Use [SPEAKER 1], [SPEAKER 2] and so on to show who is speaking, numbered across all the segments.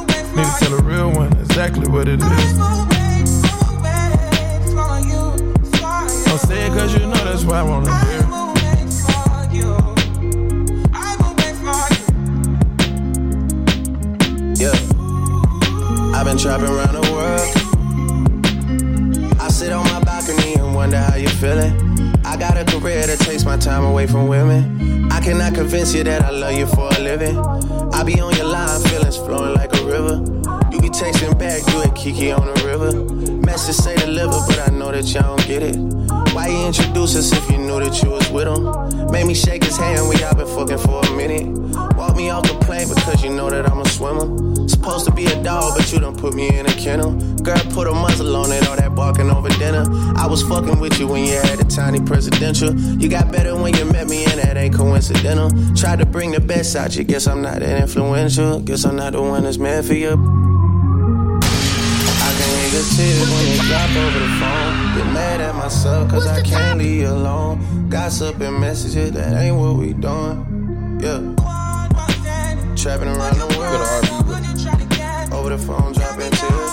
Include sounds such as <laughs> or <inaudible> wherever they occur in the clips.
[SPEAKER 1] Need to tell a real one exactly what it is. Don't say it cause you know that's why I wanna hear. it.
[SPEAKER 2] Yeah. I've been trapping around the world. I sit on my balcony and wonder how you're feeling. I got a career that takes my time away from women. I cannot convince you that I love you for a living. I be on your line, feelings flowing like a river. You be texting back, you and Kiki on the river. Message say deliver, but I know that y'all don't get it. Why you introduce us if you knew that you was with him? Made me shake his hand, we all been fucking for a minute. Walk me off the plane because you know that I'm a swimmer. Supposed to be a dog, but you done put me in a kennel. Girl, put a muzzle on it, all that barking over dinner. I was fucking with you when you had a tiny presidential. You got better when you met me, and that ain't coincidental. Tried to bring the best out you, guess I'm not that influential. Guess I'm not the one that's meant for you. I can hear your tears when you drop over the phone. Get mad at myself cause I can't leave you alone. Gossip and messages, that ain't what we doing. Yeah. Trapping around the world. Over the phone, dropping tears.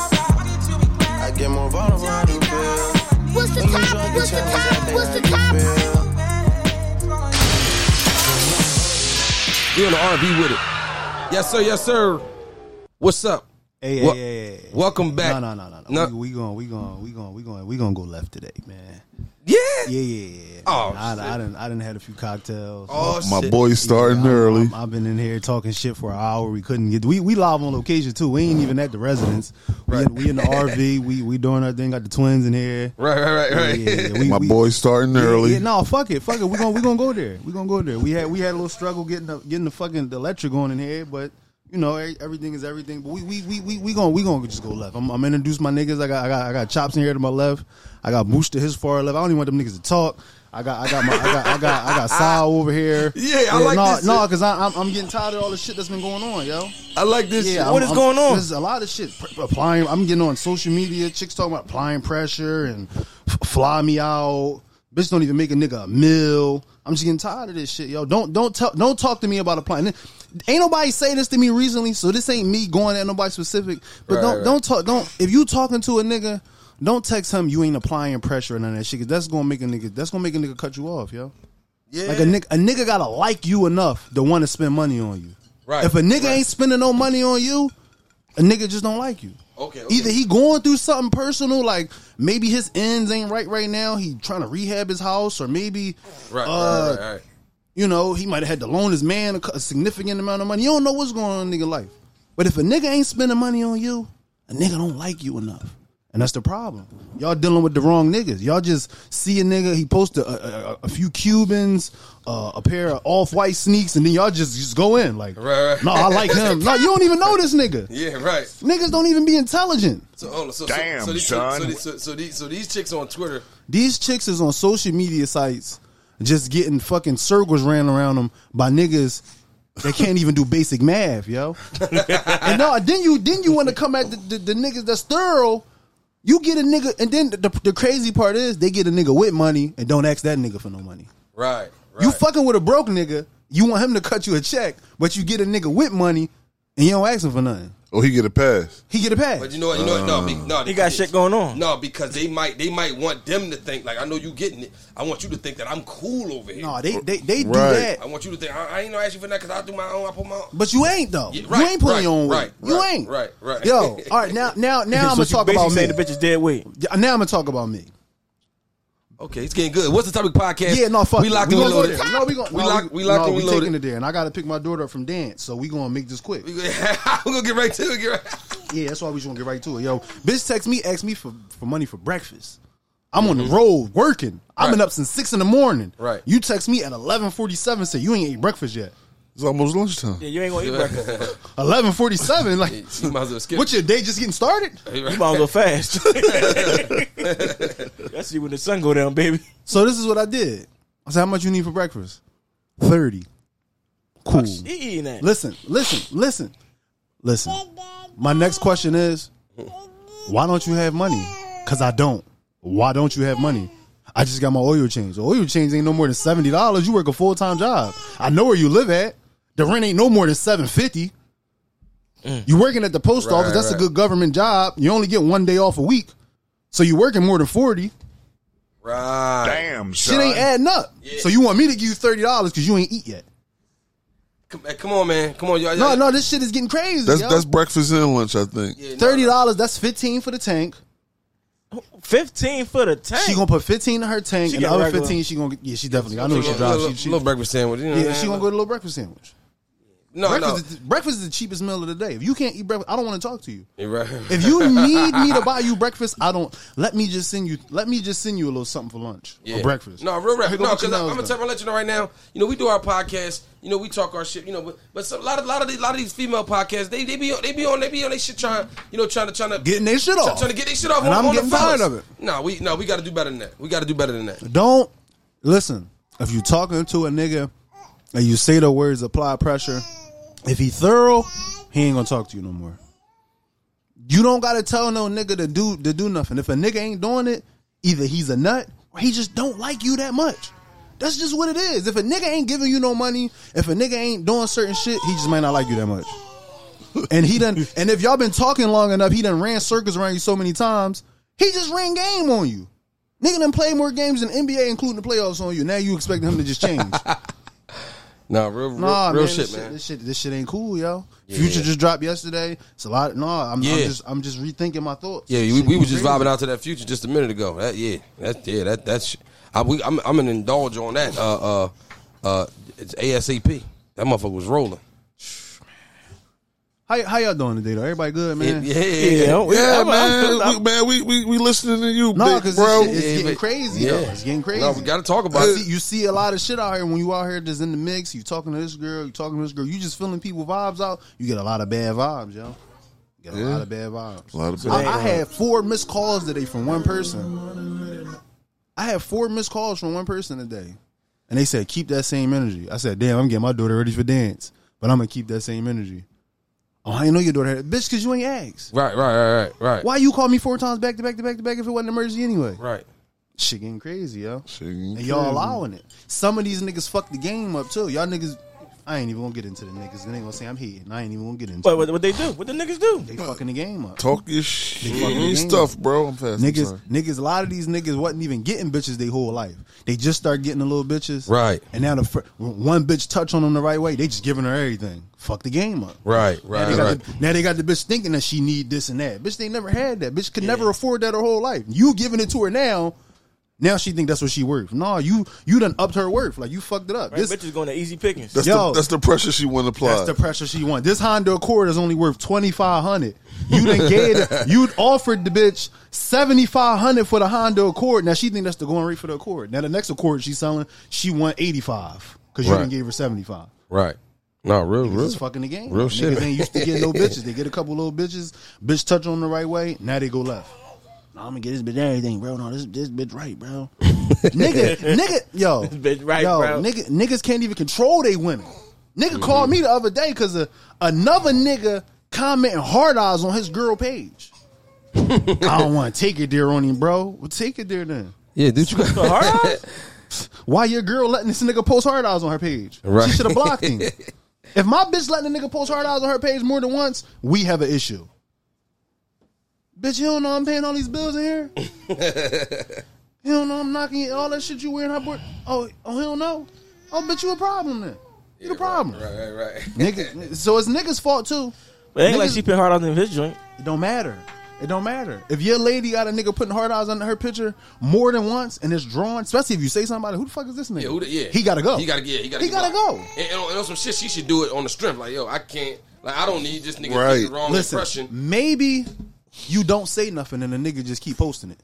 [SPEAKER 2] I get more vulnerable I do feel.
[SPEAKER 3] What's the time? What's the time? What's the time?
[SPEAKER 4] We on the RV with it. Yes, sir. Yes, sir. What's up?
[SPEAKER 5] Hey,
[SPEAKER 4] Wel-
[SPEAKER 5] hey, hey, hey, hey.
[SPEAKER 4] welcome back.
[SPEAKER 5] No, no, no, no,
[SPEAKER 4] No.
[SPEAKER 5] no. We, we going, we going, we going, we going, we going to go left today, man.
[SPEAKER 4] Yeah.
[SPEAKER 5] Yeah, yeah, yeah, yeah.
[SPEAKER 4] Oh,
[SPEAKER 5] I,
[SPEAKER 4] shit.
[SPEAKER 5] I, done, I done had a few cocktails.
[SPEAKER 4] Oh,
[SPEAKER 6] My
[SPEAKER 4] shit.
[SPEAKER 6] boy starting
[SPEAKER 5] I'm-
[SPEAKER 6] early.
[SPEAKER 5] I'm- I've been in here talking shit for an hour. We couldn't get. We we live on location too. We ain't even at the residence. We, in, we in the RV. We we doing our thing. Got the twins in here.
[SPEAKER 4] Right, right, right,
[SPEAKER 5] Yeah,
[SPEAKER 4] right.
[SPEAKER 5] yeah, yeah. We-
[SPEAKER 6] My
[SPEAKER 5] we-
[SPEAKER 6] boy starting
[SPEAKER 5] yeah,
[SPEAKER 6] early.
[SPEAKER 5] Yeah, no, fuck it, fuck it. We gonna we gonna go there. We gonna go there. We had we had a little struggle getting the getting the fucking the electric going in here, but you know e- everything is everything. But we we we we, we gonna we gonna just go left. I'm, I'm introduce my niggas. I got I got I got chops in here to my left. I got Moosh to his far left. I don't even want them niggas to talk. I got I got my I got I got I got Sal over here.
[SPEAKER 4] <laughs> Yeah, I like
[SPEAKER 5] no,
[SPEAKER 4] this
[SPEAKER 5] No,
[SPEAKER 4] shit.
[SPEAKER 5] because I'm I'm getting tired of all the shit that's been going on, yo.
[SPEAKER 4] <laughs> I like this. shit.
[SPEAKER 5] Yeah,
[SPEAKER 4] What
[SPEAKER 5] I'm-
[SPEAKER 4] is
[SPEAKER 5] I'm-
[SPEAKER 4] going on?
[SPEAKER 5] There's a lot of shit. P- Applying, I'm getting on social media. Chicks talking about applying pressure and f- fly me out. Bitch, don't even make a nigga a meal. I'm just getting tired of this shit, yo. Don't don't tell don't talk to me about applying. Ain't nobody say this to me recently, so this ain't me going at nobody specific. But
[SPEAKER 4] Right,
[SPEAKER 5] don't
[SPEAKER 4] right.
[SPEAKER 5] don't talk don't if you talking to a nigga. Don't text him. You ain't applying pressure and none of that shit. Cause that's gonna make a nigga. That's gonna make a nigga cut you off, yo.
[SPEAKER 4] yeah.
[SPEAKER 5] Like a nigga, a nigga gotta like you enough to want to spend money on you.
[SPEAKER 4] Right,
[SPEAKER 5] If a nigga
[SPEAKER 4] right.
[SPEAKER 5] ain't spending no money on you, a nigga just don't like you.
[SPEAKER 4] Okay, okay.
[SPEAKER 5] Either he going through something personal, like maybe his ends ain't right right now. He trying to rehab his house, or maybe,
[SPEAKER 4] Right,
[SPEAKER 5] uh,
[SPEAKER 4] right, right, right.
[SPEAKER 5] you know, he might have had to loan his man a, cu- a significant amount of money. You don't know what's going on in nigga life. But if a nigga ain't spending money on you, a nigga don't like you enough. And that's the problem. Y'all dealing with the wrong niggas. Y'all just see a nigga, he posted a, a, a few Cubans, uh, a pair of off white sneaks, and then y'all just, just go in. Like,
[SPEAKER 4] Right, right.
[SPEAKER 5] no, I like him. no, you don't even know this nigga.
[SPEAKER 4] <laughs> Yeah, right.
[SPEAKER 5] Niggas don't even be intelligent.
[SPEAKER 4] So hold on. So,
[SPEAKER 6] Damn,
[SPEAKER 4] so, so, these,
[SPEAKER 6] son.
[SPEAKER 4] So, these, so, so these so these chicks on Twitter.
[SPEAKER 5] These chicks is on social media sites just getting fucking circles ran around them by niggas that can't even do basic
[SPEAKER 4] <laughs>
[SPEAKER 5] math, yo. and no, then you then you want to come at the, the, the niggas that's thorough. You get a nigga, and then the, the, crazy part is they get a nigga with money and don't ask that nigga for no money.
[SPEAKER 4] Right. Right.
[SPEAKER 5] You fucking with a broke nigga, you want him to cut you a check, but you get a nigga with money and you don't ask him for nothing.
[SPEAKER 6] Oh, he get a pass.
[SPEAKER 5] He get a pass.
[SPEAKER 4] But you know what? You know what? No, be, no.
[SPEAKER 7] He got shit going on.
[SPEAKER 4] No, because they might they might want them to think like I know you getting it. I want you to think that I'm cool over here.
[SPEAKER 5] no, they they, they do
[SPEAKER 6] Right.
[SPEAKER 5] that.
[SPEAKER 4] I want you to think I, I ain't no asking for that because I do my own. I put my own.
[SPEAKER 5] But you ain't though.
[SPEAKER 4] Yeah, right,
[SPEAKER 5] you ain't pulling
[SPEAKER 4] right,
[SPEAKER 5] your own weight.
[SPEAKER 4] right,
[SPEAKER 5] you
[SPEAKER 4] right,
[SPEAKER 5] ain't.
[SPEAKER 4] right, right.
[SPEAKER 5] Yo,
[SPEAKER 4] <laughs>
[SPEAKER 5] all right. Now, now, now
[SPEAKER 7] so you
[SPEAKER 5] I'm gonna talk
[SPEAKER 7] basically
[SPEAKER 5] about me.
[SPEAKER 7] saying the bitch is dead weight.
[SPEAKER 5] Yeah, Now I'm gonna talk about me.
[SPEAKER 4] Okay, it's getting good. What's the topic podcast?
[SPEAKER 5] Yeah, no, fuck.
[SPEAKER 4] We
[SPEAKER 5] it.
[SPEAKER 4] locked
[SPEAKER 5] we
[SPEAKER 4] and
[SPEAKER 5] gonna go
[SPEAKER 4] loaded.
[SPEAKER 5] there. No, we gonna
[SPEAKER 4] We
[SPEAKER 5] no,
[SPEAKER 4] locked. We locked
[SPEAKER 5] no,
[SPEAKER 4] and we
[SPEAKER 5] we taking it
[SPEAKER 4] loaded.
[SPEAKER 5] there, and I gotta pick my daughter up from dance, so we gonna make this
[SPEAKER 4] <laughs>
[SPEAKER 5] quick.
[SPEAKER 4] We're gonna get right to it. Get right.
[SPEAKER 5] Yeah, that's why we just gonna get right to it. Yo, bitch, text me, ask me for, for money for breakfast. I'm on the road working. I've been
[SPEAKER 4] Mm-hmm. Right.
[SPEAKER 5] up since six in the morning.
[SPEAKER 4] Right.
[SPEAKER 5] You text me at eleven forty seven. Say you ain't ate breakfast yet.
[SPEAKER 6] It's almost lunchtime.
[SPEAKER 7] Yeah, you ain't gonna eat breakfast.
[SPEAKER 5] Eleven forty seven.
[SPEAKER 4] <laughs>
[SPEAKER 5] Like,
[SPEAKER 4] You might as well skip.
[SPEAKER 5] what your day just getting started?
[SPEAKER 7] You might go <laughs> fast. That's you when the sun go down, baby.
[SPEAKER 5] So this is what I did. I said, "How much you need for breakfast?" Thirty.
[SPEAKER 4] Oh,
[SPEAKER 5] Cool.
[SPEAKER 7] She eating that.
[SPEAKER 5] Listen, listen, listen, listen. My next question is, why don't you have money? Cause I don't. Why don't you have money? I just got my oil change. The oil change ain't no more than seventy dollars. You work a full time job. I know where you live at. The rent ain't no more than seven fifty. You working at the post
[SPEAKER 4] Right,
[SPEAKER 5] office. That's
[SPEAKER 4] Mm. right.
[SPEAKER 5] a good government job. You only get one day off a week, so you working more than forty.
[SPEAKER 4] <laughs> Right.
[SPEAKER 6] Damn,
[SPEAKER 5] Shit ain't adding up. So you want me to give you thirty dollars because you ain't eat yet?
[SPEAKER 4] Come, eh, come on, man. Come on, y'all.
[SPEAKER 5] No,
[SPEAKER 4] y'all-
[SPEAKER 5] no, this shit is getting crazy.
[SPEAKER 6] That's
[SPEAKER 5] yo.
[SPEAKER 6] that's breakfast and lunch, I think.
[SPEAKER 4] Yeah, no,
[SPEAKER 5] thirty dollars. That's fifteen for the tank.
[SPEAKER 7] Fifteen for the tank.
[SPEAKER 5] She gonna put fifteen in her tank,
[SPEAKER 7] She
[SPEAKER 5] and the
[SPEAKER 7] got
[SPEAKER 5] other
[SPEAKER 7] regular.
[SPEAKER 5] fifteen she gonna. Yeah, she definitely. I know
[SPEAKER 4] no.
[SPEAKER 5] she
[SPEAKER 4] Little-
[SPEAKER 5] drives.
[SPEAKER 4] little-
[SPEAKER 5] She, she,
[SPEAKER 4] little breakfast sandwich. You know
[SPEAKER 5] yeah, she gonna go to the little breakfast sandwich.
[SPEAKER 4] No, no.
[SPEAKER 5] breakfast, is, breakfast is the cheapest meal of the day. If you can't eat breakfast, I don't want to talk to you.
[SPEAKER 4] You're right.
[SPEAKER 5] If you need me to buy you breakfast, I don't. Let me just send you. Let me just send you a little something for lunch or Oh, breakfast.
[SPEAKER 4] No, real rap.
[SPEAKER 5] Pick
[SPEAKER 4] No,
[SPEAKER 5] up your
[SPEAKER 4] because I'm
[SPEAKER 5] nails
[SPEAKER 4] gonna
[SPEAKER 5] done.
[SPEAKER 4] tell. I'm let you know right now. You know, we do our podcast. You know, we talk our shit. You know, but but some, a lot of lot of these, lot of these female podcasts, they they be on- they be on they be on they shit trying. You know, trying to trying to
[SPEAKER 5] Getting their shit
[SPEAKER 4] try-
[SPEAKER 5] off.
[SPEAKER 4] trying to get their shit off.
[SPEAKER 5] And
[SPEAKER 4] on,
[SPEAKER 5] I'm
[SPEAKER 4] on
[SPEAKER 5] getting
[SPEAKER 4] the fellas.
[SPEAKER 5] tired of it.
[SPEAKER 4] No, we no, we got to do better than that. We got to do better than that.
[SPEAKER 5] Don't listen. If you talking to a nigga and you say the words apply pressure, if he thorough, he ain't gonna talk to you no more. You don't gotta tell no nigga to do to do nothing. If a nigga ain't doing it, either he's a nut or he just don't like you that much. That's just what it is. If a nigga ain't giving you no money, if a nigga ain't doing certain shit, he just might not like you that much. And he done and if y'all been talking long enough, he done ran circles around you so many times, he just ran game on you. Nigga done played more games than NBA, including the playoffs on you. Now you expecting him to
[SPEAKER 4] <laughs>
[SPEAKER 5] just change.
[SPEAKER 4] No, real
[SPEAKER 5] nah,
[SPEAKER 4] real, real
[SPEAKER 5] man,
[SPEAKER 4] shit,
[SPEAKER 5] this
[SPEAKER 4] man.
[SPEAKER 5] This shit, this shit ain't cool, yo. Future just dropped yesterday. It's a lot. Nah, I'm,
[SPEAKER 4] Yeah.
[SPEAKER 5] I'm just, I'm just rethinking my thoughts.
[SPEAKER 4] Yeah,
[SPEAKER 5] This
[SPEAKER 4] we,
[SPEAKER 5] shit
[SPEAKER 4] we were
[SPEAKER 5] getting
[SPEAKER 4] just
[SPEAKER 5] crazy.
[SPEAKER 4] vibing out to that future just a minute ago. That yeah, that yeah, that that's. I, we, I'm I'm an indulge on that. Uh uh uh, it's ASAP. That motherfucker was rolling.
[SPEAKER 5] How, how y'all doing today, though? Everybody good, man?
[SPEAKER 4] yeah, yeah,
[SPEAKER 7] Yeah, we-
[SPEAKER 6] Yeah,
[SPEAKER 7] I'm-
[SPEAKER 6] man.
[SPEAKER 7] I'm- I'm-
[SPEAKER 6] we, man, we, we we listening to you,
[SPEAKER 5] No,
[SPEAKER 6] big
[SPEAKER 5] because
[SPEAKER 6] bro.
[SPEAKER 5] it's,
[SPEAKER 4] Yeah,
[SPEAKER 5] getting
[SPEAKER 4] but-
[SPEAKER 5] crazy,
[SPEAKER 4] yeah.
[SPEAKER 5] though. It's getting crazy.
[SPEAKER 4] No, we got to talk
[SPEAKER 5] I
[SPEAKER 4] about
[SPEAKER 5] see, <laughs>
[SPEAKER 4] it.
[SPEAKER 5] you see a lot of shit out here when you out here just in the mix. You talking to this girl, you talking to this girl. You just feeling people vibes out. You get a lot of bad vibes, yo. Get a lot of bad vibes.
[SPEAKER 6] A lot of
[SPEAKER 5] I,
[SPEAKER 6] bad.
[SPEAKER 5] I had four missed calls today from one person. I had four missed calls from one person today, and they said keep that same energy. I said, "Damn, I'm getting my daughter ready for dance, but I'm gonna keep that same energy." Oh, I ain't know your daughter, had- bitch, because you ain't asked.
[SPEAKER 4] Right, right, right, right, right,
[SPEAKER 5] Why you call me four times back to back to back to back if it wasn't an emergency anyway?
[SPEAKER 4] right.
[SPEAKER 5] Shit getting crazy, yo.
[SPEAKER 6] Shit, you
[SPEAKER 5] And y'all
[SPEAKER 6] crazy.
[SPEAKER 5] allowing it. Some of these niggas fuck the game up too. Y'all niggas, I ain't even gonna get into the niggas. They ain't gonna say I'm hating. I ain't even gonna get into.
[SPEAKER 7] But
[SPEAKER 5] it.
[SPEAKER 7] what, what they do? What the niggas do?
[SPEAKER 5] They fucking the game up.
[SPEAKER 6] Talk your shit.
[SPEAKER 5] fucking
[SPEAKER 6] Your
[SPEAKER 5] game.
[SPEAKER 6] stuff, bro. I'm fast. I'm
[SPEAKER 5] Niggas,
[SPEAKER 6] sorry.
[SPEAKER 5] niggas, a lot of these niggas wasn't even getting bitches they whole life. They just start getting the little bitches,
[SPEAKER 4] Right.
[SPEAKER 5] And now the fir- one bitch touch on them the right way, they just giving her everything. Fuck the game up.
[SPEAKER 4] Right,
[SPEAKER 5] Now they,
[SPEAKER 4] right,
[SPEAKER 5] got
[SPEAKER 4] right.
[SPEAKER 5] the, now they got the bitch thinking that she need this and that. Bitch, they never had that. Bitch could never afford that her whole life. You giving it to her now, now she think that's what she worth. Nah, you you done upped her worth. Like you fucked it up.
[SPEAKER 7] Right,
[SPEAKER 5] This-
[SPEAKER 7] bitches going to easy pickings.
[SPEAKER 5] <laughs>
[SPEAKER 6] That's
[SPEAKER 5] Yo.
[SPEAKER 6] the that's the pressure she want to apply.
[SPEAKER 5] that's the pressure she want. This Honda Accord is only worth twenty five hundred.
[SPEAKER 4] <laughs>
[SPEAKER 5] You done gave it, you offered the bitch seventy five hundred for the Honda Accord. Now she think that's the going rate for the Accord. Now the next Accord she's selling, she want eighty five because you
[SPEAKER 4] Right.
[SPEAKER 5] done gave her seventy five.
[SPEAKER 4] Right. No, real,
[SPEAKER 5] Niggas
[SPEAKER 4] real.
[SPEAKER 5] is fucking the game.
[SPEAKER 4] Real
[SPEAKER 5] Niggas
[SPEAKER 4] shit.
[SPEAKER 5] ain't used to get
[SPEAKER 4] <laughs>
[SPEAKER 5] no bitches. They get a couple little bitches. Bitch touch on the right way. Now they go left. Nah, I'm gonna get this bitch everything, bro. No, this this bitch right, bro.
[SPEAKER 7] <laughs>
[SPEAKER 5] nigga, nigga, yo,
[SPEAKER 7] bitch right,
[SPEAKER 5] yo,
[SPEAKER 7] bro. Mm-hmm.
[SPEAKER 5] nigga, niggas can't even control they women. Nigga called me the other day because another nigga commenting hard eyes on his
[SPEAKER 7] <laughs>
[SPEAKER 5] girl page. I don't want to take it there on him, bro. Well, take it there then.
[SPEAKER 4] Yeah, dude, you
[SPEAKER 5] <laughs>
[SPEAKER 4] got
[SPEAKER 7] All right.
[SPEAKER 5] Why your girl letting this nigga post hard eyes on her page?
[SPEAKER 4] Right.
[SPEAKER 5] She should have
[SPEAKER 4] <laughs>
[SPEAKER 5] blocked him. if my bitch letting a nigga post hard eyes on her page more than once, we have an issue. Bitch, you don't know I'm paying all these bills in
[SPEAKER 4] <laughs>
[SPEAKER 5] here. you don't know I'm knocking you- all that shit you wearing. Her board. Oh, oh, he don't know. Oh, bitch, you a problem then? You the problem,
[SPEAKER 4] Right, right, right.
[SPEAKER 5] nigga. So it's niggas' fault too.
[SPEAKER 7] But it ain't like
[SPEAKER 5] Niggas-
[SPEAKER 7] she put hard on them his joint.
[SPEAKER 5] It don't matter. It don't matter. If your lady got a nigga putting hard eyes on her picture more than once and it's drawn, especially if you say somebody, who the fuck is this nigga?
[SPEAKER 4] Yeah, who the, yeah.
[SPEAKER 5] He gotta go.
[SPEAKER 4] He gotta, yeah, he gotta,
[SPEAKER 5] He
[SPEAKER 4] get
[SPEAKER 5] gotta
[SPEAKER 4] blocked.
[SPEAKER 5] go.
[SPEAKER 4] And, and, on, and on some shit, she should do it on the strength. Like, yo, I can't. Like, I don't need this nigga to
[SPEAKER 6] Right.
[SPEAKER 4] get the wrong
[SPEAKER 5] Listen,
[SPEAKER 4] impression.
[SPEAKER 5] maybe you don't say nothing and the nigga just keep posting it.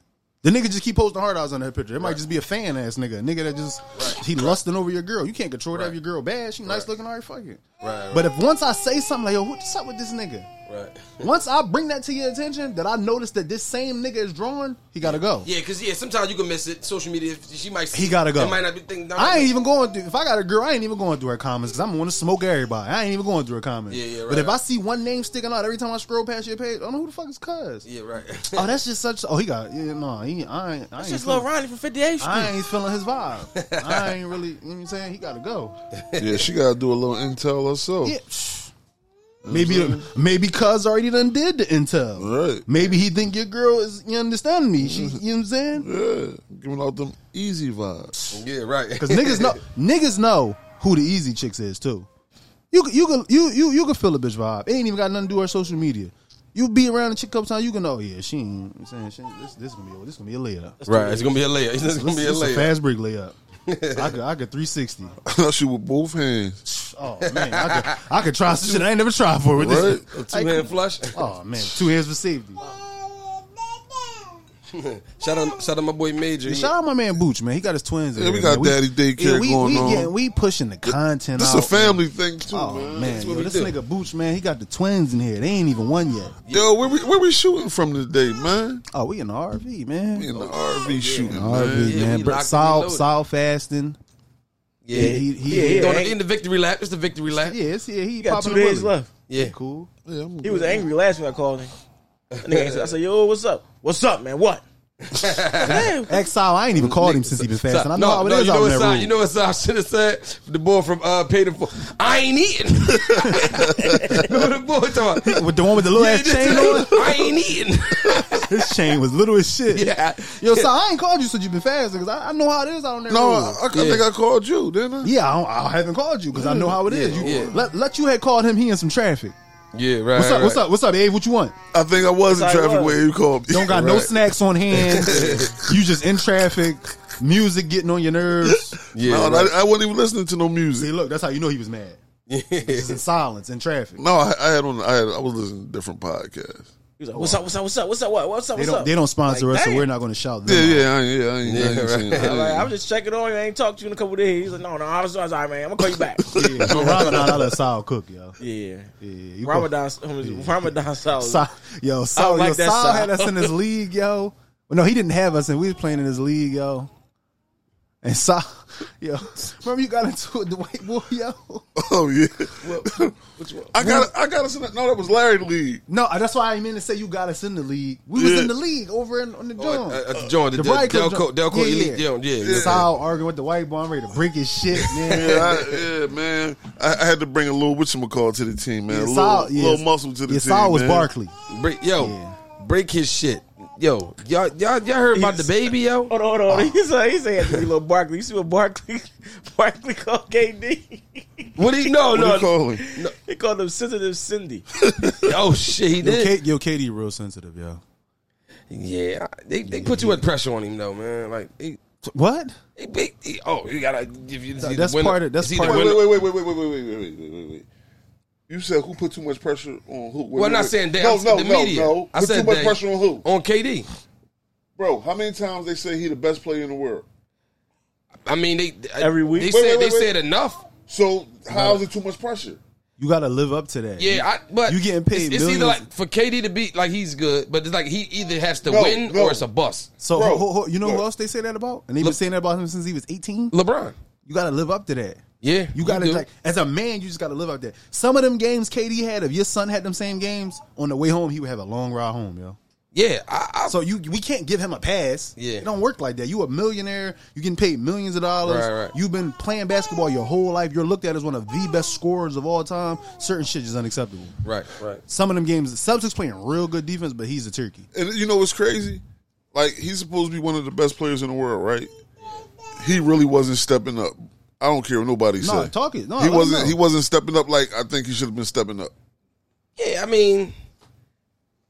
[SPEAKER 5] The nigga just keep posting hard eyes on her picture. It might just be a fan ass nigga, a nigga that just he lusting over your girl. You can't control that.
[SPEAKER 4] Right.
[SPEAKER 5] If your girl bad, she nice looking. All right, fuck it.
[SPEAKER 4] Right,
[SPEAKER 5] But if once I say something like, yo, what's up with this
[SPEAKER 4] <laughs>
[SPEAKER 5] nigga?
[SPEAKER 4] Right.
[SPEAKER 5] Once I bring that to your attention, that I notice that this same nigga is drawing, he gotta go.
[SPEAKER 4] Yeah, because, yeah, sometimes you can miss it. Social media, she might.
[SPEAKER 5] He gotta go.
[SPEAKER 4] It might not be thinking. no,
[SPEAKER 5] I
[SPEAKER 4] no.
[SPEAKER 5] ain't even going through. If I got a girl, I ain't even going through her comments because I'm want to smoke everybody. I ain't even going through her comments.
[SPEAKER 4] Yeah, yeah, right,
[SPEAKER 5] But if I
[SPEAKER 4] right.
[SPEAKER 5] see one name sticking out every time I scroll past your page, I don't know who the fuck is
[SPEAKER 4] <laughs>
[SPEAKER 5] Cuz.
[SPEAKER 4] Yeah, right.
[SPEAKER 5] <laughs>
[SPEAKER 4] <laughs>
[SPEAKER 5] Oh, that's just such. Oh, he got. Yeah, no, he, I ain't. I ain't,
[SPEAKER 7] That's just
[SPEAKER 5] feeling,
[SPEAKER 7] Lil Ronnie from 58th Street.
[SPEAKER 5] I ain't feeling his vibe.
[SPEAKER 4] <laughs>
[SPEAKER 5] I ain't really. You know what I'm saying? He got to go.
[SPEAKER 6] yeah, she gotta do a little intel herself.
[SPEAKER 5] Yeah. psh. Maybe maybe cuz already done did the intel.
[SPEAKER 6] Right.
[SPEAKER 5] Maybe he think your girl is you understand me. She, you know what I'm saying?
[SPEAKER 6] Yeah. Giving out them easy vibes. <laughs>
[SPEAKER 4] Yeah,
[SPEAKER 5] <laughs>
[SPEAKER 4] right.
[SPEAKER 5] Cuz niggas know niggas know who the easy chicks is too. You could- you could- you you you can feel a bitch vibe. It ain't even got nothing to do with her social media. You be around a chick couple times, you can know, oh, yeah, she ain't, you know what I'm saying, she, this this gonna be this gonna be a layup.
[SPEAKER 4] <laughs> right. It's gonna be a layer. <laughs> It's gonna be a
[SPEAKER 5] This a
[SPEAKER 4] layer.
[SPEAKER 5] fast break layup. I could I could 360.
[SPEAKER 6] she with both hands.
[SPEAKER 5] Oh man, I could, I could try some shit I ain't never tried for with this.
[SPEAKER 6] Right?
[SPEAKER 4] Two hand flush.
[SPEAKER 5] Oh man, two hands for safety.
[SPEAKER 4] Shout out, shout out, my boy Major.
[SPEAKER 5] Shout out my man Booch, man. He got his twins. in
[SPEAKER 6] Yeah, we
[SPEAKER 5] there,
[SPEAKER 6] got
[SPEAKER 5] man.
[SPEAKER 6] daddy daycare
[SPEAKER 5] we,
[SPEAKER 6] going
[SPEAKER 5] we
[SPEAKER 6] on.
[SPEAKER 5] Getting, we pushing the content.
[SPEAKER 6] This
[SPEAKER 5] out.
[SPEAKER 6] a family thing too,
[SPEAKER 5] Oh
[SPEAKER 6] man.
[SPEAKER 5] man,
[SPEAKER 4] what
[SPEAKER 5] yo,
[SPEAKER 4] we
[SPEAKER 5] this
[SPEAKER 4] do.
[SPEAKER 5] nigga Booch, man, he got the twins in here. They ain't even one yet.
[SPEAKER 6] Yo, where we where we shooting from today, man?
[SPEAKER 5] Oh, we in the RV, man. Oh,
[SPEAKER 6] We in the
[SPEAKER 7] Oh,
[SPEAKER 6] RV shooting, man.
[SPEAKER 5] RV,
[SPEAKER 4] Yeah,
[SPEAKER 5] man.
[SPEAKER 4] we
[SPEAKER 5] But
[SPEAKER 4] locked and
[SPEAKER 5] Sol,
[SPEAKER 4] loaded.
[SPEAKER 5] Sol fasting.
[SPEAKER 4] yeah,
[SPEAKER 5] Yeah, he, he, yeah,
[SPEAKER 4] Throwing it in the victory lap. It's the victory lap.
[SPEAKER 5] yeah, it's- yeah, he
[SPEAKER 7] He got
[SPEAKER 5] popping
[SPEAKER 7] two
[SPEAKER 5] the
[SPEAKER 7] days
[SPEAKER 5] Willie.
[SPEAKER 7] left.
[SPEAKER 4] Yeah,
[SPEAKER 5] Cool.
[SPEAKER 6] Yeah, I'm
[SPEAKER 7] He was angry last when I called him. That nigga answered. I said, "Yo, what's up? What's up, man?
[SPEAKER 5] <laughs>
[SPEAKER 7] What?" Damn.
[SPEAKER 5] Exile, I ain't even called him since he been fasting. I know how it
[SPEAKER 4] no,
[SPEAKER 5] is
[SPEAKER 4] you
[SPEAKER 5] out
[SPEAKER 4] know
[SPEAKER 5] in that
[SPEAKER 4] what's I,
[SPEAKER 5] room.
[SPEAKER 4] you know <laughs> what's I should have said. The boy from uh, Paid in Full. I ain't
[SPEAKER 5] <laughs>
[SPEAKER 4] eating. <laughs> Remember the boy talking. about,
[SPEAKER 5] with the one with the little ass
[SPEAKER 4] <laughs>
[SPEAKER 5] chain on,
[SPEAKER 4] I ain't eating.
[SPEAKER 5] his chain was little as shit.
[SPEAKER 4] yeah,
[SPEAKER 5] Yo, Sol, I ain't called you since you been fasting because I, I know how it is out in that
[SPEAKER 6] No,
[SPEAKER 5] room.
[SPEAKER 6] I, I think I called you, didn't I?
[SPEAKER 5] Yeah, I, don't, I haven't called you because I know how it is. You,
[SPEAKER 4] yeah.
[SPEAKER 5] Let, let you had called him. He in some traffic.
[SPEAKER 4] yeah, right.
[SPEAKER 5] What's
[SPEAKER 4] right,
[SPEAKER 5] up? What's
[SPEAKER 4] right.
[SPEAKER 5] up? What's up, Abe? What you want?
[SPEAKER 6] I think I was in
[SPEAKER 7] Yes, I
[SPEAKER 6] traffic
[SPEAKER 7] was.
[SPEAKER 6] where you called me.
[SPEAKER 5] Don't got no
[SPEAKER 4] Right.
[SPEAKER 5] snacks
[SPEAKER 7] <laughs>
[SPEAKER 5] on hand. you just in traffic. Music getting on
[SPEAKER 7] <laughs>
[SPEAKER 5] your nerves.
[SPEAKER 4] Yeah,
[SPEAKER 6] no,
[SPEAKER 4] right.
[SPEAKER 6] I, I wasn't even listening to no
[SPEAKER 5] See,
[SPEAKER 6] music.
[SPEAKER 5] look, that's how you know he was mad. Just in silence in traffic.
[SPEAKER 6] No, I, I had on. I had, I was listening to different podcasts.
[SPEAKER 7] He was like, "What's up? What's up? What's up? What's up? What? What's up?
[SPEAKER 5] They
[SPEAKER 7] What's
[SPEAKER 5] don't.
[SPEAKER 7] up?"
[SPEAKER 5] They don't sponsor
[SPEAKER 7] Like,
[SPEAKER 5] us,
[SPEAKER 7] damn.
[SPEAKER 5] so we're not going to shout.
[SPEAKER 6] Yeah,
[SPEAKER 5] Them out.
[SPEAKER 6] yeah, I ain't, yeah, I ain't, I ain't
[SPEAKER 4] Yeah,
[SPEAKER 6] seen
[SPEAKER 4] right.
[SPEAKER 6] it.
[SPEAKER 7] I'm like,
[SPEAKER 6] I
[SPEAKER 7] I'm just checking on you. I ain't talked to you in a couple of days. He's like, "No, no, I was, I was all right, man. I'm gonna call you back."
[SPEAKER 5] Yeah, no, Ramadan, I let Sal cook, yo.
[SPEAKER 7] yeah.
[SPEAKER 5] <laughs> Yeah, you
[SPEAKER 7] Ramadan,
[SPEAKER 5] <laughs>
[SPEAKER 7] Ramadan solid.
[SPEAKER 5] Sal, yo, Sal,
[SPEAKER 7] like
[SPEAKER 5] yo,
[SPEAKER 7] that,
[SPEAKER 5] Sal,
[SPEAKER 7] Sal.
[SPEAKER 5] had us in his league, yo. Well, no, he didn't have us, and we was playing in his league, yo. And Sal, <laughs> yo, remember you got into it with the white boy, yo.
[SPEAKER 6] <laughs> oh yeah. I got. I got us. in that- No, that was Larry League.
[SPEAKER 5] No, that's why I meant to say you got us in the league. We was
[SPEAKER 6] Yeah.
[SPEAKER 5] in the league over in, on the
[SPEAKER 4] Oh,
[SPEAKER 7] uh,
[SPEAKER 5] joint.
[SPEAKER 4] at- at the joint, the,
[SPEAKER 5] The
[SPEAKER 4] the
[SPEAKER 5] Bright Club
[SPEAKER 4] Delco,
[SPEAKER 5] joint.
[SPEAKER 4] Delco
[SPEAKER 5] Yeah,
[SPEAKER 4] Elite,
[SPEAKER 5] yeah.
[SPEAKER 4] yeah, yeah, yeah.
[SPEAKER 5] Sal arguing with the white boy. I'm ready to break his
[SPEAKER 6] <laughs>
[SPEAKER 5] shit, man.
[SPEAKER 6] Yeah, I, yeah, man. I, I had to bring a little whatchamacallit to the team, man. a little,
[SPEAKER 5] Sal- yeah,
[SPEAKER 6] little muscle to the
[SPEAKER 5] yeah,
[SPEAKER 6] team.
[SPEAKER 5] Sal was
[SPEAKER 6] man.
[SPEAKER 5] Barkley.
[SPEAKER 4] Break, yo,
[SPEAKER 5] Yeah.
[SPEAKER 4] break his shit, yo. Y'all, y'all, y'all heard about the baby, yo?
[SPEAKER 7] Hold on, hold on. <laughs> He said, he said, he had to be little Barkley. You see what Barkley, <laughs> Barkley called <laughs> KD?
[SPEAKER 4] What do you? No,
[SPEAKER 6] What do
[SPEAKER 4] no.
[SPEAKER 6] you call him?
[SPEAKER 7] he called him sensitive Cindy.
[SPEAKER 5] <laughs>
[SPEAKER 4] Oh shit, he did.
[SPEAKER 5] yo, Katie, real sensitive, yo.
[SPEAKER 4] Yeah, they, they put too much pressure on him though, man. Like, he,
[SPEAKER 5] What?
[SPEAKER 4] he, he, he- oh, you gotta give you.
[SPEAKER 5] No, that's part of- that's part of-
[SPEAKER 6] Wait, wait, wait, wait, wait, wait, wait, wait, wait, wait, wait, wait. You said who put too much pressure on who? Wait,
[SPEAKER 4] Well,
[SPEAKER 6] wait,
[SPEAKER 4] I'm not
[SPEAKER 6] wait.
[SPEAKER 4] saying that.
[SPEAKER 6] No,
[SPEAKER 4] I'm-
[SPEAKER 6] no,
[SPEAKER 4] the
[SPEAKER 6] no,
[SPEAKER 4] media.
[SPEAKER 6] no.
[SPEAKER 4] I
[SPEAKER 6] Put
[SPEAKER 4] said
[SPEAKER 6] too much
[SPEAKER 4] that.
[SPEAKER 6] pressure on who,
[SPEAKER 4] on KD.
[SPEAKER 6] bro? How many times they say he the best player in the world?
[SPEAKER 4] I mean, they
[SPEAKER 7] Every week?
[SPEAKER 4] they
[SPEAKER 7] Wait,
[SPEAKER 4] said
[SPEAKER 6] wait, wait,
[SPEAKER 4] they
[SPEAKER 6] wait.
[SPEAKER 4] said enough.
[SPEAKER 6] So how is it too much pressure?
[SPEAKER 5] You got to live up to that.
[SPEAKER 4] Yeah, I, but
[SPEAKER 5] You getting paid
[SPEAKER 4] It's, it's either
[SPEAKER 5] millions.
[SPEAKER 4] like for KD to be like he's good, but it's like he either has to
[SPEAKER 6] No,
[SPEAKER 4] win
[SPEAKER 6] no.
[SPEAKER 4] or it's a bust.
[SPEAKER 5] So, ho-
[SPEAKER 6] Bro,
[SPEAKER 5] ho- ho- you know who
[SPEAKER 6] look.
[SPEAKER 5] else they say that about? And they've been
[SPEAKER 4] Look-
[SPEAKER 5] saying that about him since he was 18.
[SPEAKER 4] LeBron.
[SPEAKER 5] You got to live up to that.
[SPEAKER 4] Yeah,
[SPEAKER 5] You got to
[SPEAKER 4] do.
[SPEAKER 5] like as a man, you just got to live up there. Some of them games KD had, if your son had them same games on the way home, he would have a long ride home, yo.
[SPEAKER 4] Yeah, I, I,
[SPEAKER 5] So you we can't give him a pass.
[SPEAKER 4] Yeah.
[SPEAKER 5] It don't work like that. You a millionaire, you getting paid millions of dollars.
[SPEAKER 4] Right, right.
[SPEAKER 5] You've been playing basketball your whole life. You're looked at as one of the best scorers of all time. Certain shit is unacceptable.
[SPEAKER 4] right, right.
[SPEAKER 5] Some of them games, the Celtics playing real good defense, but he's a turkey.
[SPEAKER 6] And you know what's crazy? Like he's supposed to be one of the best players in the world, right? He really wasn't stepping up. I don't care what nobody
[SPEAKER 5] No,
[SPEAKER 6] said.
[SPEAKER 5] talk it. No, let
[SPEAKER 6] he
[SPEAKER 5] him
[SPEAKER 6] wasn't.
[SPEAKER 5] know.
[SPEAKER 6] He wasn't stepping up like I think he should have been stepping up.
[SPEAKER 4] Yeah, I mean,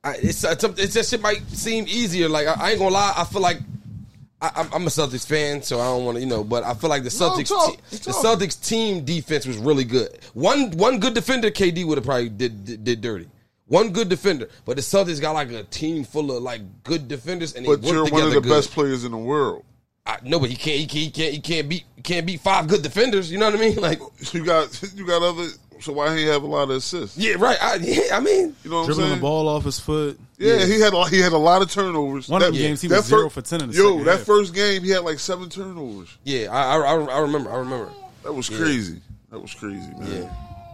[SPEAKER 4] I, it's, it's it's that shit might seem easier. Like I, I ain't gonna lie, I feel like I, I'm, I'm a Celtics fan, so I don't want to, you know. But I feel like the Celtics,
[SPEAKER 6] talk,
[SPEAKER 4] te- the
[SPEAKER 6] talk.
[SPEAKER 4] Celtics team defense was really good. One one good defender, KD would have probably did, did did dirty. One good defender, but the Celtics got like a team full of like good defenders, and they
[SPEAKER 6] But
[SPEAKER 4] work
[SPEAKER 6] you're one
[SPEAKER 4] together
[SPEAKER 6] of the
[SPEAKER 4] good.
[SPEAKER 6] best players in the world. <laughs>
[SPEAKER 4] I, no, but he can't, he can't, he can't, he can't beat, he can't beat five good defenders. You know what I mean? <laughs> Like,
[SPEAKER 6] You got <laughs> you got other. So why he have a lot of assists?
[SPEAKER 4] yeah, right. I, yeah, I mean,
[SPEAKER 6] You know what
[SPEAKER 8] dribbling
[SPEAKER 6] I'm
[SPEAKER 8] the
[SPEAKER 6] saying?
[SPEAKER 8] ball off his foot.
[SPEAKER 6] Yeah, he had a, he had a lot of turnovers.
[SPEAKER 8] One of them games, he was
[SPEAKER 6] that
[SPEAKER 8] zero for
[SPEAKER 6] fir-
[SPEAKER 8] 10 in the
[SPEAKER 6] Yo,
[SPEAKER 8] second
[SPEAKER 6] that
[SPEAKER 8] half.
[SPEAKER 6] first game he had like seven turnovers.
[SPEAKER 4] yeah, I, I, I I remember, I remember.
[SPEAKER 6] That was crazy. That was crazy, man.
[SPEAKER 4] Yeah.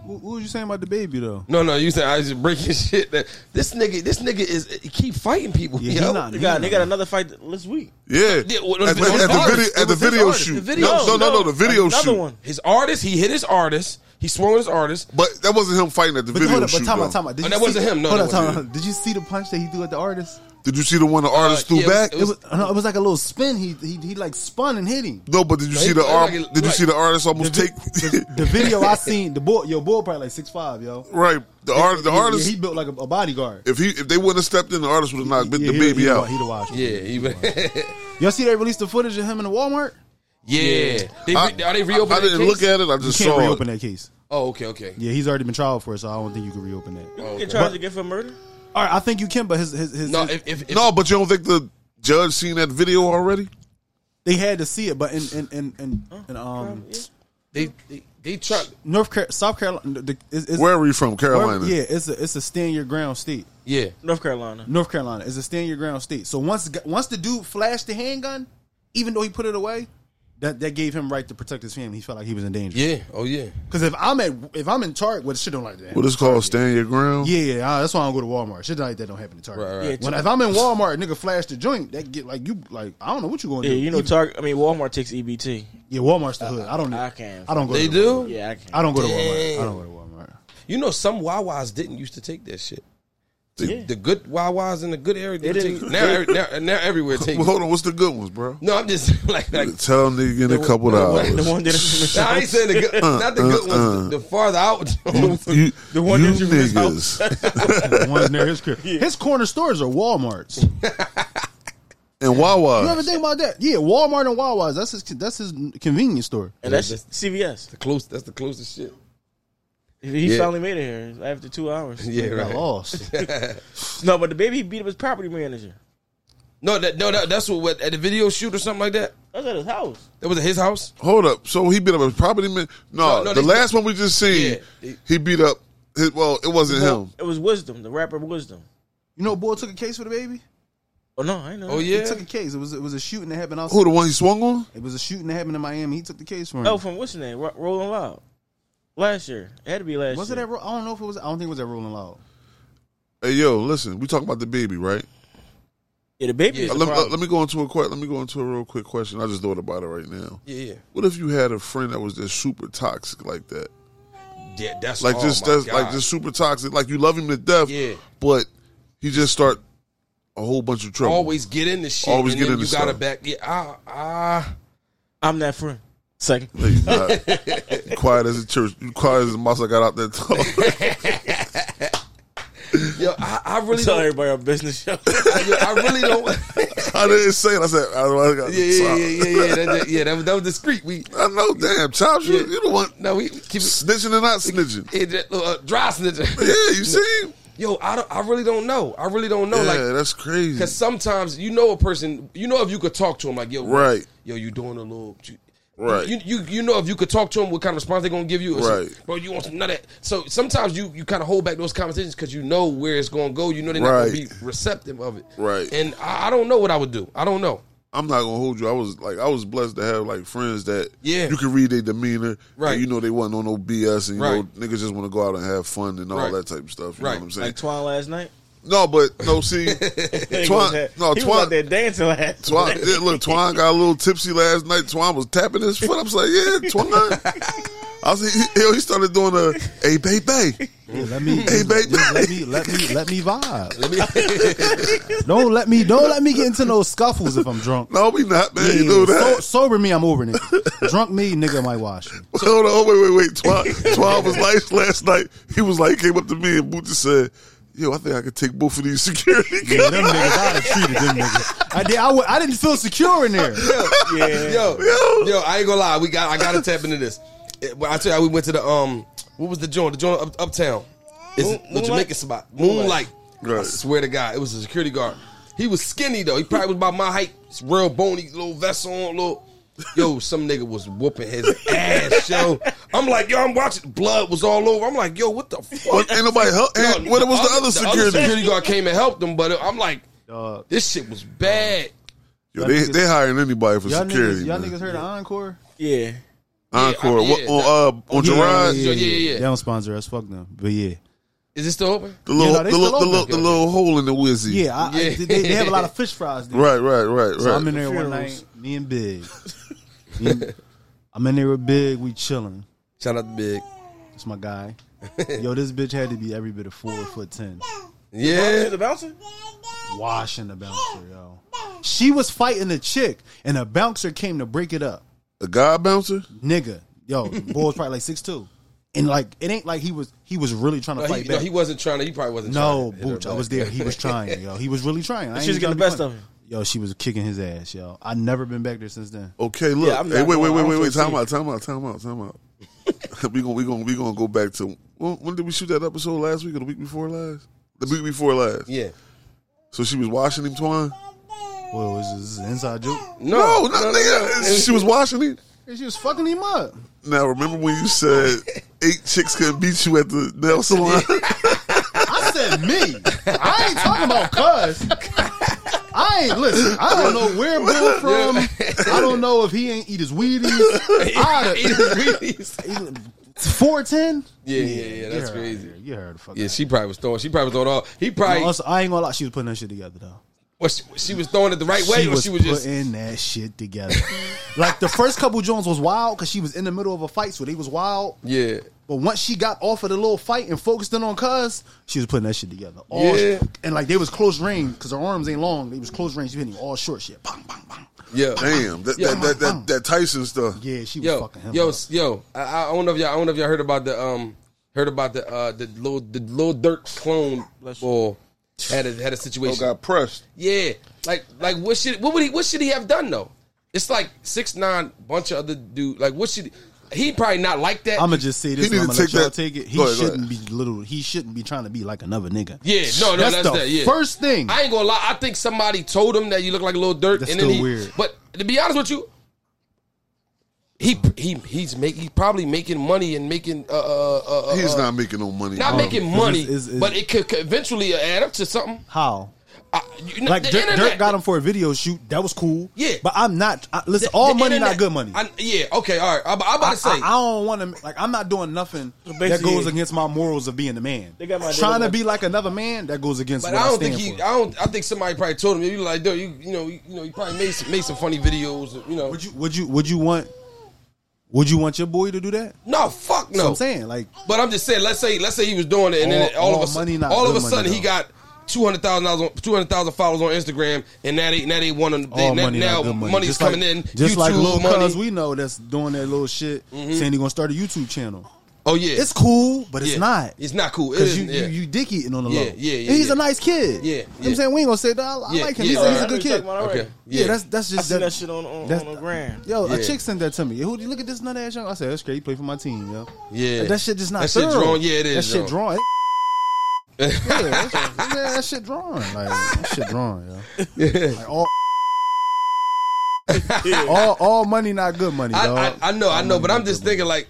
[SPEAKER 5] What what was you saying about the baby though?
[SPEAKER 4] No, no, you said I was just breaking <laughs> shit. That this nigga, this nigga is he keep fighting people.
[SPEAKER 5] Yeah, he
[SPEAKER 4] yo.
[SPEAKER 7] <laughs>
[SPEAKER 5] not-
[SPEAKER 7] They got, they got another fight this week.
[SPEAKER 6] Yeah.
[SPEAKER 4] Yeah, well, it was-
[SPEAKER 6] at, the,
[SPEAKER 4] it was
[SPEAKER 6] at the
[SPEAKER 4] ours.
[SPEAKER 6] video,
[SPEAKER 4] It
[SPEAKER 6] at the
[SPEAKER 4] was his
[SPEAKER 6] video
[SPEAKER 4] ours.
[SPEAKER 6] shoot.
[SPEAKER 4] The video-
[SPEAKER 6] no, no, no, no, the video
[SPEAKER 7] another
[SPEAKER 6] shoot.
[SPEAKER 7] one.
[SPEAKER 4] His artist, he hit his artist. He swung at his artist.
[SPEAKER 6] But that wasn't him fighting at the
[SPEAKER 5] But
[SPEAKER 6] video
[SPEAKER 5] hold up,
[SPEAKER 6] shoot.
[SPEAKER 5] but time
[SPEAKER 6] though.
[SPEAKER 5] out, time out. Did
[SPEAKER 4] Oh,
[SPEAKER 5] you
[SPEAKER 4] that
[SPEAKER 5] see-
[SPEAKER 4] wasn't him. No,
[SPEAKER 5] hold
[SPEAKER 4] that
[SPEAKER 5] up, time
[SPEAKER 4] wasn't
[SPEAKER 5] out. Did you see the punch that he threw at the artist?
[SPEAKER 6] Did you see the one the
[SPEAKER 4] yeah,
[SPEAKER 6] artist threw
[SPEAKER 4] it was-
[SPEAKER 6] back?
[SPEAKER 4] it
[SPEAKER 5] It was, no, it was like a little spin. He he, he like spun and hit him.
[SPEAKER 6] no, but did you see
[SPEAKER 4] he-
[SPEAKER 6] the
[SPEAKER 4] like,
[SPEAKER 6] arm?
[SPEAKER 4] like-
[SPEAKER 6] did you
[SPEAKER 4] like-
[SPEAKER 6] see the artist almost take? <laughs>
[SPEAKER 5] The video <laughs> I seen, the boy, your boy probably like six five, yo.
[SPEAKER 6] right, the art, the
[SPEAKER 5] Yeah,
[SPEAKER 6] artist.
[SPEAKER 5] he built like a, a bodyguard.
[SPEAKER 6] if he if they wouldn't have stepped in, the artist would have knocked
[SPEAKER 5] Yeah,
[SPEAKER 6] the
[SPEAKER 5] he-
[SPEAKER 6] baby
[SPEAKER 5] he the-
[SPEAKER 6] out.
[SPEAKER 5] He the watch.
[SPEAKER 4] Yeah, he, <laughs>
[SPEAKER 5] Y'all see they released the footage of him in the Walmart.
[SPEAKER 4] yeah. They,
[SPEAKER 6] I,
[SPEAKER 4] are they reopening?
[SPEAKER 6] I didn't
[SPEAKER 4] that
[SPEAKER 6] look
[SPEAKER 4] case?
[SPEAKER 6] at it. I just
[SPEAKER 5] You can't
[SPEAKER 6] saw
[SPEAKER 5] reopen
[SPEAKER 6] it.
[SPEAKER 5] that case.
[SPEAKER 4] Oh, okay, okay. Oh,
[SPEAKER 5] Yeah, he's already been tried for it, so I don't think you can reopen that.
[SPEAKER 7] You can get charged again for murder.
[SPEAKER 5] All right, I think you can, but his his, his,
[SPEAKER 4] No,
[SPEAKER 5] his-
[SPEAKER 4] if, if, if
[SPEAKER 6] No, but you don't think the judge seen that video already?
[SPEAKER 5] they had to see it. But in in in, in, in um
[SPEAKER 4] they, they they try,
[SPEAKER 5] North Car- South Carolina, the, is, is,
[SPEAKER 6] Where are you from, Carolina?
[SPEAKER 5] yeah, it's a it's a stand your ground state.
[SPEAKER 4] yeah.
[SPEAKER 7] North Carolina.
[SPEAKER 5] North Carolina is a stand your ground state. So once g- once the dude flashed the handgun, even though he put it away, that, that gave him right to protect his family. He felt like he was in danger.
[SPEAKER 4] Yeah. Oh yeah.
[SPEAKER 5] Because if I'm at if I'm in Target, well, shit don't like that.
[SPEAKER 6] What is called stand your ground?
[SPEAKER 5] yeah, yeah, uh, that's why I don't go to Walmart. Shit like that don't happen to Target.
[SPEAKER 4] Right, right.
[SPEAKER 7] Yeah,
[SPEAKER 5] When if I'm in Walmart, nigga flash the joint, that get like you like I don't know what you going to
[SPEAKER 7] Yeah,
[SPEAKER 5] do.
[SPEAKER 7] you know,
[SPEAKER 5] Even-
[SPEAKER 7] Target. I mean, Walmart takes E EBT.
[SPEAKER 5] yeah, Walmart's the hood. I don't.
[SPEAKER 7] I can't.
[SPEAKER 5] I don't go.
[SPEAKER 4] They
[SPEAKER 5] to
[SPEAKER 4] do.
[SPEAKER 7] Yeah, I can't.
[SPEAKER 5] I don't go to Walmart.
[SPEAKER 4] Damn.
[SPEAKER 5] I don't go to Walmart.
[SPEAKER 4] You know, some Wawas didn't used to take that shit. The,
[SPEAKER 7] Yeah.
[SPEAKER 4] the good Wawas in the good area they
[SPEAKER 7] didn't-
[SPEAKER 4] take now, every- now, now
[SPEAKER 6] <laughs>
[SPEAKER 4] everywhere take.
[SPEAKER 6] Well, hold on. What's the good ones, bro?
[SPEAKER 4] no, I'm just <laughs> like, like
[SPEAKER 6] Tell them to get in a couple
[SPEAKER 4] the
[SPEAKER 6] of
[SPEAKER 4] one-
[SPEAKER 7] The
[SPEAKER 6] hours.
[SPEAKER 7] one that
[SPEAKER 4] Nah, I ain't saying the
[SPEAKER 6] Uh,
[SPEAKER 4] good, not the good ones. The, the farther out <laughs> ones.
[SPEAKER 6] <laughs> You,
[SPEAKER 7] The one
[SPEAKER 6] you
[SPEAKER 7] that you missed out.
[SPEAKER 6] niggas <laughs>
[SPEAKER 5] The ones near his crib. His corner stores are WalMarts. You
[SPEAKER 6] and
[SPEAKER 5] ever
[SPEAKER 6] Wawa.
[SPEAKER 5] think about that? Yeah, Walmart and Wawa's. That's his. That's his convenience store.
[SPEAKER 7] <laughs> and that's CVS.
[SPEAKER 4] The close, that's the closest shit.
[SPEAKER 7] He
[SPEAKER 4] Yeah.
[SPEAKER 7] finally made it here after two
[SPEAKER 6] <laughs>
[SPEAKER 7] hours.
[SPEAKER 4] Yeah,
[SPEAKER 5] I
[SPEAKER 4] right.
[SPEAKER 5] lost.
[SPEAKER 7] No, but the baby beat up his property manager.
[SPEAKER 4] No, that, no, that, that's what, what at the video shoot or something like that.
[SPEAKER 7] That's at his house.
[SPEAKER 4] That was at his house.
[SPEAKER 6] Hold up. So he beat up his property man. No,
[SPEAKER 4] No, no,
[SPEAKER 6] the
[SPEAKER 4] they-
[SPEAKER 6] last one we just seen,
[SPEAKER 4] Yeah, they-
[SPEAKER 6] he beat up. His, well, it wasn't him.
[SPEAKER 7] It was Wisdom, the rapper Wisdom.
[SPEAKER 5] You know, boy took a case for the baby.
[SPEAKER 7] Oh no, I know.
[SPEAKER 4] Oh
[SPEAKER 7] that.
[SPEAKER 5] He
[SPEAKER 4] yeah.
[SPEAKER 5] took a case. It was it was a shooting that happened outside.
[SPEAKER 6] Who the one he swung on?
[SPEAKER 5] It was a shooting that happened in Miami. He took the case for him.
[SPEAKER 7] Oh, from what's his name? Ro- Rolling Loud. Last year, it had to be last
[SPEAKER 5] was it
[SPEAKER 7] year.
[SPEAKER 5] that? Ro- I don't know if it was. I don't think it was that Rolling Loud.
[SPEAKER 6] Hey, yo, listen. We talking about the baby, right?
[SPEAKER 7] Yeah, the baby. Is
[SPEAKER 6] Uh,
[SPEAKER 7] the
[SPEAKER 6] let, me- uh,
[SPEAKER 7] problem.
[SPEAKER 6] let me go into a que- let me go into a real quick question. I just thought about it right now.
[SPEAKER 4] yeah,
[SPEAKER 6] What if you had a friend that was just super toxic like that?
[SPEAKER 4] yeah. yeah, that's
[SPEAKER 6] Like
[SPEAKER 4] oh
[SPEAKER 6] just
[SPEAKER 4] my
[SPEAKER 6] that's
[SPEAKER 4] God.
[SPEAKER 6] like just super toxic. Like you love him to death,
[SPEAKER 4] Yeah.
[SPEAKER 6] but he just start a whole bunch of trouble. <laughs>
[SPEAKER 4] always get in the shit.
[SPEAKER 6] Always
[SPEAKER 4] and
[SPEAKER 6] get
[SPEAKER 4] then
[SPEAKER 6] in
[SPEAKER 4] you
[SPEAKER 6] the
[SPEAKER 4] gotta
[SPEAKER 6] stuff.
[SPEAKER 4] back. Yeah, ah, ah.
[SPEAKER 7] I'm that friend. Second.
[SPEAKER 6] No, he's not. You quiet as a church. You quiet as a mouse. I got out that talk.
[SPEAKER 4] Yo, I, I really
[SPEAKER 7] Tell
[SPEAKER 4] don't.
[SPEAKER 7] everybody our business show.
[SPEAKER 4] I, yo, I really don't. <laughs>
[SPEAKER 6] <laughs> I didn't say it. I said I, I got
[SPEAKER 4] yeah, yeah, yeah, yeah, yeah. That, that, yeah, that, was- that was discreet. We
[SPEAKER 6] I know. Damn, chops. You,
[SPEAKER 4] Yeah.
[SPEAKER 6] you the one
[SPEAKER 4] no, we keep it.
[SPEAKER 6] snitching and
[SPEAKER 4] <laughs>
[SPEAKER 6] not snitching.
[SPEAKER 4] it just- uh, dry snitching.
[SPEAKER 6] <laughs> Yeah, you see? him?
[SPEAKER 4] Yo, I, don't, I really don't know. I really don't know.
[SPEAKER 6] yeah,
[SPEAKER 4] like,
[SPEAKER 6] that's crazy.
[SPEAKER 4] Because sometimes you know a person, you know if you could talk to him, like yo,
[SPEAKER 6] Right.
[SPEAKER 4] yo, you doing a little, you,
[SPEAKER 6] Right.
[SPEAKER 4] You, you you know if you could talk to him, what kind of response they gonna give you? It's like,
[SPEAKER 6] Right.
[SPEAKER 4] bro, you want some none of that. So sometimes you you kind of hold back those conversations because you know where it's gonna go. You know they're not gonna
[SPEAKER 6] Right.
[SPEAKER 4] be receptive of it.
[SPEAKER 6] Right.
[SPEAKER 4] And I, I don't know what I would do. I don't know.
[SPEAKER 6] I'm not gonna hold you. I was like, I was blessed to have like friends that
[SPEAKER 4] Yeah.
[SPEAKER 6] you can read their demeanor,
[SPEAKER 4] Right.
[SPEAKER 6] And you know they wasn't on no BS, and you
[SPEAKER 4] Right.
[SPEAKER 6] know niggas just want to go out and have fun and all
[SPEAKER 4] Right.
[SPEAKER 6] that type of stuff. You
[SPEAKER 4] Right.
[SPEAKER 6] know what I'm saying?
[SPEAKER 7] like Twan last night.
[SPEAKER 6] no, but no, see,
[SPEAKER 7] He
[SPEAKER 6] Twan,
[SPEAKER 7] was at-
[SPEAKER 6] no,
[SPEAKER 7] he was out there
[SPEAKER 6] Twan,
[SPEAKER 7] dancing last.
[SPEAKER 6] Twan,
[SPEAKER 7] night.
[SPEAKER 6] yeah, look, Twan got a little tipsy last night. Twan was tapping his foot. I was like, yeah, Twan. I was like, he, he started doing a, hey, baby,
[SPEAKER 5] Yeah, let me,
[SPEAKER 6] Hey, baby.
[SPEAKER 5] just let me, let me, let me vibe. <laughs> don't let me, don't let me get into no scuffles if I'm
[SPEAKER 6] <laughs>
[SPEAKER 5] drunk.
[SPEAKER 6] no, we not, man. you
[SPEAKER 5] Yeah,
[SPEAKER 6] know
[SPEAKER 5] so-
[SPEAKER 6] that.
[SPEAKER 5] sober me, I'm over nigga. Drunk me, nigga might wash
[SPEAKER 6] <laughs>
[SPEAKER 5] me.
[SPEAKER 6] Hold on, wait, wait, wait.
[SPEAKER 5] <laughs>
[SPEAKER 6] Twan, Twan was nice last night. He was like, he came up to me and Booty said, Yo, I think I could take both of these security <laughs>
[SPEAKER 5] Yeah,
[SPEAKER 6] guards.
[SPEAKER 5] them niggas, I'd have treated them niggas. I did. I, w- I didn't feel secure in there.
[SPEAKER 7] yeah.
[SPEAKER 4] <laughs> Yo,
[SPEAKER 6] Yo.
[SPEAKER 4] yo, I ain't gonna lie. We got I gotta tap into this. It- well, I tell you, we went to the um, what was the joint? The joint up, uptown. It's
[SPEAKER 7] Moon-
[SPEAKER 4] the Jamaican
[SPEAKER 7] Moonlight?
[SPEAKER 4] spot. Moonlight. I
[SPEAKER 6] Right.
[SPEAKER 4] swear to God, it was a security guard. He was skinny though. He probably was about my height. It's real bony, little vest on, little. Yo, some nigga was whooping his ass, yo. I'm like, yo, I'm watching. Blood was all over. I'm like, yo, what the fuck?
[SPEAKER 6] Ain't nobody help.
[SPEAKER 4] Yo,
[SPEAKER 6] And what was the other security?
[SPEAKER 4] security guard came and helped him, but I'm like,
[SPEAKER 5] Dog.
[SPEAKER 4] this shit was bad.
[SPEAKER 6] Yo, they,
[SPEAKER 5] niggas-
[SPEAKER 6] they hiring anybody for
[SPEAKER 5] Y'all
[SPEAKER 6] security.
[SPEAKER 5] niggas, y'all
[SPEAKER 6] man.
[SPEAKER 5] niggas heard of Encore?
[SPEAKER 7] <laughs> Yeah.
[SPEAKER 6] Encore.
[SPEAKER 4] yeah,
[SPEAKER 6] what,
[SPEAKER 4] yeah,
[SPEAKER 6] on uh, on
[SPEAKER 5] Yeah,
[SPEAKER 6] Gerard,
[SPEAKER 4] yeah, yeah, yeah.
[SPEAKER 5] They don't sponsor us. Fuck them. But yeah,
[SPEAKER 4] Is it still open?
[SPEAKER 6] the little,
[SPEAKER 5] no, they
[SPEAKER 6] the,
[SPEAKER 5] still
[SPEAKER 6] little, the,
[SPEAKER 5] open.
[SPEAKER 6] little, the little hole in the wizzy.
[SPEAKER 5] yeah. I, I,
[SPEAKER 4] Yeah.
[SPEAKER 5] they, they have a lot of fish fries. There.
[SPEAKER 6] Right, right, right, right.
[SPEAKER 5] So I'm in there one night,
[SPEAKER 7] Funerals.
[SPEAKER 5] me and Big. Me and- I'm in there with Big. We chilling.
[SPEAKER 4] Shout out to Big.
[SPEAKER 5] It's my guy. <laughs> Yo, this bitch had to be every bit of four foot ten.
[SPEAKER 4] Yeah.
[SPEAKER 7] the bouncer?
[SPEAKER 5] Washing the bouncer, yo. She was fighting a chick, and a bouncer came to break it up.
[SPEAKER 6] a guy bouncer?
[SPEAKER 5] Nigga, yo, the boy was probably like six two, and like it ain't like he was he was really trying to
[SPEAKER 4] No,
[SPEAKER 5] fight
[SPEAKER 4] he, no,
[SPEAKER 5] back.
[SPEAKER 4] he wasn't trying to. He probably wasn't. trying
[SPEAKER 5] No,
[SPEAKER 4] to hit her
[SPEAKER 5] Booch, I
[SPEAKER 4] back.
[SPEAKER 5] was there. He was trying, yo. He was really trying. I
[SPEAKER 7] She
[SPEAKER 5] ain't
[SPEAKER 7] was getting
[SPEAKER 5] tryna
[SPEAKER 7] the
[SPEAKER 5] be
[SPEAKER 7] best
[SPEAKER 5] funny.
[SPEAKER 7] of him.
[SPEAKER 5] Yo, she was kicking his ass, yo. I never been back there since then.
[SPEAKER 6] Okay, look.
[SPEAKER 7] Yeah, I'm
[SPEAKER 6] hey,
[SPEAKER 7] not
[SPEAKER 6] wait, wait,
[SPEAKER 7] going-
[SPEAKER 6] wait,
[SPEAKER 7] I'm
[SPEAKER 6] wait, wait.
[SPEAKER 7] so
[SPEAKER 6] Time out, time out, time out, time out. <laughs> we gonna we gonna we gonna go back to when, when did we shoot that episode last week or the week before last? The week before last.
[SPEAKER 4] Yeah.
[SPEAKER 6] So she was washing him twine.
[SPEAKER 5] Whoa, is this, is this an inside joke?
[SPEAKER 6] No, no, nigga. She was washing him.
[SPEAKER 5] And she was fucking him up.
[SPEAKER 6] Now remember when you said eight chicks couldn't beat you at the nail salon?
[SPEAKER 5] I said me. I ain't talking about cuz. I ain't listen. I don't know where Bill from. I don't know if he ain't eat
[SPEAKER 4] <laughs>
[SPEAKER 5] his Wheaties.
[SPEAKER 4] Eat
[SPEAKER 5] <laughs>
[SPEAKER 4] <laughs>
[SPEAKER 5] I'd
[SPEAKER 4] his Wheaties.
[SPEAKER 5] four ten.
[SPEAKER 4] yeah, yeah, yeah. That's crazy.
[SPEAKER 5] You heard the fuck.
[SPEAKER 4] Yeah,
[SPEAKER 5] Yeah,
[SPEAKER 4] she probably was throwing. She probably was throwing all. He probably.
[SPEAKER 5] also, I ain't gonna lie. She was putting that shit together though.
[SPEAKER 4] well, she, she was throwing it the right way,
[SPEAKER 5] she
[SPEAKER 4] or
[SPEAKER 5] was
[SPEAKER 4] she was just.
[SPEAKER 5] putting that shit together. like the first couple Jones was wild because she was in the middle of a fight, so they was wild.
[SPEAKER 4] Yeah.
[SPEAKER 5] But once she got off of the little fight and focused in on Cuz, she was putting that shit together. All
[SPEAKER 4] Yeah.
[SPEAKER 5] and like they was close range because her arms ain't long. They was close range. She was hitting all short shit. Bang, bang, bang.
[SPEAKER 4] Yeah.
[SPEAKER 6] <laughs> Damn, that, that, that, that, that Tyson stuff.
[SPEAKER 5] Yeah, she was
[SPEAKER 4] Yo,
[SPEAKER 5] fucking him.
[SPEAKER 4] yo,
[SPEAKER 5] up.
[SPEAKER 4] s- yo. I, I I don't know if y'all. I don't know if y'all heard about the um. Heard about the uh the little the little Dirk clone
[SPEAKER 7] Bless you.
[SPEAKER 4] ball had a had a situation.
[SPEAKER 5] Oh,
[SPEAKER 6] pressed.
[SPEAKER 4] Yeah, like like what should what would he what should he have done though? It's like six nine bunch of other dude. Like what should he probably not like that?
[SPEAKER 5] I'm gonna just say this.
[SPEAKER 6] He need
[SPEAKER 5] and I'm
[SPEAKER 6] to
[SPEAKER 5] gonna let
[SPEAKER 6] take
[SPEAKER 5] y'all
[SPEAKER 6] that-
[SPEAKER 5] take it. He
[SPEAKER 6] Go ahead, go
[SPEAKER 5] shouldn't be little. He shouldn't be trying to be like another nigga.
[SPEAKER 4] yeah, no, no,
[SPEAKER 5] That's
[SPEAKER 4] that's,
[SPEAKER 5] the
[SPEAKER 4] that. Yeah,
[SPEAKER 5] first thing.
[SPEAKER 4] I ain't gonna lie. I think somebody told him that you look like a little dirt.
[SPEAKER 5] That's
[SPEAKER 4] and then
[SPEAKER 5] still
[SPEAKER 4] he,
[SPEAKER 5] weird.
[SPEAKER 4] But to be honest with you, he he he's make he's probably making money and making uh uh, uh, uh
[SPEAKER 6] He's
[SPEAKER 4] uh,
[SPEAKER 6] not making no money. Uh-uh.
[SPEAKER 4] not making money,
[SPEAKER 5] It's- it's- it's-
[SPEAKER 4] but it could, could eventually add up to something.
[SPEAKER 5] How?
[SPEAKER 4] I, you know,
[SPEAKER 5] Like
[SPEAKER 4] the
[SPEAKER 5] Dirk, Dirk
[SPEAKER 4] internet-
[SPEAKER 5] got him for a video shoot. That was cool.
[SPEAKER 4] Yeah.
[SPEAKER 5] but I'm not. I, listen,
[SPEAKER 4] the-
[SPEAKER 5] all
[SPEAKER 4] the
[SPEAKER 5] money
[SPEAKER 4] internet-
[SPEAKER 5] not good money.
[SPEAKER 4] I, yeah, okay, all right. I, I'm about
[SPEAKER 5] I,
[SPEAKER 4] to say.
[SPEAKER 5] I- I don't want to like. I'm not doing nothing that
[SPEAKER 7] basically-
[SPEAKER 5] goes against my morals of being a man.
[SPEAKER 7] They got my
[SPEAKER 5] Trying to
[SPEAKER 7] deal.
[SPEAKER 5] be like another man that goes against.
[SPEAKER 4] But
[SPEAKER 5] what
[SPEAKER 4] I don't
[SPEAKER 5] stand
[SPEAKER 4] think he.
[SPEAKER 5] for.
[SPEAKER 4] I don't. I think somebody probably told him. You like, dude, you you know, you, you know, you probably made some made some funny videos. You know,
[SPEAKER 5] Would you would you would you want would you want your boy to do that?
[SPEAKER 4] no, fuck
[SPEAKER 5] So
[SPEAKER 4] no.
[SPEAKER 5] I'm saying like
[SPEAKER 4] But I'm just saying. Let's say let's say he was doing it, and then all,
[SPEAKER 5] All- all
[SPEAKER 4] of a
[SPEAKER 5] money
[SPEAKER 4] sudden,
[SPEAKER 5] not
[SPEAKER 4] all of
[SPEAKER 5] good
[SPEAKER 4] a
[SPEAKER 5] money,
[SPEAKER 4] sudden, he
[SPEAKER 5] though.
[SPEAKER 4] got. 200,000 dollars on 200,000 followers on Instagram and now they now they want them they,
[SPEAKER 5] all
[SPEAKER 4] now,
[SPEAKER 5] money
[SPEAKER 4] now
[SPEAKER 5] not good money.
[SPEAKER 4] money's
[SPEAKER 5] Just
[SPEAKER 4] coming
[SPEAKER 5] like,
[SPEAKER 4] in
[SPEAKER 5] Just
[SPEAKER 4] YouTube
[SPEAKER 5] like little
[SPEAKER 4] money. Mm-hmm.
[SPEAKER 5] cuz we know that's doing that little shit saying he gonna start a YouTube channel.
[SPEAKER 4] oh yeah.
[SPEAKER 5] It's cool, but it's
[SPEAKER 4] Yeah.
[SPEAKER 5] not.
[SPEAKER 4] It's not cool. It
[SPEAKER 5] Cause you,
[SPEAKER 4] isn't, yeah.
[SPEAKER 5] you you dick eating on the
[SPEAKER 4] Yeah,
[SPEAKER 5] low.
[SPEAKER 4] yeah, yeah,
[SPEAKER 5] And he's
[SPEAKER 4] yeah.
[SPEAKER 5] a nice kid.
[SPEAKER 4] Yeah,
[SPEAKER 5] You know what
[SPEAKER 4] yeah.
[SPEAKER 5] I'm saying we ain't gonna say that. I, I
[SPEAKER 4] Yeah,
[SPEAKER 5] like him.
[SPEAKER 4] yeah.
[SPEAKER 5] he's, a, he's a
[SPEAKER 4] Alright,
[SPEAKER 5] good kid.
[SPEAKER 7] All right.
[SPEAKER 4] okay.
[SPEAKER 5] Yeah, that's that's
[SPEAKER 7] I
[SPEAKER 5] just
[SPEAKER 7] see that shit on on,
[SPEAKER 5] that's-
[SPEAKER 7] on the gram.
[SPEAKER 5] Yo,
[SPEAKER 4] Yeah.
[SPEAKER 5] a chick sent that to me. Who look at this nut ass young? I said that's great. He played for my team. Yo,
[SPEAKER 4] Yeah.
[SPEAKER 5] that shit just not
[SPEAKER 4] That shit
[SPEAKER 5] thorough.
[SPEAKER 4] drawn. Yeah, it is
[SPEAKER 5] That
[SPEAKER 4] <laughs>
[SPEAKER 5] shit drawn. yeah, that, shit- yeah, that shit drawn. Like that shit drawn. Yo. Like
[SPEAKER 4] <laughs>
[SPEAKER 5] all, all, all money not good money,
[SPEAKER 4] I,
[SPEAKER 5] dog.
[SPEAKER 4] I, I know, I know, but I'm
[SPEAKER 5] not
[SPEAKER 4] just
[SPEAKER 5] good
[SPEAKER 4] thinking like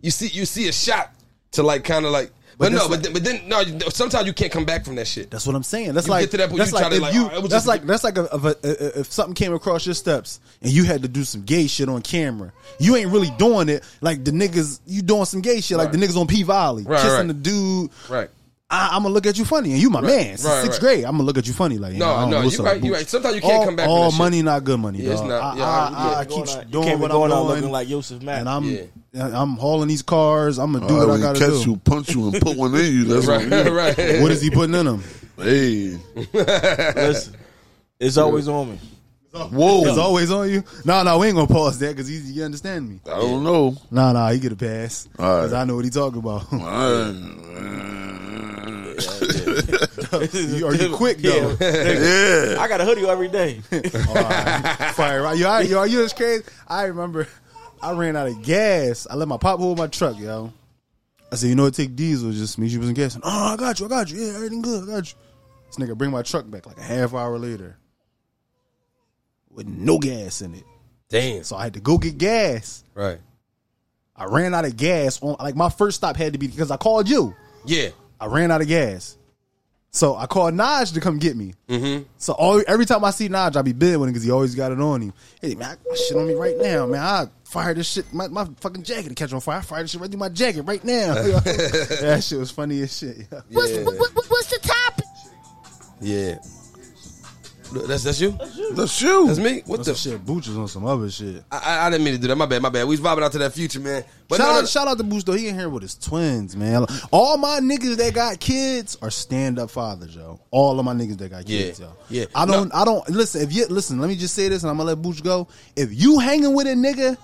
[SPEAKER 4] you see you see a shot to like kind of like, but, no,
[SPEAKER 5] that's
[SPEAKER 4] but, then but then no, you- sometimes you can't come back from that shit.
[SPEAKER 5] that's what I'm saying. That's
[SPEAKER 4] You
[SPEAKER 5] like
[SPEAKER 4] get to that point,
[SPEAKER 5] that's
[SPEAKER 4] you
[SPEAKER 5] like
[SPEAKER 4] try to
[SPEAKER 5] if
[SPEAKER 4] like,
[SPEAKER 5] you
[SPEAKER 4] "Oh, it was
[SPEAKER 5] that's
[SPEAKER 4] just-
[SPEAKER 5] like that's like a, of a, a- a- if something came across your steps and you had to do some gay shit on camera. You ain't really doing it like the niggas. You doing some gay shit like the niggas on P Valley
[SPEAKER 4] Right,
[SPEAKER 5] kissing
[SPEAKER 4] right.
[SPEAKER 5] the dude.
[SPEAKER 4] Right.
[SPEAKER 5] I, I'm gonna look at you funny, and you my man. Since
[SPEAKER 4] right,
[SPEAKER 5] sixth
[SPEAKER 4] right.
[SPEAKER 5] grade, I'm gonna look at you funny. Like,
[SPEAKER 4] No,
[SPEAKER 5] yeah, I don't
[SPEAKER 4] no,
[SPEAKER 5] know what's
[SPEAKER 4] you
[SPEAKER 5] up,
[SPEAKER 4] right, you
[SPEAKER 5] bitch.
[SPEAKER 4] right. Sometimes you can't
[SPEAKER 5] all,
[SPEAKER 4] come back from
[SPEAKER 5] All
[SPEAKER 4] that shit.
[SPEAKER 5] money, not good money.
[SPEAKER 4] Yeah, it's
[SPEAKER 5] dog.
[SPEAKER 4] not-
[SPEAKER 5] I,
[SPEAKER 4] yeah,
[SPEAKER 5] I,
[SPEAKER 4] yeah.
[SPEAKER 5] I, I
[SPEAKER 4] You
[SPEAKER 5] keep
[SPEAKER 7] Going out-
[SPEAKER 5] doing
[SPEAKER 7] can't be
[SPEAKER 5] what
[SPEAKER 7] going out
[SPEAKER 5] I'm doing,
[SPEAKER 7] looking like Yusuf Mack.
[SPEAKER 5] and I'm I'm hauling these cars. I'm gonna do what I
[SPEAKER 6] I
[SPEAKER 5] gotta
[SPEAKER 6] Oh, catch
[SPEAKER 5] do.
[SPEAKER 6] you, punch you, and put one in you.
[SPEAKER 4] <laughs>
[SPEAKER 6] That's
[SPEAKER 4] Right,
[SPEAKER 6] what
[SPEAKER 4] right.
[SPEAKER 5] What is he putting in
[SPEAKER 6] <laughs>
[SPEAKER 5] them?
[SPEAKER 6] Hey,
[SPEAKER 7] Listen, it's always on me.
[SPEAKER 5] It's
[SPEAKER 6] whoa!
[SPEAKER 5] always on you. No, no, we ain't gonna pause that because you understand me.
[SPEAKER 6] I don't know.
[SPEAKER 5] No, no, he get a pass
[SPEAKER 6] All right.
[SPEAKER 5] because I know what he talking
[SPEAKER 6] <laughs>
[SPEAKER 5] about. <laughs> You- Are you quick though?
[SPEAKER 6] <laughs> yeah.
[SPEAKER 7] I got a hoodie every day.
[SPEAKER 5] Fire, right? Yo, I, yo, you just crazy. I remember I ran out of gas. I let my pop hold my truck, yo. I said, you know, it take diesel. Just means you wasn't gassing. Oh, I got you. I got you. Yeah, everything good. I got you. This nigga bring my truck back like a half hour later with no gas in it.
[SPEAKER 4] Damn.
[SPEAKER 5] So I had to go get gas.
[SPEAKER 4] Right.
[SPEAKER 5] I ran out of gas on like my first stop had to be because I called you.
[SPEAKER 4] Yeah.
[SPEAKER 5] I ran out of gas. So I called Naj to come get me.
[SPEAKER 4] Mm-hmm.
[SPEAKER 5] So all, every time I see Naj, I be bidding with him because he always got it on him. Hey man, I got shit on me right now, man. I fire this shit, my, my fucking jacket to catch on fire. I fire this shit right through my jacket right
[SPEAKER 4] <laughs>
[SPEAKER 5] now. <laughs> that shit was funny as shit.
[SPEAKER 3] What's,
[SPEAKER 4] Yeah.
[SPEAKER 3] what, what, what's the topic?
[SPEAKER 4] Yeah. Look, That's that's you.
[SPEAKER 6] That's you.
[SPEAKER 4] That's me. What
[SPEAKER 5] Some
[SPEAKER 4] the?
[SPEAKER 5] shit, Booch was on some other shit.
[SPEAKER 4] I, I- I didn't mean to do that. My bad. My bad. We was vibing out to that future, man. But
[SPEAKER 5] shout,
[SPEAKER 4] no, no,
[SPEAKER 5] out, shout out to Booch though. He in here with his twins, man. All my niggas that got kids are stand up fathers, yo. All of my niggas that got kids,
[SPEAKER 4] Yeah.
[SPEAKER 5] yo.
[SPEAKER 4] Yeah.
[SPEAKER 5] I don't. I don't. Listen. If you listen, let me just say this, and I'm gonna let Booch go. If you hanging with a nigga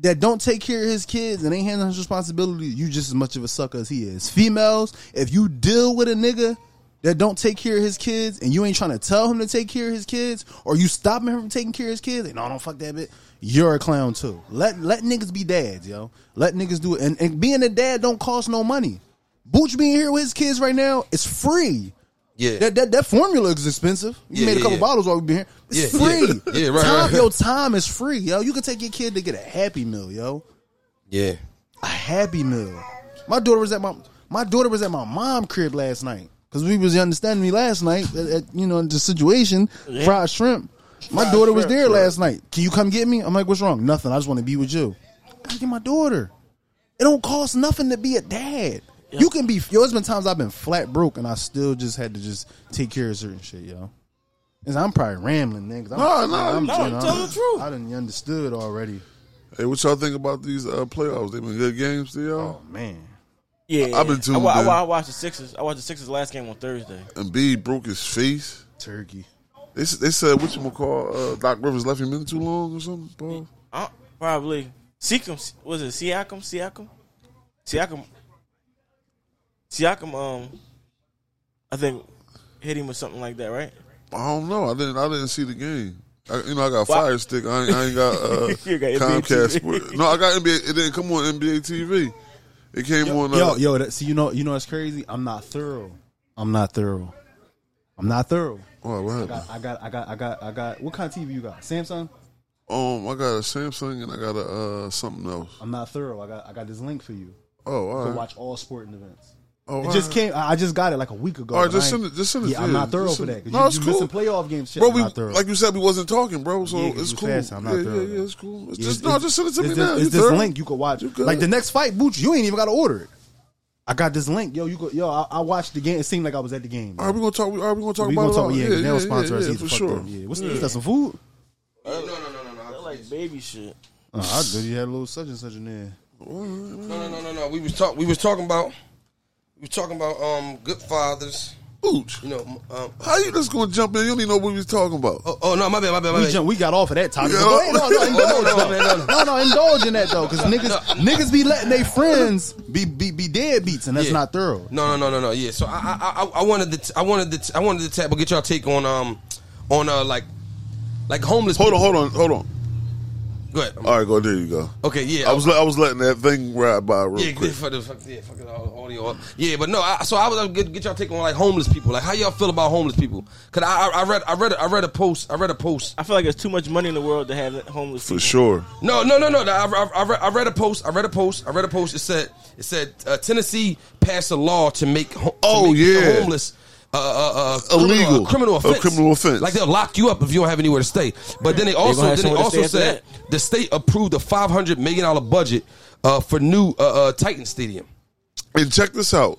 [SPEAKER 5] that don't take care of his kids and ain't handling his responsibility, you just as much of a sucker as he is. Females, if you deal with a nigga that don't take care of his kids and you ain't trying to tell him to take care of his kids or you stopping him from taking care of his kids, and no, don't fuck that bit. You're a clown too. Let let niggas be dads, yo. Let niggas do it. And, and being a dad don't cost no money. Booch being here with his kids right now is free.
[SPEAKER 4] yeah.
[SPEAKER 5] That, that that formula is expensive. You
[SPEAKER 4] Yeah,
[SPEAKER 5] made a
[SPEAKER 4] yeah,
[SPEAKER 5] couple
[SPEAKER 4] yeah.
[SPEAKER 5] bottles while we've been here. It's
[SPEAKER 4] Yeah, yeah.
[SPEAKER 5] free.
[SPEAKER 4] Yeah, right,
[SPEAKER 5] Time,
[SPEAKER 4] right.
[SPEAKER 5] Yo, time is free, yo. You can take your kid to get a happy meal, yo.
[SPEAKER 4] yeah.
[SPEAKER 5] A happy meal. My daughter was at my my daughter was at my mom crib last night because we was understanding me last night. At, at, you know the situation, fried shrimp. My daughter was
[SPEAKER 7] shrimp,
[SPEAKER 5] there
[SPEAKER 7] sure.
[SPEAKER 5] last night. Can you come get me? I'm like, what's wrong? Nothing. I just want to be with you. I get my daughter. It don't cost nothing to be a dad. You can be. Yo, it's been times I've been flat broke and I still just had to just take care of certain shit, yo. And I'm probably rambling, nigga.
[SPEAKER 6] No,
[SPEAKER 5] I'm,
[SPEAKER 6] no,
[SPEAKER 5] I'm,
[SPEAKER 6] no,
[SPEAKER 5] you know,
[SPEAKER 7] tell the truth.
[SPEAKER 5] I didn't understood already.
[SPEAKER 6] Hey, what y'all think about these uh, playoffs? They been good games to y'all.
[SPEAKER 5] Oh man.
[SPEAKER 7] Yeah,
[SPEAKER 6] I've been tuned
[SPEAKER 7] I, wa- I,
[SPEAKER 6] in.
[SPEAKER 7] wa- I watched the Sixers. I watched the Sixers last game on Thursday.
[SPEAKER 5] Oh.
[SPEAKER 6] Embiid broke his face.
[SPEAKER 5] Turkey.
[SPEAKER 6] They, s- they said what you call uh, Doc Rivers left him in too long or something. Bro.
[SPEAKER 7] I, Uh, probably Siakam was it Siakam? Siakam? Siakam? Siakam? Um, I think hit him with something like that, right?
[SPEAKER 6] I don't know. I didn't. I didn't see the game. I, you know, I got
[SPEAKER 7] Why-
[SPEAKER 6] Fire Stick. I ain't, I ain't got, uh,
[SPEAKER 5] <laughs>
[SPEAKER 7] You got NBA
[SPEAKER 6] Comcast.
[SPEAKER 7] TV.
[SPEAKER 6] Sport. No, I got NBA. It didn't come on NBA TV. It came on. Uh,
[SPEAKER 5] yo, yo. That, see, you know, you know, it's crazy. I'm not thorough. I'm not thorough. I'm not thorough.
[SPEAKER 6] Oh, what happened?
[SPEAKER 5] I got, I got, I got, I got. What kind of TV you got? Samsung.
[SPEAKER 6] Um, I got a Samsung and I got a uh, something else.
[SPEAKER 5] I'm not thorough. I got, I got this link for you
[SPEAKER 6] Oh, all
[SPEAKER 5] to
[SPEAKER 6] right.
[SPEAKER 5] watch all sporting events.
[SPEAKER 6] Oh,
[SPEAKER 5] It just
[SPEAKER 6] all right.
[SPEAKER 5] came. I I just got it like a week ago.
[SPEAKER 6] All right,
[SPEAKER 5] but
[SPEAKER 6] just
[SPEAKER 5] I ain't-
[SPEAKER 6] send it- just send it
[SPEAKER 5] Yeah,
[SPEAKER 6] to
[SPEAKER 5] I'm
[SPEAKER 6] you.
[SPEAKER 5] not thorough
[SPEAKER 6] Just
[SPEAKER 5] for that.
[SPEAKER 6] send it.
[SPEAKER 5] 'cause
[SPEAKER 6] No, it's
[SPEAKER 5] you, you
[SPEAKER 6] cool.
[SPEAKER 5] missing playoff games. Shit,
[SPEAKER 6] Bro,
[SPEAKER 5] I'm
[SPEAKER 6] we
[SPEAKER 5] not thorough.
[SPEAKER 6] like you said, we wasn't talking, bro. So
[SPEAKER 5] Yeah, 'cause
[SPEAKER 6] it's
[SPEAKER 5] you
[SPEAKER 6] cool.
[SPEAKER 5] fast, I'm not
[SPEAKER 6] yeah,
[SPEAKER 5] thorough,
[SPEAKER 6] yeah,
[SPEAKER 5] though.
[SPEAKER 6] yeah, it's cool. It's
[SPEAKER 5] Yeah,
[SPEAKER 6] just
[SPEAKER 5] it's-
[SPEAKER 6] no, just send it to
[SPEAKER 5] it's
[SPEAKER 6] me
[SPEAKER 5] this,
[SPEAKER 6] now.
[SPEAKER 5] It's
[SPEAKER 6] You
[SPEAKER 5] this
[SPEAKER 6] thorough?
[SPEAKER 5] link you could watch.
[SPEAKER 6] You good.
[SPEAKER 5] Like the next fight, Booch, you ain't even got to order it. I got this link, yo. You go, yo. I, I watched the game. It seemed like I was at the game.
[SPEAKER 6] All right, we gonna talk. All right, we gonna talk
[SPEAKER 5] we
[SPEAKER 6] about
[SPEAKER 5] gonna
[SPEAKER 6] it.
[SPEAKER 5] talk.
[SPEAKER 6] all.
[SPEAKER 5] Yeah, 'cause they don't sponsor us
[SPEAKER 6] yeah,
[SPEAKER 5] either.
[SPEAKER 6] for
[SPEAKER 5] Fuck
[SPEAKER 6] sure.
[SPEAKER 5] them. Yeah, what's is that? Some food?
[SPEAKER 4] No, no, no, no, no,
[SPEAKER 7] They're
[SPEAKER 4] no.
[SPEAKER 7] like baby shit.
[SPEAKER 5] Oh, I thought you had a little such and such in there.
[SPEAKER 4] No, no, no, no, no. We was talk. We was talking about. We was talking about um good fathers.
[SPEAKER 6] Ooch.
[SPEAKER 4] You know. m- Um,
[SPEAKER 6] How you just gonna jump in? You don't even know what we was talking about.
[SPEAKER 4] oh, oh no, my bad, my bad, my
[SPEAKER 5] We,
[SPEAKER 4] bad.
[SPEAKER 5] jump, we got off of that topic.
[SPEAKER 6] Yeah.
[SPEAKER 5] Go ahead, no, no, indulge,
[SPEAKER 4] No, no,
[SPEAKER 5] though.
[SPEAKER 4] no, no,
[SPEAKER 5] no, no, indulge in that though, because niggas, niggas be letting their friends be be be dead beats, and that's
[SPEAKER 4] Yeah.
[SPEAKER 5] not thorough.
[SPEAKER 4] No, no, no, no, no. Yeah. So I, I, I, I wanted to, I wanted to, I wanted to tap, but get y'all take on, um, on uh, like, like homeless.
[SPEAKER 6] Hold on,
[SPEAKER 4] people.
[SPEAKER 6] hold on, hold on.
[SPEAKER 4] Go ahead.
[SPEAKER 6] All right, go there. You go.
[SPEAKER 4] Okay. Yeah.
[SPEAKER 6] I was let- I was letting that thing ride by real
[SPEAKER 4] Yeah,
[SPEAKER 6] quick.
[SPEAKER 4] for the fuck, yeah, fucking au- audio. Yeah, but no. I, so I was I get, get y'all take on like homeless people. Like, how y'all feel about homeless people? Cause I, I, I read, I read, I read a post. I read a post
[SPEAKER 7] I feel like there's too much money in the world to have homeless
[SPEAKER 6] For
[SPEAKER 7] people.
[SPEAKER 6] sure.
[SPEAKER 4] No, no, no, no. I, I, I, read, I read a post. I read a post. I read a post. It said it said uh, Tennessee passed a law to make ho- to
[SPEAKER 6] Oh,
[SPEAKER 4] make being
[SPEAKER 6] yeah.
[SPEAKER 4] homeless. Uh, uh, uh, criminal,
[SPEAKER 6] Illegal.
[SPEAKER 4] a criminal
[SPEAKER 6] A
[SPEAKER 4] offense.
[SPEAKER 6] criminal offense.
[SPEAKER 4] Like they'll lock you up if you don't have anywhere to stay. But then they also
[SPEAKER 7] gonna have
[SPEAKER 4] then they
[SPEAKER 7] somewhere to
[SPEAKER 4] also
[SPEAKER 7] stay after
[SPEAKER 4] said the state approved a five hundred million dollar budget uh, for new uh, uh, Titan Stadium.
[SPEAKER 6] And check this out.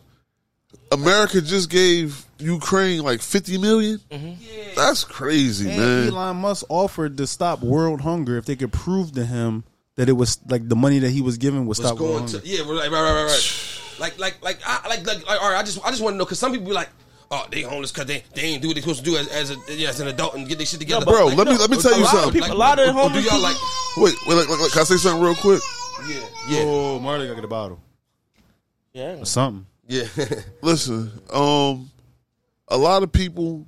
[SPEAKER 6] America just gave Ukraine like fifty million? That's crazy, man.
[SPEAKER 5] And Elon Musk offered to stop world hunger if they could prove to him that it was like the money that he was giving
[SPEAKER 4] What's
[SPEAKER 5] would stop world
[SPEAKER 4] going
[SPEAKER 5] hunger.
[SPEAKER 4] to? Yeah, right, right, right, right, right. Like, like, like, I, like, like, like, all right. I just, I just want to know because some people be like. Oh, they homeless because they, they ain't do what they supposed to do as as, a, yeah, as an adult and get their shit together.
[SPEAKER 7] but-
[SPEAKER 6] Bro,
[SPEAKER 4] Like,
[SPEAKER 6] let me let me tell you
[SPEAKER 4] lot of
[SPEAKER 6] something.
[SPEAKER 7] people- a lot of
[SPEAKER 4] or- or
[SPEAKER 7] homeless
[SPEAKER 4] Do
[SPEAKER 7] people-
[SPEAKER 4] y'all like?
[SPEAKER 6] Wait, wait, like, like, like, can I say something real quick?
[SPEAKER 4] Yeah, yeah,
[SPEAKER 5] Oh, Marley got to get a bottle.
[SPEAKER 7] Yeah,
[SPEAKER 5] Something.
[SPEAKER 4] yeah.
[SPEAKER 6] <laughs> Listen, um, a lot of people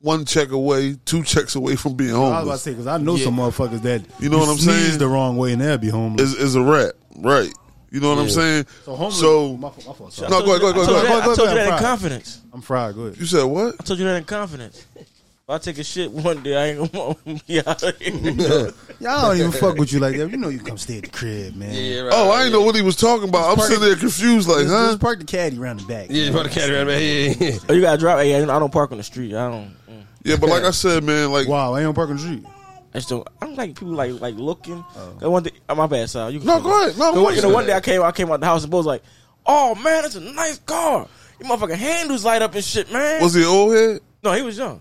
[SPEAKER 6] one check away, two checks away from being
[SPEAKER 5] I was about to
[SPEAKER 6] homeless
[SPEAKER 5] say because I know some motherfuckers that
[SPEAKER 6] You know what I'm
[SPEAKER 5] sneeze
[SPEAKER 6] saying?
[SPEAKER 5] the wrong way and they'll be homeless.
[SPEAKER 6] is is a rap, right? You know what I'm saying? So-
[SPEAKER 5] my, fault- my fault. sorry.
[SPEAKER 6] no, go ahead, go ahead, go
[SPEAKER 7] I told you that,
[SPEAKER 6] ahead. Go ahead.
[SPEAKER 7] I
[SPEAKER 5] go
[SPEAKER 7] told you
[SPEAKER 5] ahead,
[SPEAKER 7] that in
[SPEAKER 5] Pride.
[SPEAKER 7] confidence.
[SPEAKER 5] I'm fried. Good.
[SPEAKER 6] You said what?
[SPEAKER 7] I told you that in confidence. If I take a shit one day, I ain't gonna <laughs> be out of here.
[SPEAKER 5] Y'all don't even fuck with you like that. You know you come stay at the crib, man.
[SPEAKER 4] Yeah, right.
[SPEAKER 6] Oh, I didn't know what he was talking about. I'm sitting there confused, like,
[SPEAKER 5] Let's,
[SPEAKER 6] huh?
[SPEAKER 5] let's park the caddy around the back.
[SPEAKER 4] Yeah, you brought the cat around, man. Yeah, yeah,
[SPEAKER 6] <laughs>
[SPEAKER 4] yeah.
[SPEAKER 7] <laughs> Oh, you gotta drop. Hey, I don't park on the street. I don't. mm.
[SPEAKER 6] Yeah, but like I said, man, like,
[SPEAKER 5] Wow, I ain't on Parking Street.
[SPEAKER 7] I just don't. I don't like people like like looking. That One day, oh, my bad, Sal. You can
[SPEAKER 6] no, go ahead.
[SPEAKER 7] The
[SPEAKER 6] No, go
[SPEAKER 7] one, you
[SPEAKER 6] ahead.
[SPEAKER 7] know, one day I came I came out the house and Bo was like, "Oh man, that's a nice car. Your motherfucking handles light up and shit, man."
[SPEAKER 6] was he old head?
[SPEAKER 7] no, he was young.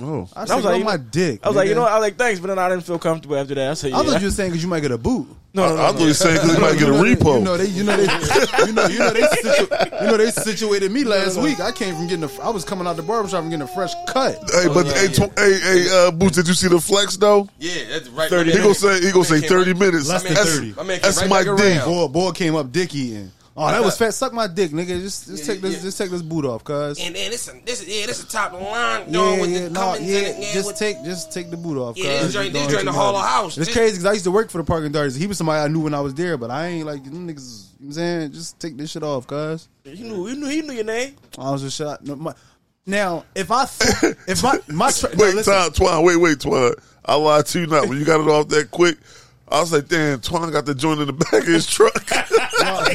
[SPEAKER 6] Oh,
[SPEAKER 5] I,
[SPEAKER 7] I
[SPEAKER 5] was
[SPEAKER 7] was like,
[SPEAKER 5] like, "Oh,
[SPEAKER 7] you
[SPEAKER 5] my
[SPEAKER 7] know-
[SPEAKER 5] dick.
[SPEAKER 7] I was like, you
[SPEAKER 5] nigga."
[SPEAKER 7] know, I was like, thanks, but then I didn't feel comfortable after that. I said, yeah.
[SPEAKER 5] I thought you were saying because you might get a boot.
[SPEAKER 7] no, no, no,
[SPEAKER 6] I thought
[SPEAKER 7] no.
[SPEAKER 6] he was saying because he might get a repo.
[SPEAKER 5] You know they, you know they, you know, you know they, situ- you know they situated me last week. I came from getting, a, I was coming out the barbershop from getting a fresh cut.
[SPEAKER 6] <laughs> Hey, but hey, tw- hey, hey, uh, Boots, did you see the flex though?
[SPEAKER 4] Yeah, that's right.
[SPEAKER 7] 30.
[SPEAKER 4] My
[SPEAKER 6] He
[SPEAKER 4] man-
[SPEAKER 6] gonna say he gonna say
[SPEAKER 4] came
[SPEAKER 6] thirty
[SPEAKER 4] right-
[SPEAKER 6] minutes.
[SPEAKER 5] Less than
[SPEAKER 6] that's
[SPEAKER 5] 30.
[SPEAKER 4] My man came
[SPEAKER 6] that's
[SPEAKER 4] right
[SPEAKER 6] my
[SPEAKER 4] back
[SPEAKER 6] dick.
[SPEAKER 4] around.
[SPEAKER 5] Boy, boy came up dick eating. Oh, that was fat. Suck my dick, nigga. Just, just take this,
[SPEAKER 4] yeah.
[SPEAKER 5] just take this boot off, cuz.
[SPEAKER 1] And then this, this, yeah, this is top of the line,
[SPEAKER 5] Yeah,
[SPEAKER 1] dog, with
[SPEAKER 5] yeah,
[SPEAKER 1] the
[SPEAKER 5] no,
[SPEAKER 1] Cummins in
[SPEAKER 5] yeah.
[SPEAKER 1] it, yeah,
[SPEAKER 5] Just
[SPEAKER 1] with-
[SPEAKER 5] take, just take the boot off.
[SPEAKER 1] Yeah, this
[SPEAKER 5] cuz.
[SPEAKER 1] joint- this
[SPEAKER 5] Don't
[SPEAKER 1] joint
[SPEAKER 5] hit
[SPEAKER 1] the
[SPEAKER 5] me
[SPEAKER 1] whole
[SPEAKER 5] hard.
[SPEAKER 1] house.
[SPEAKER 5] It's
[SPEAKER 1] This-
[SPEAKER 5] crazy because I used to work for the parking authority. He was somebody I knew when I was there, but I ain't like them niggas. You know what I'm saying, just take this shit off, cuz.
[SPEAKER 7] He knew, he knew, he knew your name.
[SPEAKER 5] I was just shot. No, my, now, if
[SPEAKER 1] <laughs>
[SPEAKER 5] I, th- if my, my, tra- no,
[SPEAKER 6] Wait,
[SPEAKER 5] listen.
[SPEAKER 6] Tom, Twan, wait, wait, Twan. I lied to you not when you got it off that quick. I was like, damn, Twan got the joint in the <laughs> back of his truck.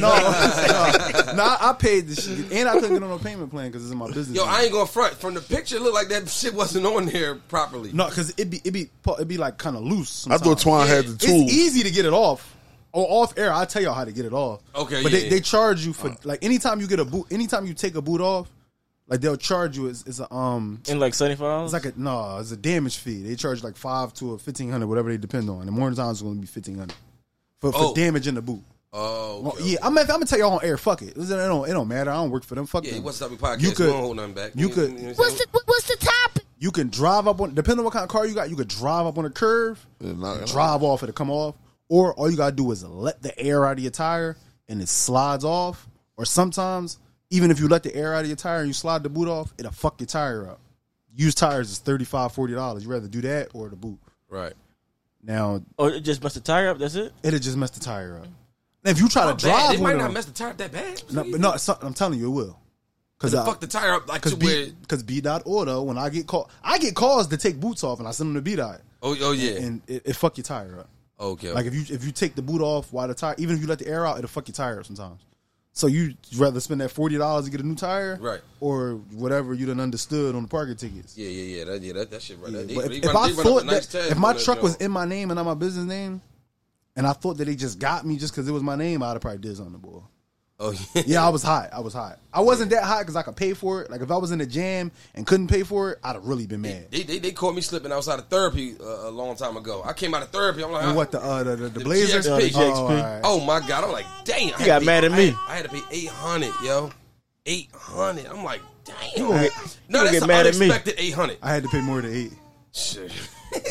[SPEAKER 5] no, no, no, no, I paid this shit, and I couldn't get on a payment plan because it's in my business.
[SPEAKER 4] Yo, I ain't going to front. From the picture, it looked like that shit wasn't on there properly.
[SPEAKER 5] no, because it be it be it be like kind of loose.
[SPEAKER 6] I
[SPEAKER 5] Sometimes.
[SPEAKER 6] thought Twan had the
[SPEAKER 5] It's
[SPEAKER 6] tools.
[SPEAKER 5] easy to get it off. Or off air, I will tell y'all how to get it off.
[SPEAKER 4] Okay,
[SPEAKER 5] but
[SPEAKER 4] yeah,
[SPEAKER 5] they,
[SPEAKER 4] yeah. Uh.
[SPEAKER 5] they charge you for like anytime you get a boot, anytime you take a boot off, like they'll charge you. It's, it's a um,
[SPEAKER 7] In like seventy five hours.
[SPEAKER 5] it's like a no, it's a damage fee. They charge like five to a fifteen hundred, whatever they depend on. The morning time is going to be fifteen hundred for, for
[SPEAKER 4] Oh.
[SPEAKER 5] damage in the boot.
[SPEAKER 4] Oh,
[SPEAKER 5] Well,
[SPEAKER 4] okay.
[SPEAKER 5] yeah, I'm, I'm gonna tell y'all on air. Fuck it. It don't, it don't matter. I don't work for them. Fuck
[SPEAKER 4] Yeah,
[SPEAKER 5] them.
[SPEAKER 4] what's up, we podcast.
[SPEAKER 5] You
[SPEAKER 4] We
[SPEAKER 5] could
[SPEAKER 4] don't hold nothing back.
[SPEAKER 5] You
[SPEAKER 4] Yeah,
[SPEAKER 5] could
[SPEAKER 4] you know what I'm
[SPEAKER 3] What's the what's the topic?
[SPEAKER 5] you can drive up on depending on what kind of car you got. You could drive up on a curve,
[SPEAKER 6] Yeah, nah,
[SPEAKER 5] uh, drive off it to come off, or all you gotta do is let the air out of your tire and it slides off. Or sometimes even if you let the air out of your tire and you slide the boot off, it'll fuck your tire up. Used tires is $35, 40 dollars. You rather do that or the boot?
[SPEAKER 4] Right.
[SPEAKER 5] Now
[SPEAKER 7] oh, it just must have tire up. That's it.
[SPEAKER 5] it'll just mess the tire up. And if you try to
[SPEAKER 4] Bad.
[SPEAKER 5] drive,
[SPEAKER 4] It
[SPEAKER 5] with
[SPEAKER 4] might not
[SPEAKER 5] them-
[SPEAKER 4] mess the tire up that bad.
[SPEAKER 5] no, but no, it's- I'm telling you, it will. Because
[SPEAKER 4] Fuck the tire up like
[SPEAKER 5] Cause
[SPEAKER 4] to where.
[SPEAKER 5] B, cause B dot auto. When I get called, I get calls to take boots off, and I send them to B dot,
[SPEAKER 4] Oh, oh yeah.
[SPEAKER 5] and it, it fuck your tire up.
[SPEAKER 4] Okay.
[SPEAKER 5] Like if you if you take the boot off while the tire, even if you let the air out, it'll fuck your tire up sometimes. So you rather spend that forty dollars to get a new tire,
[SPEAKER 4] Right.
[SPEAKER 5] Or whatever you done understood on the parking tickets.
[SPEAKER 4] Yeah, yeah, yeah. That, yeah, that, that shit right
[SPEAKER 5] Yeah,
[SPEAKER 4] there. They-
[SPEAKER 5] but
[SPEAKER 4] they
[SPEAKER 5] if,
[SPEAKER 4] run-
[SPEAKER 5] if I
[SPEAKER 4] they run up
[SPEAKER 5] thought
[SPEAKER 4] a nice
[SPEAKER 5] that
[SPEAKER 4] tab
[SPEAKER 5] if my
[SPEAKER 4] on that,
[SPEAKER 5] truck
[SPEAKER 4] you
[SPEAKER 5] was
[SPEAKER 4] know.
[SPEAKER 5] in my name and not my business name, and I thought that they just got me just because it was my name, I'd have probably did something, boy.
[SPEAKER 4] Oh, <laughs> yeah.
[SPEAKER 5] Yeah, I was hot. I was hot. I wasn't that hot because I could pay for it. Like if I was in a jam and couldn't pay for it, I'd have really been mad.
[SPEAKER 4] They, they, they caught me slipping outside of therapy uh, a long time ago. I came out of therapy. I'm like,
[SPEAKER 5] And
[SPEAKER 4] I-
[SPEAKER 5] what the uh, the, the, the Blazers?
[SPEAKER 4] GXP.
[SPEAKER 7] Yeah, the GXP.
[SPEAKER 5] Oh, all right.
[SPEAKER 4] Oh my god! I'm like, damn. I
[SPEAKER 7] You got
[SPEAKER 4] had to pay-
[SPEAKER 7] mad at
[SPEAKER 4] I
[SPEAKER 7] me.
[SPEAKER 4] had- I had to pay eight hundred, yo. Eight hundred. I'm like, damn.
[SPEAKER 7] gonna get- you
[SPEAKER 4] no,
[SPEAKER 7] gonna
[SPEAKER 4] that's
[SPEAKER 7] get
[SPEAKER 4] an
[SPEAKER 7] mad at me.
[SPEAKER 4] unexpected eight hundred.
[SPEAKER 5] I had to pay more than eight.
[SPEAKER 4] <laughs>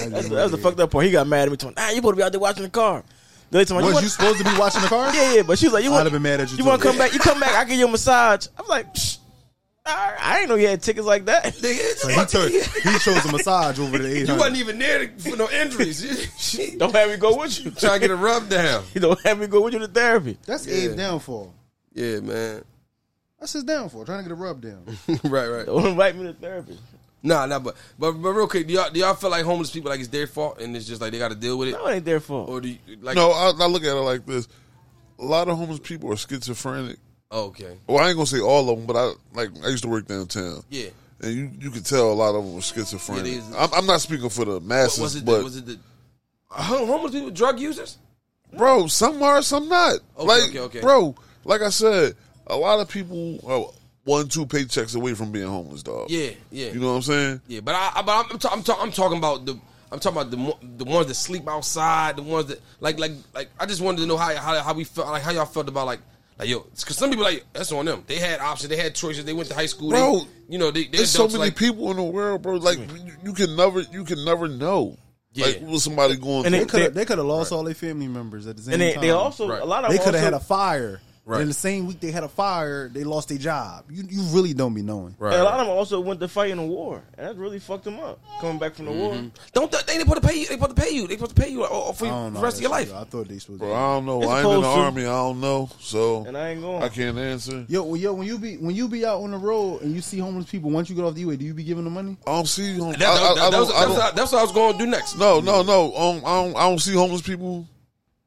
[SPEAKER 7] That's, that was the fucked up part. He got mad at me. Told me, ah, you supposed to be out there watching the car. The lady told me,
[SPEAKER 5] Was
[SPEAKER 7] want-
[SPEAKER 5] you supposed to be watching the car?
[SPEAKER 7] Yeah, yeah. But she was like, you
[SPEAKER 5] I'd
[SPEAKER 7] want,
[SPEAKER 5] have been mad at you
[SPEAKER 7] You
[SPEAKER 5] too.
[SPEAKER 7] want to come back? You come back. I give you a massage. I was like, Psh, I, I didn't know you had tickets like that. <laughs>
[SPEAKER 5] So he, took, he chose a massage over the eight
[SPEAKER 4] You wasn't
[SPEAKER 5] hundred.
[SPEAKER 4] even there for no injuries. <laughs>
[SPEAKER 7] Don't have me go with you. <laughs>
[SPEAKER 4] Trying to get a rub down.
[SPEAKER 7] You don't have me go with you to therapy.
[SPEAKER 5] That's
[SPEAKER 4] Yeah.
[SPEAKER 5] Abe's downfall.
[SPEAKER 4] Yeah, man.
[SPEAKER 5] That's his downfall. Trying to get a rub down.
[SPEAKER 4] <laughs> right, right.
[SPEAKER 7] Don't invite me to therapy.
[SPEAKER 4] Nah, nah. But but but real quick, do y'all, do y'all feel like homeless people like it's their fault and it's just like they got to deal with it,
[SPEAKER 7] No, it ain't their fault.
[SPEAKER 5] Oh,
[SPEAKER 4] or do you like?
[SPEAKER 6] <laughs> no, I, I look at it like this: a lot of homeless people are schizophrenic.
[SPEAKER 4] Oh, okay.
[SPEAKER 6] Well, I ain't gonna say all of them, but I like I used to work downtown.
[SPEAKER 4] Yeah.
[SPEAKER 6] and you you could tell a lot of them were schizophrenic.
[SPEAKER 4] Yeah, they-
[SPEAKER 6] I'm, I'm not speaking for the masses,
[SPEAKER 4] Was it the,
[SPEAKER 6] but
[SPEAKER 4] was it the hom- homeless people drug users?
[SPEAKER 6] bro, some are, some not. like,
[SPEAKER 4] okay, okay.
[SPEAKER 6] bro, like I said, a lot of people are one, two paychecks away from being homeless, dog.
[SPEAKER 4] Yeah, yeah.
[SPEAKER 6] You know what I'm saying?
[SPEAKER 4] Yeah, but I, I but I'm, I'm, ta- I'm, ta- I'm talking about the I'm talking about the mo- the ones that sleep outside, the ones that like like like I just wanted to know how how, how we felt like how y'all felt about like like yo because some people like that's on them. They had options, they had choices. They went to high school, they-
[SPEAKER 6] Bro,
[SPEAKER 4] you know, they, they
[SPEAKER 6] There's so
[SPEAKER 4] adults,
[SPEAKER 6] many
[SPEAKER 4] like,
[SPEAKER 6] people in the world, bro. Like you, you can never, you can never know.
[SPEAKER 4] Yeah.
[SPEAKER 6] Like what somebody
[SPEAKER 7] And
[SPEAKER 6] going through.
[SPEAKER 5] They
[SPEAKER 7] it-
[SPEAKER 5] could have they could have lost all their family members at the same
[SPEAKER 7] and they,
[SPEAKER 5] time.
[SPEAKER 7] they also
[SPEAKER 4] Right.
[SPEAKER 7] a lot of
[SPEAKER 5] they
[SPEAKER 7] them
[SPEAKER 5] could have
[SPEAKER 7] also-
[SPEAKER 5] had a fire. Right. In the same week they had a fire, they lost their job. You you really don't be knowing.
[SPEAKER 4] Right.
[SPEAKER 7] And a lot of them also went to fight in the war, and that really fucked them up. Coming back from the
[SPEAKER 5] Mm-hmm.
[SPEAKER 7] war,
[SPEAKER 8] Don't th- they ain't supposed to pay you? They supposed to pay you. They supposed to pay you
[SPEAKER 4] oh,
[SPEAKER 8] uh, for
[SPEAKER 5] I don't
[SPEAKER 8] the
[SPEAKER 5] know.
[SPEAKER 8] rest of your
[SPEAKER 5] That's
[SPEAKER 8] life.
[SPEAKER 5] true. I thought they supposed.
[SPEAKER 6] Bro,
[SPEAKER 5] To.
[SPEAKER 6] I don't know.
[SPEAKER 7] It's
[SPEAKER 6] I ain't in the
[SPEAKER 7] supposed to.
[SPEAKER 6] army. I don't know. So
[SPEAKER 7] and I ain't going.
[SPEAKER 6] I can't answer.
[SPEAKER 5] Yo, well, yo, when you be when you be out on the road and you see homeless people, once you get off the way, do you be giving them money?
[SPEAKER 6] I don't see. hom- I,
[SPEAKER 8] That-
[SPEAKER 6] I,
[SPEAKER 8] that-
[SPEAKER 6] I
[SPEAKER 8] that- that
[SPEAKER 6] don't,
[SPEAKER 8] was-
[SPEAKER 6] I
[SPEAKER 8] That's
[SPEAKER 6] don't,
[SPEAKER 8] what I- that's what I was going to do next.
[SPEAKER 6] no, no, no. Um, I don't. I don't see homeless people.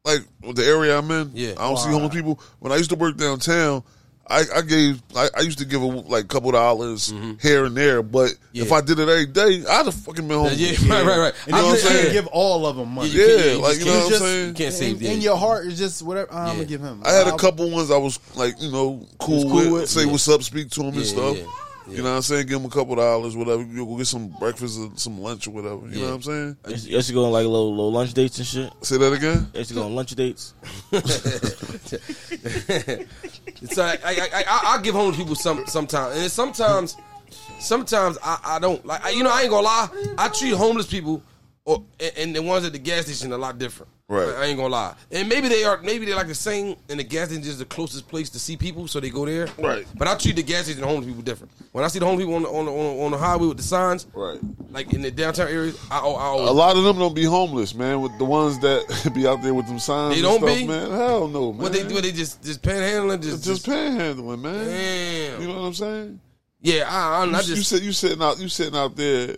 [SPEAKER 6] Like with the area I'm in.
[SPEAKER 8] Yeah.
[SPEAKER 6] I don't see homeless people. When I used to work downtown, I, I gave. I, I used to give a, like couple dollars here and there. But if
[SPEAKER 8] Mm-hmm. Yeah.
[SPEAKER 6] I did it every day, I'd have fucking been homeless.
[SPEAKER 8] Yeah, <laughs>
[SPEAKER 4] <laughs>
[SPEAKER 8] right, right, right.
[SPEAKER 5] Oh, And
[SPEAKER 6] know
[SPEAKER 5] you
[SPEAKER 6] what I'm
[SPEAKER 5] can't
[SPEAKER 6] saying?
[SPEAKER 5] give all of them money.
[SPEAKER 6] Yeah,
[SPEAKER 8] You can't- you
[SPEAKER 6] like
[SPEAKER 8] just
[SPEAKER 6] you know what I'm
[SPEAKER 5] can't-
[SPEAKER 6] saying.
[SPEAKER 8] You can't
[SPEAKER 5] In,
[SPEAKER 8] save.
[SPEAKER 5] in
[SPEAKER 8] yeah.
[SPEAKER 5] your heart, it's just whatever. I'm
[SPEAKER 8] Yeah.
[SPEAKER 5] gonna give him.
[SPEAKER 6] I had a
[SPEAKER 5] I'll-
[SPEAKER 6] couple ones I was like, you know, cool,
[SPEAKER 8] cool
[SPEAKER 6] with,
[SPEAKER 8] with,
[SPEAKER 6] say
[SPEAKER 8] yeah.
[SPEAKER 6] what's up, speak to them
[SPEAKER 8] Yeah,
[SPEAKER 6] and stuff.
[SPEAKER 8] yeah,
[SPEAKER 6] You know what I'm saying? Give them a couple dollars, whatever. You go get some breakfast or some lunch or whatever. You know what I'm saying?
[SPEAKER 7] I used, I used to go on like little, little lunch dates and shit.
[SPEAKER 6] Say that again.
[SPEAKER 7] I used to go on lunch dates.
[SPEAKER 4] So I, I, I, I, I give homeless people some sometimes, and sometimes, sometimes I, I don't like. I, you know, I ain't gonna lie. I treat homeless people, or and, and the ones at the gas station a lot different.
[SPEAKER 6] Right.
[SPEAKER 4] I, I ain't gonna lie. And maybe they are. Maybe they like the same. And the gas station is the closest place to see people, so they go there.
[SPEAKER 6] Right.
[SPEAKER 4] But I treat the gas station and homeless people different. When I see the homeless people on the, on the, on the, on the highway with the signs,
[SPEAKER 6] Right.
[SPEAKER 4] like in the downtown areas, I, oh, I always
[SPEAKER 6] A lot of them don't be homeless, man. With the ones that <laughs> be out there with them signs,
[SPEAKER 4] They don't
[SPEAKER 6] and stuff,
[SPEAKER 4] be?
[SPEAKER 6] man. Hell no, man.
[SPEAKER 4] what they do. They just just panhandling. Just,
[SPEAKER 6] It's just panhandling, man.
[SPEAKER 4] Damn.
[SPEAKER 6] You know what I'm saying?
[SPEAKER 4] yeah. I, I'm
[SPEAKER 6] You,
[SPEAKER 4] not
[SPEAKER 6] you
[SPEAKER 4] just
[SPEAKER 6] sit, you sitting out, you sitting out there.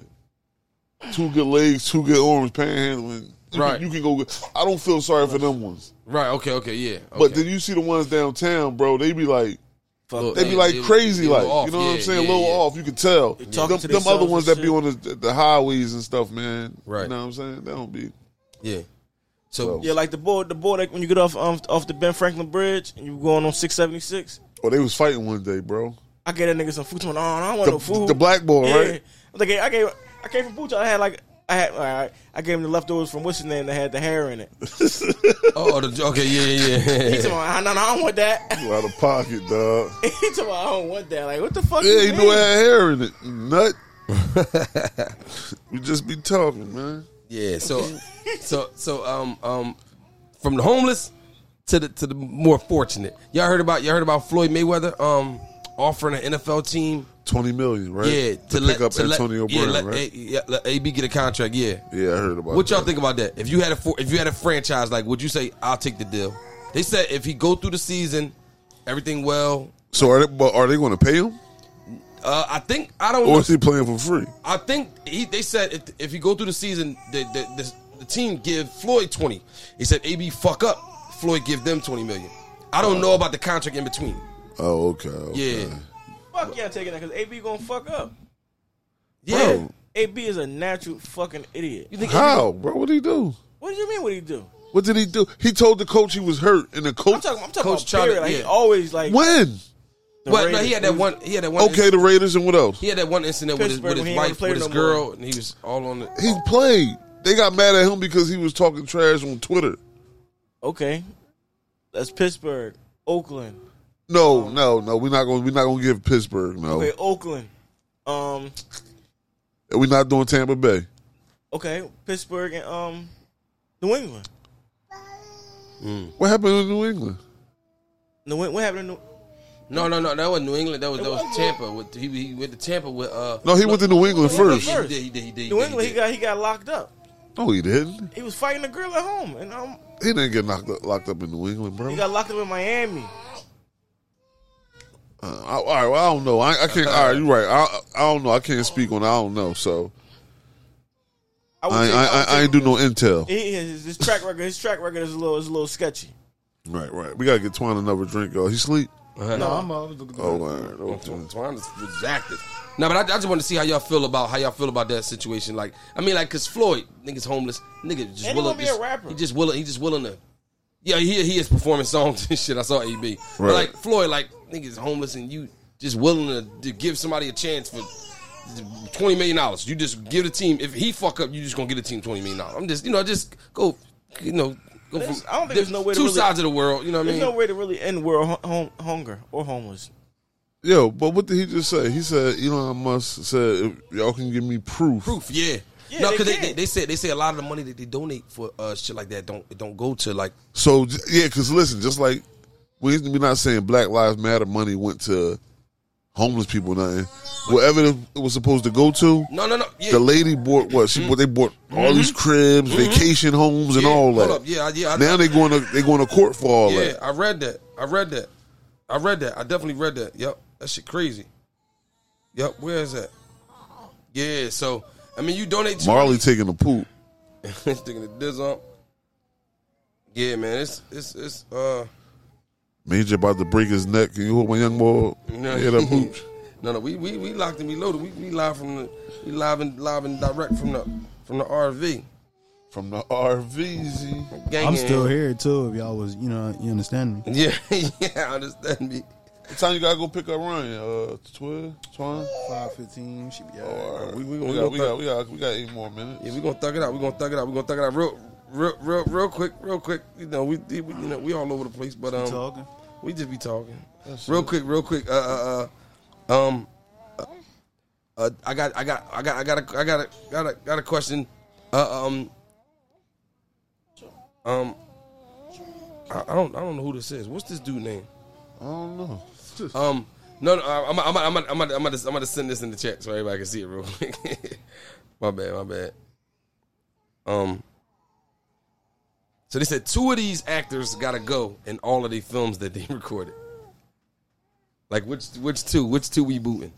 [SPEAKER 6] Two good legs, two good arms, panhandling. You
[SPEAKER 4] Right.
[SPEAKER 6] Can, you can go. get- I don't feel sorry for them ones.
[SPEAKER 4] right. Okay. Okay. Yeah. Okay.
[SPEAKER 6] But then you see the ones downtown, bro. They be like,
[SPEAKER 7] Fuck,
[SPEAKER 6] they be like crazy, like
[SPEAKER 4] off,
[SPEAKER 6] you know what I'm
[SPEAKER 4] yeah,
[SPEAKER 6] saying,
[SPEAKER 4] yeah,
[SPEAKER 6] a little
[SPEAKER 4] yeah.
[SPEAKER 6] off. You can tell.
[SPEAKER 7] talking
[SPEAKER 6] Them,
[SPEAKER 7] to
[SPEAKER 6] them other
[SPEAKER 7] themselves
[SPEAKER 6] ones
[SPEAKER 7] and
[SPEAKER 6] that be on the, the highways and stuff, man.
[SPEAKER 4] Right.
[SPEAKER 6] You know what I'm saying? They don't be.
[SPEAKER 4] Yeah. So
[SPEAKER 7] yeah, like the board, the board like when you get off um, off the Ben Franklin Bridge and you going on six seventy six.
[SPEAKER 6] Oh, they was fighting one day, bro.
[SPEAKER 7] I gave that nigga some food. Tomorrow. I don't want no
[SPEAKER 6] The,
[SPEAKER 7] food.
[SPEAKER 6] the black boy,
[SPEAKER 7] yeah.
[SPEAKER 6] right?
[SPEAKER 7] I was like, I gave, I came from Bucha. I had like, I had, all right, I gave him the leftovers from what's his name that had the hair in it.
[SPEAKER 4] oh, the, okay, yeah,
[SPEAKER 7] He
[SPEAKER 6] <laughs>
[SPEAKER 4] yeah,
[SPEAKER 7] told me, "Ah, no, no, I don't want that. <laughs>
[SPEAKER 6] You out of pocket, dog.
[SPEAKER 7] he told me, I don't want that. Like, what the fuck?
[SPEAKER 6] Yeah, he
[SPEAKER 7] mean?
[SPEAKER 6] do have hair in it. you Nut. <laughs> we just be talking, man.
[SPEAKER 4] yeah, yeah. So, so, so, um, um, from the homeless to the to the more fortunate. Y'all heard about y'all heard about Floyd Mayweather um offering an NFL team,
[SPEAKER 6] Twenty million, right?
[SPEAKER 4] yeah,
[SPEAKER 6] to,
[SPEAKER 4] let-
[SPEAKER 6] pick up
[SPEAKER 4] to let-
[SPEAKER 6] Antonio
[SPEAKER 4] yeah,
[SPEAKER 6] Brown,
[SPEAKER 4] let
[SPEAKER 6] right?
[SPEAKER 4] A- yeah, let AB get a contract, yeah.
[SPEAKER 6] yeah, I heard about.
[SPEAKER 4] What y'all
[SPEAKER 6] that.
[SPEAKER 4] think about that? If you had a for, if you had a franchise, like, would you say I'll take the deal? They said if he go through the season, everything well.
[SPEAKER 6] So are they? But are they going to pay him,
[SPEAKER 4] Uh, I think I don't.
[SPEAKER 6] or
[SPEAKER 4] know.
[SPEAKER 6] is he playing for free?
[SPEAKER 4] I think he, they said if, if he go through the season, the, the, the, the team give Floyd twenty. He said AB fuck up. Floyd give them twenty million. I don't know about the contract in between.
[SPEAKER 6] Oh, okay. okay.
[SPEAKER 4] Yeah.
[SPEAKER 7] Fuck yeah, I'm taking that because AB gonna fuck up.
[SPEAKER 4] Yeah,
[SPEAKER 6] Bro.
[SPEAKER 7] AB is a natural fucking idiot.
[SPEAKER 4] you think
[SPEAKER 6] How, bro? What did he do?
[SPEAKER 7] What do you mean? What do you do?
[SPEAKER 6] What did he do? He told the coach he was hurt, and the
[SPEAKER 7] I'm
[SPEAKER 6] coach
[SPEAKER 7] talking. I'm talking
[SPEAKER 4] Coach
[SPEAKER 7] about period.
[SPEAKER 4] Charlie,
[SPEAKER 7] Like, he
[SPEAKER 4] yeah.
[SPEAKER 7] always like.
[SPEAKER 6] when?
[SPEAKER 7] the
[SPEAKER 4] Well, no,
[SPEAKER 7] Raiders.
[SPEAKER 4] he had that one. He had that one.
[SPEAKER 6] Okay, the Raiders and what else?
[SPEAKER 4] he had that one incident with his, with
[SPEAKER 7] Pittsburgh, he
[SPEAKER 4] his
[SPEAKER 7] ain't wanna
[SPEAKER 4] wife,
[SPEAKER 7] play
[SPEAKER 4] with his
[SPEAKER 7] no
[SPEAKER 4] girl, and he was all on the.
[SPEAKER 6] He played. They got mad at him because he was talking trash on Twitter.
[SPEAKER 7] Okay, that's Pittsburgh, Oakland.
[SPEAKER 6] No, no, no. We're not going. We're not going to give Pittsburgh. No,
[SPEAKER 7] Okay, Oakland. Um.
[SPEAKER 6] And we're not doing Tampa Bay.
[SPEAKER 7] Okay, Pittsburgh and um, New England.
[SPEAKER 6] What happened in New England?
[SPEAKER 7] New, what happened in New?
[SPEAKER 4] No, no, no, that was New England. That was that was Tampa. With he, he went to Tampa with uh.
[SPEAKER 6] No, he went to New England first.
[SPEAKER 4] He did. He did. He did.
[SPEAKER 7] New England, he got he got locked up.
[SPEAKER 6] No, he didn't.
[SPEAKER 7] He was fighting a girl at home, and um,
[SPEAKER 6] He didn't get knocked up, locked up in New England, bro.
[SPEAKER 7] he got locked up in Miami.
[SPEAKER 6] Uh, I, all right, well, I don't know. I, I can't. All right, you're right. I, I don't know. I can't speak on. it. I don't know. So
[SPEAKER 7] I, would
[SPEAKER 6] I,
[SPEAKER 7] take-
[SPEAKER 6] I, I,
[SPEAKER 7] would
[SPEAKER 6] I ain't do no intel.
[SPEAKER 7] He, his, his track record, his track record is a little, is a little sketchy.
[SPEAKER 6] Right, right. We gotta get Twan another drink, y'all. He sleep.
[SPEAKER 4] Uh-huh.
[SPEAKER 5] No, I'm. I was looking-
[SPEAKER 6] Oh, all right. Okay.
[SPEAKER 4] Twan is rejected. No, but I, I just want to see how y'all feel about how y'all feel about that situation. Like, I mean, like, cause Floyd niggas homeless, nigga just
[SPEAKER 7] And he
[SPEAKER 4] willing
[SPEAKER 7] wanna be
[SPEAKER 4] just-
[SPEAKER 7] a rapper.
[SPEAKER 4] He just willing. He just willing to. Yeah, he he is performing songs <laughs> and shit. I saw AB. But
[SPEAKER 6] Right.
[SPEAKER 4] like Floyd, like niggas homeless, and you just willing to, to give somebody a chance for twenty million dollars. You just give the team. If he fuck up, you just gonna get the team twenty million dollars. I'm just you know just go you know go
[SPEAKER 7] There's-
[SPEAKER 4] from
[SPEAKER 7] I don't think there's no way to
[SPEAKER 4] two
[SPEAKER 7] really-
[SPEAKER 4] sides of the world. You know what I
[SPEAKER 7] There's
[SPEAKER 4] mean?
[SPEAKER 7] no way to really end world hu- home, hunger or homeless.
[SPEAKER 6] Yo, but what did he just say? He said Elon Musk said if y'all can give me proof.
[SPEAKER 4] proof. Yeah.
[SPEAKER 7] Yeah,
[SPEAKER 4] no,
[SPEAKER 7] they
[SPEAKER 4] because they,
[SPEAKER 7] can.
[SPEAKER 4] they, they said they say a lot of the money that they donate for uh, shit like that don't it don't go to like
[SPEAKER 6] So j- yeah, because listen, just like we we're not saying Black Lives Matter money went to homeless people. or Nothing. Wherever it was supposed to go to,
[SPEAKER 4] No, no, no. Yeah,
[SPEAKER 6] the lady bought what she bought. They bought all these cribs, vacation homes,
[SPEAKER 4] Mm-hmm.
[SPEAKER 6] and
[SPEAKER 4] yeah,
[SPEAKER 6] all that.
[SPEAKER 4] Hold up. Yeah, I- yeah. I,
[SPEAKER 6] Now they going to they going to court for all
[SPEAKER 4] yeah,
[SPEAKER 6] that.
[SPEAKER 4] I read that. I read that. I read that. I definitely read that. Yep. That shit crazy. Yep. Where is that? Yeah. So I mean, you donate to
[SPEAKER 6] Marley taking a poop.
[SPEAKER 4] <laughs> sticking the diz on. Yeah, man. It's it's it's uh.
[SPEAKER 6] Major about to break his neck. Can you hold my young boy?
[SPEAKER 4] No.
[SPEAKER 6] Yeah,
[SPEAKER 4] <laughs>
[SPEAKER 6] that pooch.
[SPEAKER 4] No, no, we we, we locked and we loaded. We, we live from the we live and live and direct from the from the RV.
[SPEAKER 6] From the RVZ.
[SPEAKER 4] Gang
[SPEAKER 5] I'm
[SPEAKER 4] gang.
[SPEAKER 5] still here too. If y'all was, you know, you understand me.
[SPEAKER 4] <laughs> Yeah, yeah, I understand me.
[SPEAKER 6] What time you gotta go pick up Ryan? Uh, twelve, twelve.
[SPEAKER 5] Five fifteen, she be
[SPEAKER 4] We we, we,
[SPEAKER 6] We got,
[SPEAKER 4] gonna
[SPEAKER 6] we
[SPEAKER 4] thug,
[SPEAKER 6] got, we got, we got eight more minutes.
[SPEAKER 4] yeah, we gonna thug it out. We gonna thug it out. We gonna thug it out real real real real quick real quick. You know we, we you know we all over the place, but um
[SPEAKER 5] talking.
[SPEAKER 4] we just be talking. real quick, real quick. Uh, uh, uh um, uh, I got, I got, I got, I got, a, I got, a, got, a, got a question. Uh, um, um, I, I don't, I don't know who this is. What's this dude name?
[SPEAKER 6] I don't know. <laughs>
[SPEAKER 4] Um, no, no, I'm, I'm, I'm, I'm, I'm, I'm, I'm, I'm gonna send this in the chat so everybody can see it real quick. <laughs> my bad, my bad. Um, so they said two of these actors gotta go in all of the films that they <laughs> recorded. Like which, which two, which two we booting?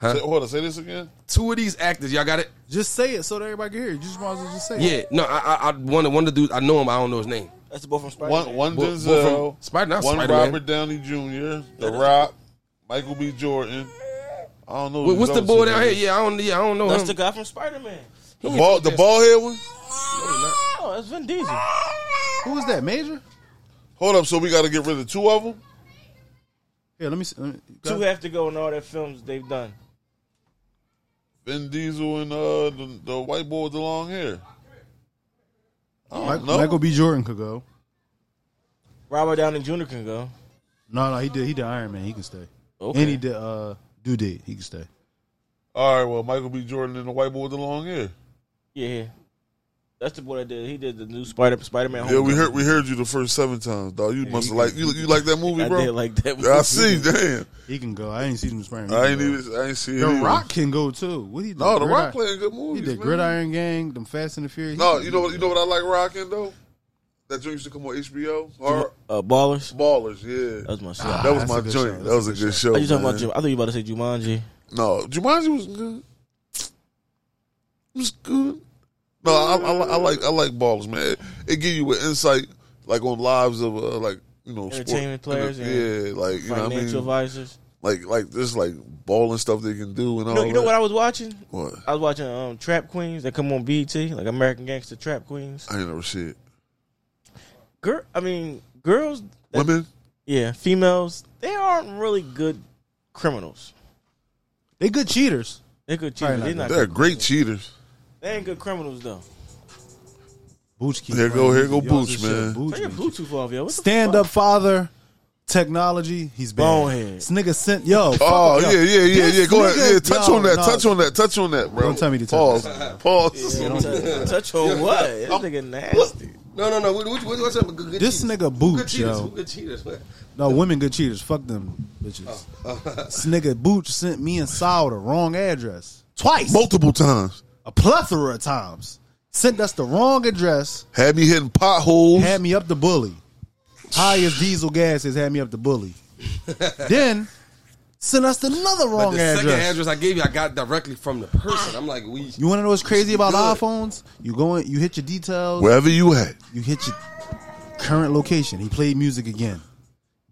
[SPEAKER 6] Say, hold on, say this again.
[SPEAKER 4] Two of these actors, y'all got it?
[SPEAKER 5] Just say it so that everybody can hear. it. You just might as well just say
[SPEAKER 4] Yeah. No, I, I, I one, of- one of the dudes I know him, I don't know his name.
[SPEAKER 7] That's the both from Spider
[SPEAKER 6] One,
[SPEAKER 7] Man.
[SPEAKER 6] one
[SPEAKER 4] Bo-
[SPEAKER 6] Denzel,
[SPEAKER 4] Bo from Spider- not
[SPEAKER 6] one
[SPEAKER 4] Spider-Man.
[SPEAKER 6] Robert Downey Jr., The Rock, Michael B. Jordan. I don't
[SPEAKER 5] Oh,
[SPEAKER 6] know.
[SPEAKER 4] Wait, what's the
[SPEAKER 6] these
[SPEAKER 4] boy
[SPEAKER 6] other
[SPEAKER 4] down
[SPEAKER 6] two
[SPEAKER 4] here?
[SPEAKER 6] names.
[SPEAKER 4] Yeah, I don't, yeah, I don't know
[SPEAKER 7] That's
[SPEAKER 4] him.
[SPEAKER 7] the guy from Spider Man.
[SPEAKER 6] The ball, the bald head one.
[SPEAKER 7] Oh, that's Vin Diesel.
[SPEAKER 5] Who was that, Major?
[SPEAKER 6] Hold up, so we got to get rid of two of them.
[SPEAKER 5] Yeah, let me. See, let me
[SPEAKER 7] Two have to go in all their films they've done.
[SPEAKER 6] Vin Diesel and uh, the, the white boy with the long hair. I don't
[SPEAKER 5] Michael,
[SPEAKER 6] know.
[SPEAKER 5] Michael B. Jordan could go.
[SPEAKER 7] Robert Downey Jr. can go.
[SPEAKER 5] No, no, he did. He did Iron Man. He can stay.
[SPEAKER 7] Okay.
[SPEAKER 5] And he did uh, Do Did. He can stay.
[SPEAKER 6] All right, well, Michael B. Jordan and the white boy with the long hair.
[SPEAKER 7] Yeah. That's the boy that did. He did the new Spider Spider Man.
[SPEAKER 6] Yeah, we heard we heard you the first seven times, dog. You must have like you you like that movie,
[SPEAKER 7] I
[SPEAKER 6] bro.
[SPEAKER 7] did like that. <laughs>
[SPEAKER 6] I see, damn.
[SPEAKER 5] He can go. I ain't seen him spraying.
[SPEAKER 6] I ain't even I ain't see it.
[SPEAKER 5] The
[SPEAKER 6] either.
[SPEAKER 5] Rock can go too. What he? did?
[SPEAKER 6] No, the
[SPEAKER 5] Gridiron-
[SPEAKER 6] Rock playing good movies.
[SPEAKER 5] He did
[SPEAKER 6] man.
[SPEAKER 5] Gridiron Gang, them Fast and the Furious.
[SPEAKER 6] No, you know what you know what I like rocking though. That joint used to come on HBO. Or
[SPEAKER 7] Uh, Ballers.
[SPEAKER 6] Ballers, yeah.
[SPEAKER 7] That was my shit.
[SPEAKER 6] that was
[SPEAKER 5] that's
[SPEAKER 6] my
[SPEAKER 5] a good show.
[SPEAKER 6] joint. That
[SPEAKER 5] That's
[SPEAKER 6] was a good show.
[SPEAKER 7] Are you talking
[SPEAKER 6] Ah, man.
[SPEAKER 7] about? Ju- I thought you were about to say Jumanji.
[SPEAKER 6] No, Jumanji was good. It was good. No, I, I, li- I like I like ballers, man. It, it give you an insight, like on lives of uh, like you know sport-
[SPEAKER 7] Entertainment players and
[SPEAKER 6] yeah, like you know what I
[SPEAKER 7] Financial
[SPEAKER 6] mean,
[SPEAKER 7] advisors.
[SPEAKER 6] like like this like balling stuff they can do and all.
[SPEAKER 7] You know, you know what
[SPEAKER 6] that.
[SPEAKER 7] I was watching?
[SPEAKER 6] What?
[SPEAKER 7] I was watching um, Trap Queens that come on BET, like American Gangster Trap Queens.
[SPEAKER 6] I ain't never shit.
[SPEAKER 7] Girl, I mean, girls, that-
[SPEAKER 6] Women,
[SPEAKER 7] yeah, females, they aren't really good criminals.
[SPEAKER 5] they good cheaters.
[SPEAKER 7] They're good
[SPEAKER 5] Probably
[SPEAKER 7] cheaters. They're not.
[SPEAKER 6] they're great cheaters.
[SPEAKER 7] They ain't good criminals though.
[SPEAKER 5] Booch keep
[SPEAKER 6] Here go-
[SPEAKER 5] playing.
[SPEAKER 6] here go
[SPEAKER 5] Y'all
[SPEAKER 6] Booch,
[SPEAKER 5] just
[SPEAKER 6] man.
[SPEAKER 5] shut Booch
[SPEAKER 7] Turn your
[SPEAKER 5] be-
[SPEAKER 7] Bluetooth off, yo. What the
[SPEAKER 5] Stand
[SPEAKER 7] fuck?
[SPEAKER 5] up father. Technology, he's bad.
[SPEAKER 7] Bonehead.
[SPEAKER 5] This nigga sent yo. fuck-
[SPEAKER 6] Oh
[SPEAKER 5] yo,
[SPEAKER 6] yeah, yeah, yeah,
[SPEAKER 5] this
[SPEAKER 6] yeah. Go ahead.
[SPEAKER 5] nigga-
[SPEAKER 6] Yeah, touch
[SPEAKER 5] yo,
[SPEAKER 6] on that.
[SPEAKER 5] no.
[SPEAKER 6] Touch on that. Touch on that, bro.
[SPEAKER 5] Don't tell me to touch
[SPEAKER 6] pause. Pause.
[SPEAKER 7] Yeah, don't touch- touch on what? That nigga nasty.
[SPEAKER 4] No, no, no. What, what, what's up? with Good, good
[SPEAKER 5] This
[SPEAKER 4] cheaters?
[SPEAKER 5] nigga
[SPEAKER 4] Who Good
[SPEAKER 5] Booch,
[SPEAKER 4] cheaters.
[SPEAKER 5] yo.
[SPEAKER 4] Who Good cheaters.
[SPEAKER 5] No, women good cheaters. Fuck them bitches. this nigga Booch sent me and Saul the wrong address twice,
[SPEAKER 6] Multiple times
[SPEAKER 5] a plethora of times. Sent us the wrong address.
[SPEAKER 6] had me hitting potholes.
[SPEAKER 5] had me up the bully. High as diesel gas has had me up
[SPEAKER 4] <laughs>
[SPEAKER 5] the bully. then sent us another
[SPEAKER 4] But
[SPEAKER 5] wrong
[SPEAKER 4] the
[SPEAKER 5] address.
[SPEAKER 4] second address I gave you, I got directly from the person. I'm like, we.
[SPEAKER 5] You want to know what's crazy about
[SPEAKER 4] Good.
[SPEAKER 5] iPhones? You go in, you hit your details,
[SPEAKER 6] Wherever you at,
[SPEAKER 5] you hit your current location. He played music again.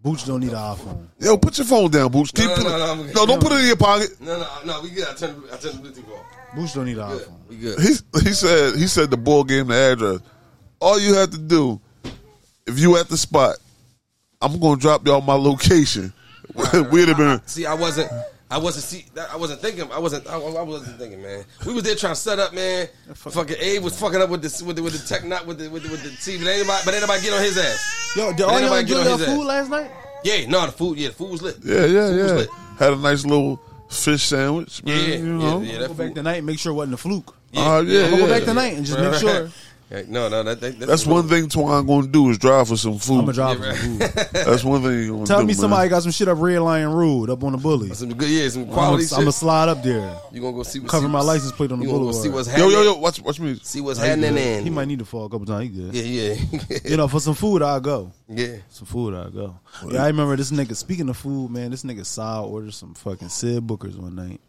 [SPEAKER 5] Booch don't need an iPhone.
[SPEAKER 6] yo, put your phone down, Boots. Keep
[SPEAKER 4] No, no,
[SPEAKER 6] putting-
[SPEAKER 4] no, no, I'm-
[SPEAKER 6] no, don't put it in your pocket.
[SPEAKER 4] No, no, no. We good. I turned, I turned the Bluetooth off.
[SPEAKER 5] Booch don't need an
[SPEAKER 4] Good.
[SPEAKER 5] iPhone.
[SPEAKER 4] We good.
[SPEAKER 6] He he said he said the ball game the address. All you have to do, if you at the spot, I'm gonna drop y'all my location. <laughs> We'd have been
[SPEAKER 4] See, I wasn't. I wasn't see. that- I wasn't thinking. I wasn't. I, I wasn't thinking, man. We was there trying to set up, man. Fucking Abe was fucking up with this with the, with the tech, not with the with the, with the TV. But anybody, but anybody get on his ass.
[SPEAKER 5] Yo, did
[SPEAKER 4] Ain't
[SPEAKER 5] all y'all
[SPEAKER 4] nobody get
[SPEAKER 5] enjoy
[SPEAKER 4] on
[SPEAKER 5] your
[SPEAKER 4] his
[SPEAKER 5] food
[SPEAKER 4] ass.
[SPEAKER 5] last night?
[SPEAKER 4] Yeah, no, the food. Yeah, the food was lit.
[SPEAKER 6] yeah yeah yeah.
[SPEAKER 4] lit.
[SPEAKER 6] Had a nice little fish sandwich.
[SPEAKER 4] Yeah,
[SPEAKER 6] Man, you
[SPEAKER 4] yeah,
[SPEAKER 6] know.
[SPEAKER 4] yeah, that
[SPEAKER 5] Go back
[SPEAKER 4] food.
[SPEAKER 5] tonight and make sure it wasn't a fluke.
[SPEAKER 6] Uh, yeah,
[SPEAKER 5] Go
[SPEAKER 6] yeah.
[SPEAKER 5] back tonight and just
[SPEAKER 4] Right,
[SPEAKER 5] make
[SPEAKER 4] right.
[SPEAKER 5] sure.
[SPEAKER 4] <laughs> Hey, No, no, that, that-
[SPEAKER 6] That's one thing Twan gonna do is drive for some food.
[SPEAKER 5] I'm a driver.
[SPEAKER 6] <laughs> That's one thing he gonna
[SPEAKER 5] Tell
[SPEAKER 6] do,
[SPEAKER 5] me
[SPEAKER 6] man.
[SPEAKER 5] somebody got some shit up Red Lion Road up on the bully.
[SPEAKER 4] Some good, yeah, some
[SPEAKER 5] I'm
[SPEAKER 4] quality shit.
[SPEAKER 5] gonna slide up there.
[SPEAKER 4] you gonna go see what
[SPEAKER 5] cover
[SPEAKER 4] see
[SPEAKER 5] my
[SPEAKER 4] what's-
[SPEAKER 5] license plate on the
[SPEAKER 4] you gonna go
[SPEAKER 5] boulevard.
[SPEAKER 4] see what's
[SPEAKER 6] Yo,
[SPEAKER 4] happening.
[SPEAKER 6] yo, yo! Watch, watch me.
[SPEAKER 4] See what's
[SPEAKER 5] He
[SPEAKER 4] happening.
[SPEAKER 5] good.
[SPEAKER 4] in.
[SPEAKER 5] He might need to fall a couple times. He good.
[SPEAKER 4] Yeah, yeah, <laughs>
[SPEAKER 5] You know, for some food, I'll go.
[SPEAKER 4] yeah.
[SPEAKER 5] Some food, I'll go. Yeah, I remember this nigga, speaking of food, man, this nigga Saw ordered some fucking Sid Bookers one <laughs> night.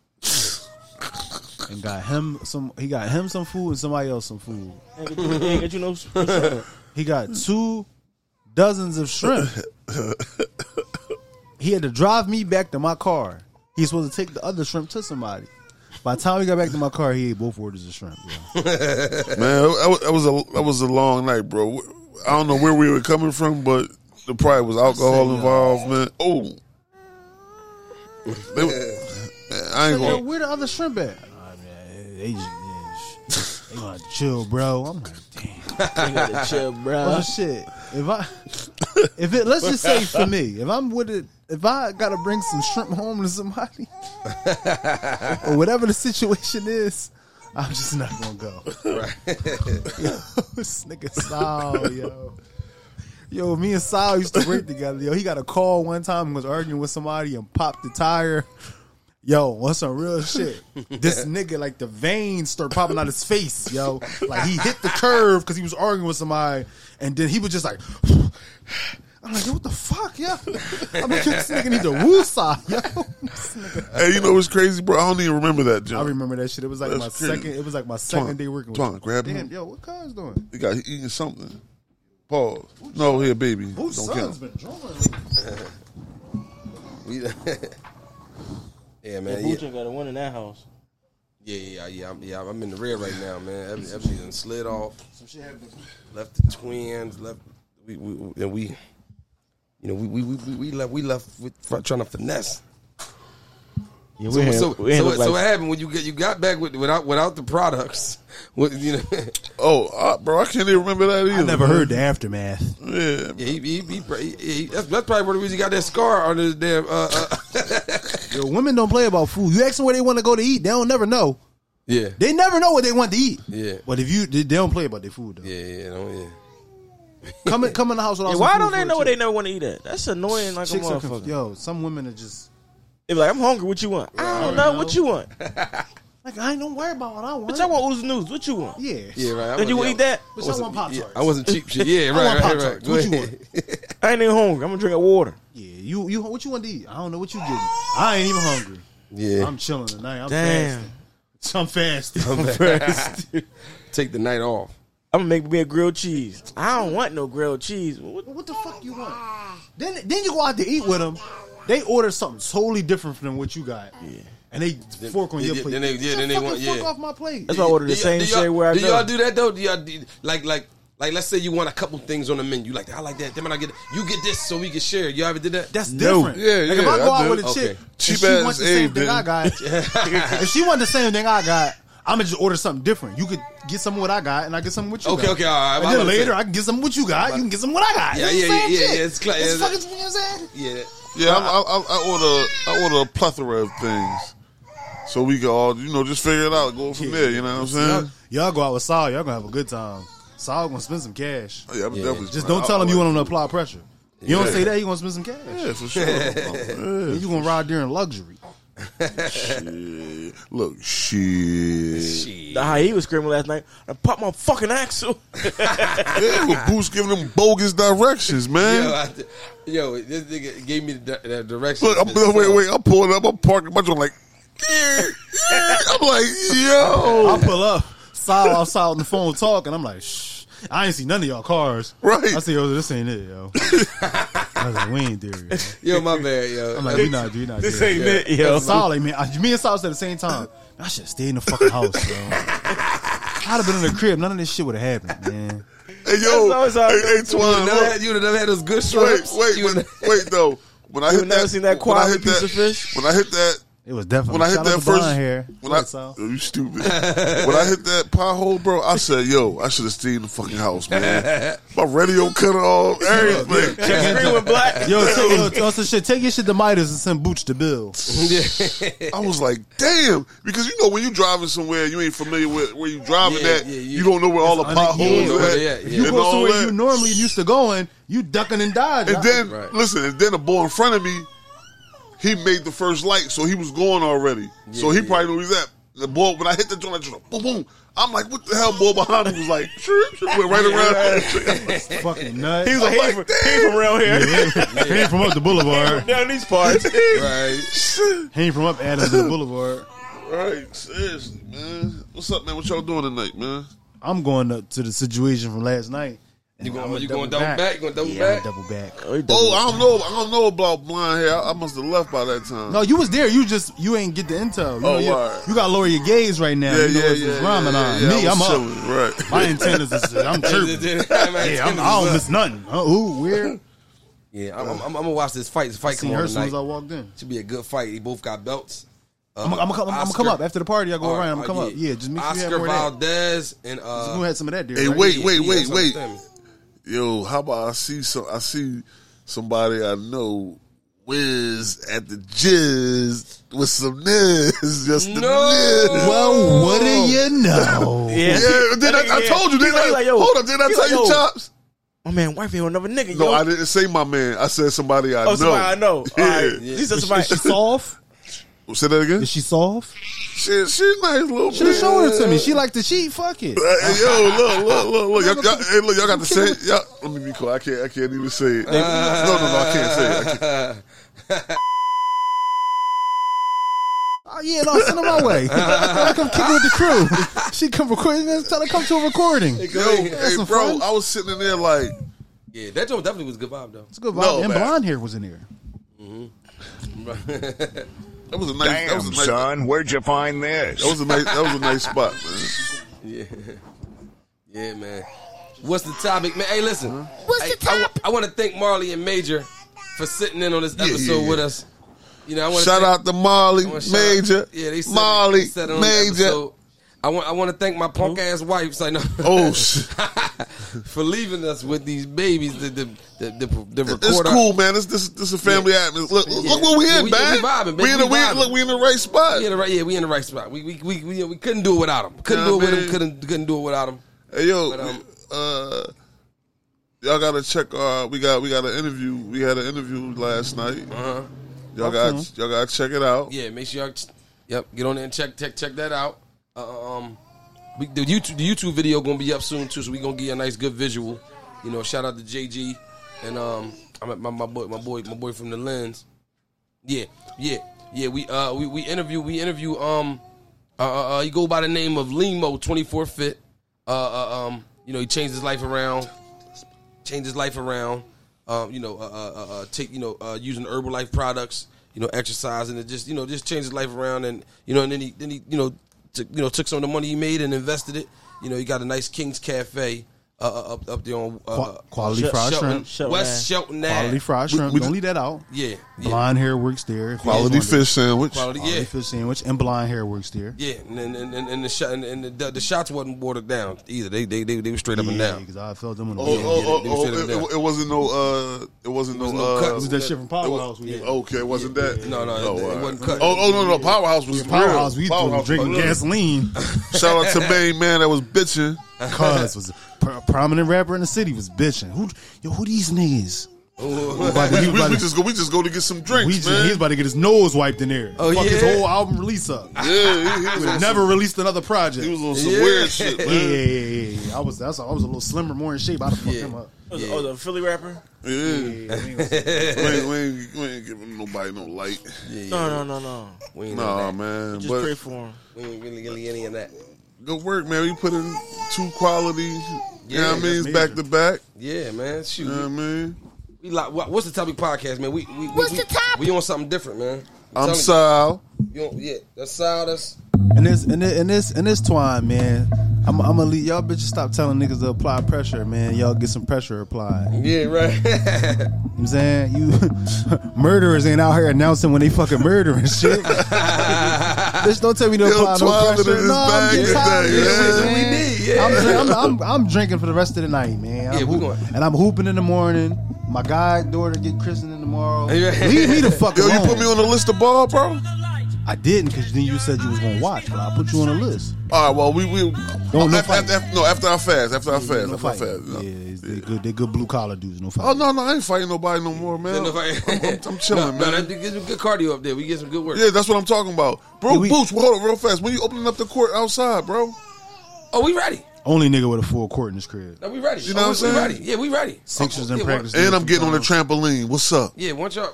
[SPEAKER 5] and got him some, he got him some food and somebody else some food.
[SPEAKER 7] Hey, get you know, what's up?
[SPEAKER 5] He got two dozens of <laughs> shrimp. he had to drive me back to my car. He's supposed to take the other shrimp to somebody. By the time we got back to my car, he ate both orders of shrimp. yo.
[SPEAKER 6] Man, that was- that was a that was a long night, bro. I don't know where we were coming from, but the pride was alcohol involved, man. Oh, They were- man, I ain't
[SPEAKER 5] Yo,
[SPEAKER 6] gonna.
[SPEAKER 5] where the other shrimp at? Nah, man, they just- yeah, sh- they gonna chill, bro. I'm like, damn.
[SPEAKER 7] You gotta chill,
[SPEAKER 5] Oh
[SPEAKER 7] bro.
[SPEAKER 5] shit! If I, <laughs> if it, let's just say for me, if I'm with it, if I gotta bring some shrimp home to somebody, or whatever the situation is, I'm just not gonna go. yo, <laughs> this nigga Sal, yo, yo, me and Sal used to work together. Yo, he got a call one time and was arguing with somebody and popped the tire. Yo, what's some
[SPEAKER 6] <laughs>
[SPEAKER 5] real shit? This nigga, like the veins start popping out his face, yo. Like he hit the curve because he was arguing with somebody, and then he was just like, <sighs> I'm like, yo, what the fuck, yo? I'm like, yo, this nigga need to woosah, yo. This nigga-
[SPEAKER 6] Hey, you know what's crazy, bro? I don't even remember that,
[SPEAKER 5] I
[SPEAKER 6] John.
[SPEAKER 5] remember that shit. It was like
[SPEAKER 6] That's
[SPEAKER 5] my
[SPEAKER 6] crazy.
[SPEAKER 5] second. It was like my second day working. with
[SPEAKER 6] Twan,
[SPEAKER 5] him.
[SPEAKER 6] grab him.
[SPEAKER 5] Damn, yo, what car's doing?
[SPEAKER 6] You got he eating something. Pause. No, here, baby.
[SPEAKER 5] Whose
[SPEAKER 6] Don't
[SPEAKER 5] son's
[SPEAKER 6] count.
[SPEAKER 5] been drawing?
[SPEAKER 4] We, <laughs> yeah, man. Yeah,
[SPEAKER 7] Buchan got a one in that house.
[SPEAKER 4] yeah, yeah, yeah, I'm, yeah. I'm in the red right now, man. Every, every done slid off.
[SPEAKER 5] Some shit happened.
[SPEAKER 4] Left the twins. Left. We, we and we. You know, we we, we, we- we left. We left with, trying to finesse.
[SPEAKER 7] Yeah,
[SPEAKER 4] So,
[SPEAKER 7] we
[SPEAKER 4] so,
[SPEAKER 7] ain't- we ain't
[SPEAKER 4] so,
[SPEAKER 7] look
[SPEAKER 4] so what
[SPEAKER 7] like-
[SPEAKER 4] happened when you get you got back with, without without the products? <laughs> With, you know,
[SPEAKER 6] Oh, uh, bro, I can't even remember that either.
[SPEAKER 5] I never
[SPEAKER 6] man.
[SPEAKER 5] heard the aftermath.
[SPEAKER 6] Yeah,
[SPEAKER 4] yeah, he, he, he, he, he- that's, that's probably where the reason he got that scar on his damn. Uh, uh, <laughs>
[SPEAKER 5] Yo, women don't play about food. You ask them where they want to go to eat, they don't never know.
[SPEAKER 4] yeah,
[SPEAKER 5] They never know what they want to eat.
[SPEAKER 4] Yeah.
[SPEAKER 5] But if you, they they don't play about their food though.
[SPEAKER 4] yeah, yeah, no, yeah.
[SPEAKER 7] <laughs>
[SPEAKER 5] Come in, come in the house without.
[SPEAKER 7] Yeah,
[SPEAKER 5] some
[SPEAKER 7] why
[SPEAKER 5] food
[SPEAKER 7] don't
[SPEAKER 5] for
[SPEAKER 7] they
[SPEAKER 5] a
[SPEAKER 7] know
[SPEAKER 5] chick?
[SPEAKER 7] what they never want to eat at? That's annoying, like
[SPEAKER 5] Chicks
[SPEAKER 7] a
[SPEAKER 5] are
[SPEAKER 7] motherfucker.
[SPEAKER 5] confused. Yo, some women are just
[SPEAKER 7] They be like, I'm hungry. What you want? I don't know. What you want?
[SPEAKER 5] like I ain't don't worry about what I want.
[SPEAKER 7] Bitch, I want Uzi News. What you want?
[SPEAKER 5] yeah,
[SPEAKER 4] Yeah, right. I
[SPEAKER 7] Then you
[SPEAKER 4] was-
[SPEAKER 7] will eat that?
[SPEAKER 5] Bitch, I want pop tarts.
[SPEAKER 4] I wasn't cheap shit. Yeah,
[SPEAKER 5] <laughs> I
[SPEAKER 4] right,
[SPEAKER 5] want
[SPEAKER 4] right,
[SPEAKER 5] Pop-Tarts.
[SPEAKER 4] right.
[SPEAKER 5] What
[SPEAKER 4] Go
[SPEAKER 5] you
[SPEAKER 4] ahead.
[SPEAKER 5] want?
[SPEAKER 7] I ain't even hungry. I'm gonna drink
[SPEAKER 6] <laughs>
[SPEAKER 7] water. <laughs>
[SPEAKER 5] Yeah, you you what you want to eat? I don't know what you getting. I ain't even hungry.
[SPEAKER 4] <laughs> Yeah.
[SPEAKER 5] I'm chilling tonight. I'm
[SPEAKER 7] Damn.
[SPEAKER 5] fasting. I'm fasting. <laughs> I'm fasting.
[SPEAKER 4] Take the night off.
[SPEAKER 7] I'm gonna make me a grilled cheese. I don't want no grilled cheese. What-
[SPEAKER 5] what the fuck you want? Then then you go out to eat with them. They order something totally different from what you got. Yeah. And they fork on
[SPEAKER 4] then-
[SPEAKER 5] your
[SPEAKER 4] then
[SPEAKER 5] plate.
[SPEAKER 4] they- yeah,
[SPEAKER 5] Get
[SPEAKER 4] then they
[SPEAKER 5] fucking
[SPEAKER 4] want-
[SPEAKER 5] fork
[SPEAKER 4] yeah.
[SPEAKER 5] off my plate.
[SPEAKER 7] That's why I order the
[SPEAKER 4] Do y'all-
[SPEAKER 7] same
[SPEAKER 4] do y'all-
[SPEAKER 7] shit where I
[SPEAKER 4] Do
[SPEAKER 7] go.
[SPEAKER 4] y'all do that though? Do y'all do, like like like? Let's say you want a couple things on the menu. Like I like that. Then when I get you get this so we can share. You all ever did that?
[SPEAKER 5] That's
[SPEAKER 6] No.
[SPEAKER 5] different.
[SPEAKER 6] Yeah,
[SPEAKER 5] like if
[SPEAKER 6] yeah,
[SPEAKER 5] I go
[SPEAKER 6] I
[SPEAKER 5] out
[SPEAKER 6] do.
[SPEAKER 5] with a
[SPEAKER 4] Okay.
[SPEAKER 5] chick, and
[SPEAKER 6] Cheap
[SPEAKER 5] she
[SPEAKER 6] ass
[SPEAKER 5] wants the
[SPEAKER 6] Abe
[SPEAKER 5] same thing
[SPEAKER 6] didn't.
[SPEAKER 5] I got.
[SPEAKER 4] <laughs>
[SPEAKER 5] if she wants the same thing I got, I'm gonna just order something different. You could get some of what I got, and I get some of what you
[SPEAKER 4] Okay,
[SPEAKER 5] got.
[SPEAKER 4] okay, all right.
[SPEAKER 5] And
[SPEAKER 4] I'm
[SPEAKER 5] then
[SPEAKER 4] about to
[SPEAKER 5] later,
[SPEAKER 4] say-
[SPEAKER 5] I can get some of what you got. You can get some of what I got.
[SPEAKER 4] Yeah,
[SPEAKER 5] It's the
[SPEAKER 4] yeah, yeah,
[SPEAKER 5] same
[SPEAKER 4] yeah,
[SPEAKER 5] shit.
[SPEAKER 4] yeah, it's cla-
[SPEAKER 5] It's
[SPEAKER 4] it's-
[SPEAKER 5] fucking, you know what I'm saying?
[SPEAKER 4] yeah.
[SPEAKER 6] yeah. I, I, I, I order I order a plethora of things, so we can all you know just figure it out, go from there. You know what I'm saying?
[SPEAKER 5] Y'all, y'all go out with Saul. Y'all gonna have a good time. Saul gonna spend some cash.
[SPEAKER 6] Oh, Yeah, I'm definitely-
[SPEAKER 5] Just don't tell him you
[SPEAKER 6] I- I-
[SPEAKER 5] want him to apply pressure. You don't say that, you gonna spend some cash.
[SPEAKER 6] Yeah,
[SPEAKER 7] <laughs>
[SPEAKER 6] for sure. Yeah.
[SPEAKER 5] And you gonna ride there in luxury.
[SPEAKER 6] Shit. Look, shit.
[SPEAKER 7] The how he was screaming last night. I popped my fucking axle. <laughs>
[SPEAKER 6] Yeah, with Boots giving them
[SPEAKER 7] <laughs>
[SPEAKER 6] bogus directions,
[SPEAKER 4] Yo,
[SPEAKER 6] man.
[SPEAKER 4] I, yo, this nigga gave me the, di- the direction.
[SPEAKER 6] Look, I'm, wait, wait, I'm pulling up, I'm parking my joint like, <laughs> yeah, yeah. I'm like, yo,
[SPEAKER 5] I pull up, Saul outside on the phone talking. I'm like, shh, I ain't see none of y'all cars.
[SPEAKER 6] Right.
[SPEAKER 5] I said, yo, this ain't it,
[SPEAKER 6] <laughs>
[SPEAKER 5] yo. I was like, we ain't there. Yo.
[SPEAKER 4] Yo, my bad. Yo,
[SPEAKER 5] I'm like, we not, we not. This ain't
[SPEAKER 7] Yeah. Yo.
[SPEAKER 5] Saul, like, man, I- me and Saul said at the same time. I should have stayed in the fucking house, yo. I'd have been in the crib. None of this shit would have happened, man.
[SPEAKER 6] hey, yo,
[SPEAKER 7] always
[SPEAKER 6] hey,
[SPEAKER 7] how I
[SPEAKER 6] hey, Twan,
[SPEAKER 4] Never
[SPEAKER 6] look,
[SPEAKER 4] had, you would have never had those good
[SPEAKER 6] wait,
[SPEAKER 4] shrimps.
[SPEAKER 6] wait,
[SPEAKER 4] You
[SPEAKER 6] wait,
[SPEAKER 4] would've-
[SPEAKER 6] wait, though. When I
[SPEAKER 7] You
[SPEAKER 6] hit
[SPEAKER 7] never
[SPEAKER 6] that,
[SPEAKER 7] seen that
[SPEAKER 6] when I
[SPEAKER 7] quality
[SPEAKER 6] hit
[SPEAKER 7] piece
[SPEAKER 6] that-
[SPEAKER 7] of fish?
[SPEAKER 6] When I hit that,
[SPEAKER 5] It was definitely
[SPEAKER 6] When I hit
[SPEAKER 5] shout out
[SPEAKER 6] that
[SPEAKER 5] to
[SPEAKER 6] first,
[SPEAKER 5] blonde hair.
[SPEAKER 6] when I,
[SPEAKER 5] Right, Sal?
[SPEAKER 6] Oh, you
[SPEAKER 4] <laughs>
[SPEAKER 6] stupid. when I hit that pothole, bro, I said, "Yo, I should have stayed in the fucking
[SPEAKER 4] <laughs>
[SPEAKER 6] house, man. My radio cut off, everything."
[SPEAKER 7] Green with
[SPEAKER 6] <laughs>
[SPEAKER 7] black.
[SPEAKER 5] Yo, take, yo, t- also shit, take your shit to Midas and send Booch to
[SPEAKER 6] <laughs>
[SPEAKER 5] Bill.
[SPEAKER 6] I was like, "Damn," because you know when you driving somewhere, you ain't familiar with where you driving
[SPEAKER 4] Yeah,
[SPEAKER 6] at.
[SPEAKER 4] yeah,
[SPEAKER 6] you,
[SPEAKER 4] you-
[SPEAKER 6] don't know where all the
[SPEAKER 5] It's un- yeah.
[SPEAKER 6] potholes
[SPEAKER 5] You
[SPEAKER 6] are
[SPEAKER 5] don't
[SPEAKER 4] know
[SPEAKER 6] at.
[SPEAKER 4] where they at, yeah.
[SPEAKER 5] You
[SPEAKER 6] and
[SPEAKER 5] go to
[SPEAKER 6] all
[SPEAKER 5] where
[SPEAKER 6] that.
[SPEAKER 5] you normally used to going, you ducking and dodging.
[SPEAKER 6] And then
[SPEAKER 4] Right.
[SPEAKER 6] listen, and then the boy in front of me, he made the first light, so he was going already. so he probably knew where he was at. The boy, when I hit the joint, I just went, boom, boom. I'm like, what the hell? Boy behind me was like, shoo, shoo, went right <laughs> around.
[SPEAKER 5] fucking
[SPEAKER 6] <laughs>
[SPEAKER 5] nuts.
[SPEAKER 7] He was like, he
[SPEAKER 6] I'm
[SPEAKER 7] from,
[SPEAKER 6] like,
[SPEAKER 7] he from around
[SPEAKER 6] <laughs>
[SPEAKER 7] here.
[SPEAKER 5] he ain't from up the boulevard.
[SPEAKER 7] Down these parts.
[SPEAKER 4] <laughs> Right.
[SPEAKER 5] He ain't from up Adams the boulevard.
[SPEAKER 6] right, seriously, man. What's up, man? What y'all doing tonight, man?
[SPEAKER 5] I'm going up to the situation from last night. and
[SPEAKER 4] You going?
[SPEAKER 5] I'ma
[SPEAKER 4] You going double back? You going double
[SPEAKER 5] Yeah, I'ma
[SPEAKER 4] back?
[SPEAKER 5] double back.
[SPEAKER 6] Oh, I don't know. I don't know about blonde hair. I, I must have left by that time.
[SPEAKER 5] No, you was there. You just you ain't get the intel. You,
[SPEAKER 6] Oh,
[SPEAKER 5] know, you,
[SPEAKER 6] word.
[SPEAKER 5] you gotta lower your gaze right now.
[SPEAKER 6] yeah,
[SPEAKER 5] you know,
[SPEAKER 6] yeah,
[SPEAKER 5] it's
[SPEAKER 6] yeah,
[SPEAKER 5] just
[SPEAKER 6] yeah,
[SPEAKER 5] Ramadan.
[SPEAKER 6] yeah,
[SPEAKER 5] Me,
[SPEAKER 6] I
[SPEAKER 5] I'm
[SPEAKER 6] was
[SPEAKER 5] up.
[SPEAKER 6] chilling, right.
[SPEAKER 5] My antennas is
[SPEAKER 4] <laughs>
[SPEAKER 5] I'm chirping. yeah, I'm, I don't miss nothing. Huh? Ooh, weird.
[SPEAKER 4] Yeah, I'm, I'm, I'm gonna watch this fight. This fight come
[SPEAKER 5] Seen her
[SPEAKER 4] on
[SPEAKER 5] as soon as I
[SPEAKER 4] tonight. Uh,
[SPEAKER 5] walked in.
[SPEAKER 4] Should be a good fight. They both got belts.
[SPEAKER 5] I'm gonna come. I'm gonna come up after the party. I go around. I'm gonna come up. Yeah, just make sure you
[SPEAKER 4] uh, Oscar
[SPEAKER 5] have more of that.
[SPEAKER 4] Valdez and
[SPEAKER 5] You
[SPEAKER 4] uh,
[SPEAKER 5] gonna have some of that, dude.
[SPEAKER 6] Hey,
[SPEAKER 5] right?
[SPEAKER 6] wait, wait,
[SPEAKER 4] yeah,
[SPEAKER 6] wait,
[SPEAKER 4] that's
[SPEAKER 6] wait.
[SPEAKER 4] what I'm saying.
[SPEAKER 6] Yo, how about I see some? I see somebody I know whiz at the jizz with some niz, <laughs> just the
[SPEAKER 4] No.
[SPEAKER 6] niz.
[SPEAKER 5] Well, what do
[SPEAKER 7] <laughs>
[SPEAKER 5] you know?
[SPEAKER 7] Yeah.
[SPEAKER 6] yeah, then I, I told you. Did
[SPEAKER 7] He
[SPEAKER 6] I,
[SPEAKER 7] like, yo,
[SPEAKER 6] hold up, did I
[SPEAKER 7] he
[SPEAKER 6] tell
[SPEAKER 7] like,
[SPEAKER 6] you,
[SPEAKER 7] yo,
[SPEAKER 6] chops?
[SPEAKER 7] My man, wife ain't with another nigga.
[SPEAKER 6] No,
[SPEAKER 7] yo.
[SPEAKER 6] I didn't say my man. I said somebody I
[SPEAKER 7] Oh,
[SPEAKER 6] know.
[SPEAKER 7] somebody I
[SPEAKER 6] <laughs>
[SPEAKER 7] know.
[SPEAKER 6] Yeah.
[SPEAKER 7] All right. He said somebody.
[SPEAKER 5] Is she soft?
[SPEAKER 6] Say that again.
[SPEAKER 5] Is she soft?
[SPEAKER 6] She, she's nice little. Uh,
[SPEAKER 5] Should have shown her to me. She like to cheat. Fuck it.
[SPEAKER 6] Hey, yo, look, look, look, look. Y'all, y'all, hey, look, y'all got the same. Y'all, let me be cool. I can't. I can't even say it. No, no, no. I can't say it. I can't.
[SPEAKER 5] Oh yeah, no, send her my way.
[SPEAKER 6] <laughs>
[SPEAKER 5] I come kicking with the crew. She come recording. Tell her to come to a recording. It's
[SPEAKER 6] Yo, hey, bro,
[SPEAKER 5] some fun.
[SPEAKER 6] I was sitting in there like.
[SPEAKER 4] Yeah, that joint definitely was a good vibe though.
[SPEAKER 5] a good vibe.
[SPEAKER 6] No,
[SPEAKER 5] and
[SPEAKER 6] man.
[SPEAKER 5] blonde hair was in there.
[SPEAKER 6] That was a nice. that
[SPEAKER 9] Damn,
[SPEAKER 6] was a nice,
[SPEAKER 9] son, where'd you find this?
[SPEAKER 6] That was a nice. That was a nice spot,
[SPEAKER 4] <laughs>
[SPEAKER 6] man.
[SPEAKER 4] Yeah, man. What's the topic, man? Hey, listen.
[SPEAKER 3] What's
[SPEAKER 4] Hey,
[SPEAKER 3] the
[SPEAKER 4] I,
[SPEAKER 3] topic?
[SPEAKER 4] want to thank Marley and Major for sitting in on this
[SPEAKER 6] yeah,
[SPEAKER 4] episode
[SPEAKER 6] yeah.
[SPEAKER 4] with us. You know, I want
[SPEAKER 6] Shout
[SPEAKER 4] thank,
[SPEAKER 6] out to Molly
[SPEAKER 4] I wanna shout out-
[SPEAKER 6] Major.
[SPEAKER 4] Yeah, they said,
[SPEAKER 6] Molly
[SPEAKER 4] they said it on the
[SPEAKER 6] Major.
[SPEAKER 4] episode. I want I want to thank my punk ass wife, so I know,
[SPEAKER 6] Oh, shit.
[SPEAKER 4] <laughs> for leaving us with these babies. The the the, the, the
[SPEAKER 6] it's
[SPEAKER 4] recorder.
[SPEAKER 6] cool, man. This this this a family atmosphere. Look, look, look what we
[SPEAKER 4] Yeah,
[SPEAKER 6] in,
[SPEAKER 4] we-
[SPEAKER 6] man.
[SPEAKER 4] we vibing, baby.
[SPEAKER 6] We in the
[SPEAKER 4] We
[SPEAKER 6] we,
[SPEAKER 4] vibing.
[SPEAKER 6] look. We in the right spot.
[SPEAKER 4] We in the right, yeah, we in the right spot. We we we, we, we couldn't do it without him. Couldn't
[SPEAKER 6] Nah,
[SPEAKER 4] do it with
[SPEAKER 6] man.
[SPEAKER 4] him. Couldn't couldn't do it without him.
[SPEAKER 6] Hey yo,
[SPEAKER 4] But, um,
[SPEAKER 6] uh, y'all gotta check. Uh, we got we got an interview. We had an interview last night.
[SPEAKER 4] Uh-huh.
[SPEAKER 6] Y'all got y'all gotta check it out.
[SPEAKER 4] Yeah, make sure y'all. Yep, get on there and check check check that out. Uh, um, we, the YouTube the YouTube video gonna be up soon too, so we gonna get you a nice good visual. You know, shout out to JG and um, I'm at my, my boy my boy my boy from the lens. Yeah, yeah, yeah. We uh we we interview we interview um uh, uh, uh, he go by the name of Limo twenty four fit. Uh, uh um you know he changed his life around, changed his life around. Um you know uh, uh, uh, uh take you know uh, using herbal life products. You know exercise and it just you know just changed his life around and you know and then he then he you know took you know took some of the money he made and invested it. You know he got a nice King's Cafe. Uh, uh, up up there on uh,
[SPEAKER 5] Qua- quality
[SPEAKER 7] Shel-
[SPEAKER 5] fried
[SPEAKER 4] Shelton,
[SPEAKER 5] shrimp.
[SPEAKER 7] Shelton
[SPEAKER 4] West Shelton. Ave.
[SPEAKER 5] Quality fried shrimp. Don't leave that out.
[SPEAKER 4] Yeah, yeah.
[SPEAKER 5] Blonde hair works there. If you
[SPEAKER 6] Quality
[SPEAKER 5] guys want
[SPEAKER 6] fish sandwich.
[SPEAKER 4] Quality,
[SPEAKER 5] it. Quality
[SPEAKER 4] yeah.
[SPEAKER 5] fish sandwich and blonde hair works there.
[SPEAKER 4] Yeah, and and, and, and the shot and, and the, the shots wasn't watered down either. They they they, they were straight up and down.
[SPEAKER 5] because I felt them on the
[SPEAKER 6] Oh,
[SPEAKER 5] weekend.
[SPEAKER 6] oh, oh,
[SPEAKER 4] they
[SPEAKER 6] oh,
[SPEAKER 4] said it was
[SPEAKER 6] it,
[SPEAKER 4] that.
[SPEAKER 6] it wasn't no. Uh, it wasn't
[SPEAKER 4] was
[SPEAKER 6] no.
[SPEAKER 4] no
[SPEAKER 6] uh,
[SPEAKER 4] cuts.
[SPEAKER 5] It was that shit from
[SPEAKER 6] it wa- Oh,
[SPEAKER 5] Powerhouse. we had.
[SPEAKER 6] Okay, it wasn't that.
[SPEAKER 4] No, no,
[SPEAKER 6] Oh,
[SPEAKER 4] it- it
[SPEAKER 6] all right.
[SPEAKER 4] wasn't cut.
[SPEAKER 6] Oh, oh, no, no, Powerhouse was real.
[SPEAKER 5] Powerhouse, we was
[SPEAKER 6] Powerhouse
[SPEAKER 5] drinking
[SPEAKER 6] was real.
[SPEAKER 5] <laughs>
[SPEAKER 6] <laughs>
[SPEAKER 5] gasoline.
[SPEAKER 6] Shout out to main man that was bitching.
[SPEAKER 5] Cuz was a pro- prominent rapper in the city was bitching. Who, yo, who these niggas? We about to-
[SPEAKER 6] <laughs>
[SPEAKER 5] he
[SPEAKER 6] We,
[SPEAKER 5] was
[SPEAKER 6] we, we
[SPEAKER 5] about to-
[SPEAKER 6] just go. We just go to get some
[SPEAKER 5] we
[SPEAKER 6] drinks,
[SPEAKER 5] just-
[SPEAKER 6] man.
[SPEAKER 5] he was about to get his nose wiped in there.
[SPEAKER 4] Oh,
[SPEAKER 5] Fuck his
[SPEAKER 4] yeah?
[SPEAKER 5] whole album release up.
[SPEAKER 6] yeah, he, he was on
[SPEAKER 5] Never released another
[SPEAKER 6] Some, he
[SPEAKER 5] project.
[SPEAKER 6] was on some
[SPEAKER 4] Yeah.
[SPEAKER 6] weird shit,
[SPEAKER 5] Yeah, yeah,
[SPEAKER 6] man.
[SPEAKER 5] yeah, yeah. I was that's I was a little slimmer, more in shape. I'd have fucked him up.
[SPEAKER 7] Oh, the- Oh, the Philly rapper?
[SPEAKER 6] yeah.
[SPEAKER 5] Yeah, I mean, it was-
[SPEAKER 6] we, ain't, we, ain't, we ain't giving nobody no light.
[SPEAKER 7] No, no, no, no.
[SPEAKER 4] We ain't
[SPEAKER 6] Nah,
[SPEAKER 4] nah,
[SPEAKER 6] man.
[SPEAKER 7] Just pray
[SPEAKER 6] But
[SPEAKER 7] for him.
[SPEAKER 4] we ain't really getting any of that.
[SPEAKER 6] good work, man. We put in two quality. you know
[SPEAKER 4] Yeah,
[SPEAKER 6] what I mean?
[SPEAKER 4] that's
[SPEAKER 6] It's back to back.
[SPEAKER 4] Yeah, man. Shoot,
[SPEAKER 6] You know what
[SPEAKER 5] Um,
[SPEAKER 6] I mean?
[SPEAKER 4] we like what, what's the topic podcast, man? We we we,
[SPEAKER 3] What's
[SPEAKER 4] we,
[SPEAKER 3] the topic?
[SPEAKER 4] we on something different, man.
[SPEAKER 6] I'm
[SPEAKER 4] telling
[SPEAKER 6] Sal.
[SPEAKER 4] You, you on, yeah, that's Sal. That's
[SPEAKER 5] And this and this and this, and this twine, man. I'm, I'm gonna leave y'all bitches stop telling niggas to apply pressure, man. Y'all get some pressure applied. You know
[SPEAKER 4] Yeah, right. <laughs>
[SPEAKER 5] what I'm saying? You <laughs> murderers ain't out here announcing when they fucking murdering shit. <laughs> Bitch, don't tell me to
[SPEAKER 6] Yo,
[SPEAKER 5] apply
[SPEAKER 6] Twine
[SPEAKER 5] no
[SPEAKER 6] under
[SPEAKER 5] pressure.
[SPEAKER 6] this
[SPEAKER 5] No, I'm
[SPEAKER 6] bag
[SPEAKER 5] getting
[SPEAKER 6] today,
[SPEAKER 5] tired of this
[SPEAKER 6] yeah.
[SPEAKER 5] shit,
[SPEAKER 6] That's what we
[SPEAKER 5] man.
[SPEAKER 4] need, yeah.
[SPEAKER 5] I'm, saying, I'm, I'm, I'm drinking for the rest of the night, man. I'm
[SPEAKER 4] Yeah, we
[SPEAKER 5] hoop-
[SPEAKER 4] going-
[SPEAKER 5] and I'm hooping in the morning. My god daughter get christened in tomorrow.
[SPEAKER 4] Yeah.
[SPEAKER 5] Leave me the fuck
[SPEAKER 6] Yo,
[SPEAKER 5] alone.
[SPEAKER 6] you put me on the list of ball, bro.
[SPEAKER 5] I didn't because then you said you was gonna watch, but I put you on the list.
[SPEAKER 6] All right, well, we we
[SPEAKER 5] Don't- no
[SPEAKER 6] after,
[SPEAKER 5] fight.
[SPEAKER 6] after, after, no after I fast, after I fast,
[SPEAKER 5] no
[SPEAKER 6] after I
[SPEAKER 5] fight.
[SPEAKER 6] fast. no.
[SPEAKER 5] Yeah, it's- they good. They good blue collar dudes. No fight.
[SPEAKER 6] Oh no, no, I ain't fighting nobody no more, man.
[SPEAKER 4] No, right.
[SPEAKER 6] I'm, I'm, I'm chilling,
[SPEAKER 4] no,
[SPEAKER 6] man.
[SPEAKER 4] No, that, get some good cardio up there. We get some good work.
[SPEAKER 6] yeah, that's what I'm talking about, bro.
[SPEAKER 5] Yeah, we-
[SPEAKER 6] Boots, well, hold up real fast. When you opening up the court outside, bro?
[SPEAKER 4] Oh, we ready.
[SPEAKER 5] Only nigga with a full court in his crib.
[SPEAKER 4] No, we ready.
[SPEAKER 6] You know
[SPEAKER 4] Oh,
[SPEAKER 6] what
[SPEAKER 4] we,
[SPEAKER 6] I'm
[SPEAKER 4] we
[SPEAKER 6] saying?
[SPEAKER 4] ready. Yeah, we ready.
[SPEAKER 5] Sixers
[SPEAKER 4] Oh,
[SPEAKER 5] in
[SPEAKER 4] yeah,
[SPEAKER 5] practice.
[SPEAKER 4] one-
[SPEAKER 6] And I'm getting on the trampoline. What's up?
[SPEAKER 4] yeah, once y'all.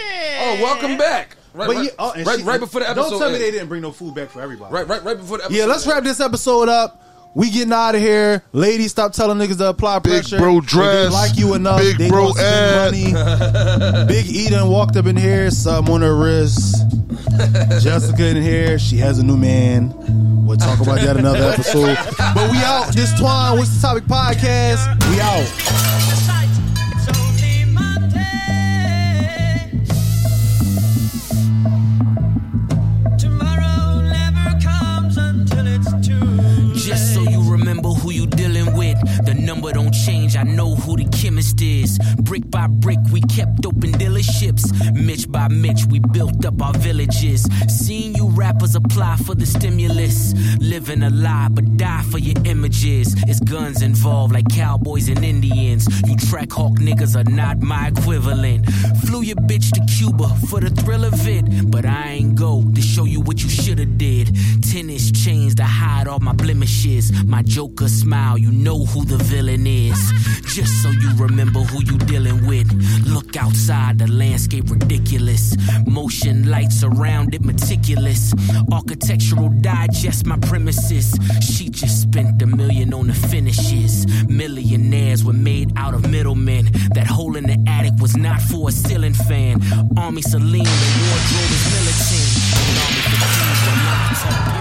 [SPEAKER 4] Oh, welcome back. Right,
[SPEAKER 5] But
[SPEAKER 4] right,
[SPEAKER 5] yeah, oh, and
[SPEAKER 4] right,
[SPEAKER 5] she-
[SPEAKER 4] right before the episode.
[SPEAKER 5] Don't tell me
[SPEAKER 4] ends.
[SPEAKER 5] they didn't bring no food back for everybody.
[SPEAKER 4] Right, right, right before the episode.
[SPEAKER 5] Yeah, let's wrap this episode up. We getting out of here, ladies. Stop telling niggas to apply
[SPEAKER 6] Big
[SPEAKER 5] pressure.
[SPEAKER 6] bro
[SPEAKER 5] If they
[SPEAKER 6] dress.
[SPEAKER 5] like you enough.
[SPEAKER 6] Big
[SPEAKER 5] they
[SPEAKER 6] bro
[SPEAKER 5] gonna spend
[SPEAKER 6] <laughs>
[SPEAKER 5] money. Big E done walked up in here, something on her wrist. Jessica in here, she has a new man. We'll talk about that another episode. But we out. This twine. What's the topic podcast? We out.
[SPEAKER 10] Tomorrow never comes until it's too
[SPEAKER 11] Just so you remember who you dealing with. The number don't change. I know who the chemist is. Brick by brick, we kept open dealerships. Mitch by Mitch, we built up our villages. Seeing you rappers apply for the stimulus. Living a lie, but die for your images. It's guns involved like cowboys and Indians. You track hawk niggas are not my equivalent. Flew your bitch to Cuba for the thrill of it, but I ain't go to show you what you shoulda did. Tennis chains to hide all my blemishes. My Joker smile, you know who the villain is. Just so you remember who you dealing with. Look outside, the landscape ridiculous. Motion lights around it meticulous. Architectural digest my premises. She just spent a million on the finishes. Millionaires were made out of middlemen. That hole in the attic was not for a ceiling fan. Army Celine, the wardrobe is militant. And Army fatigues are not talking.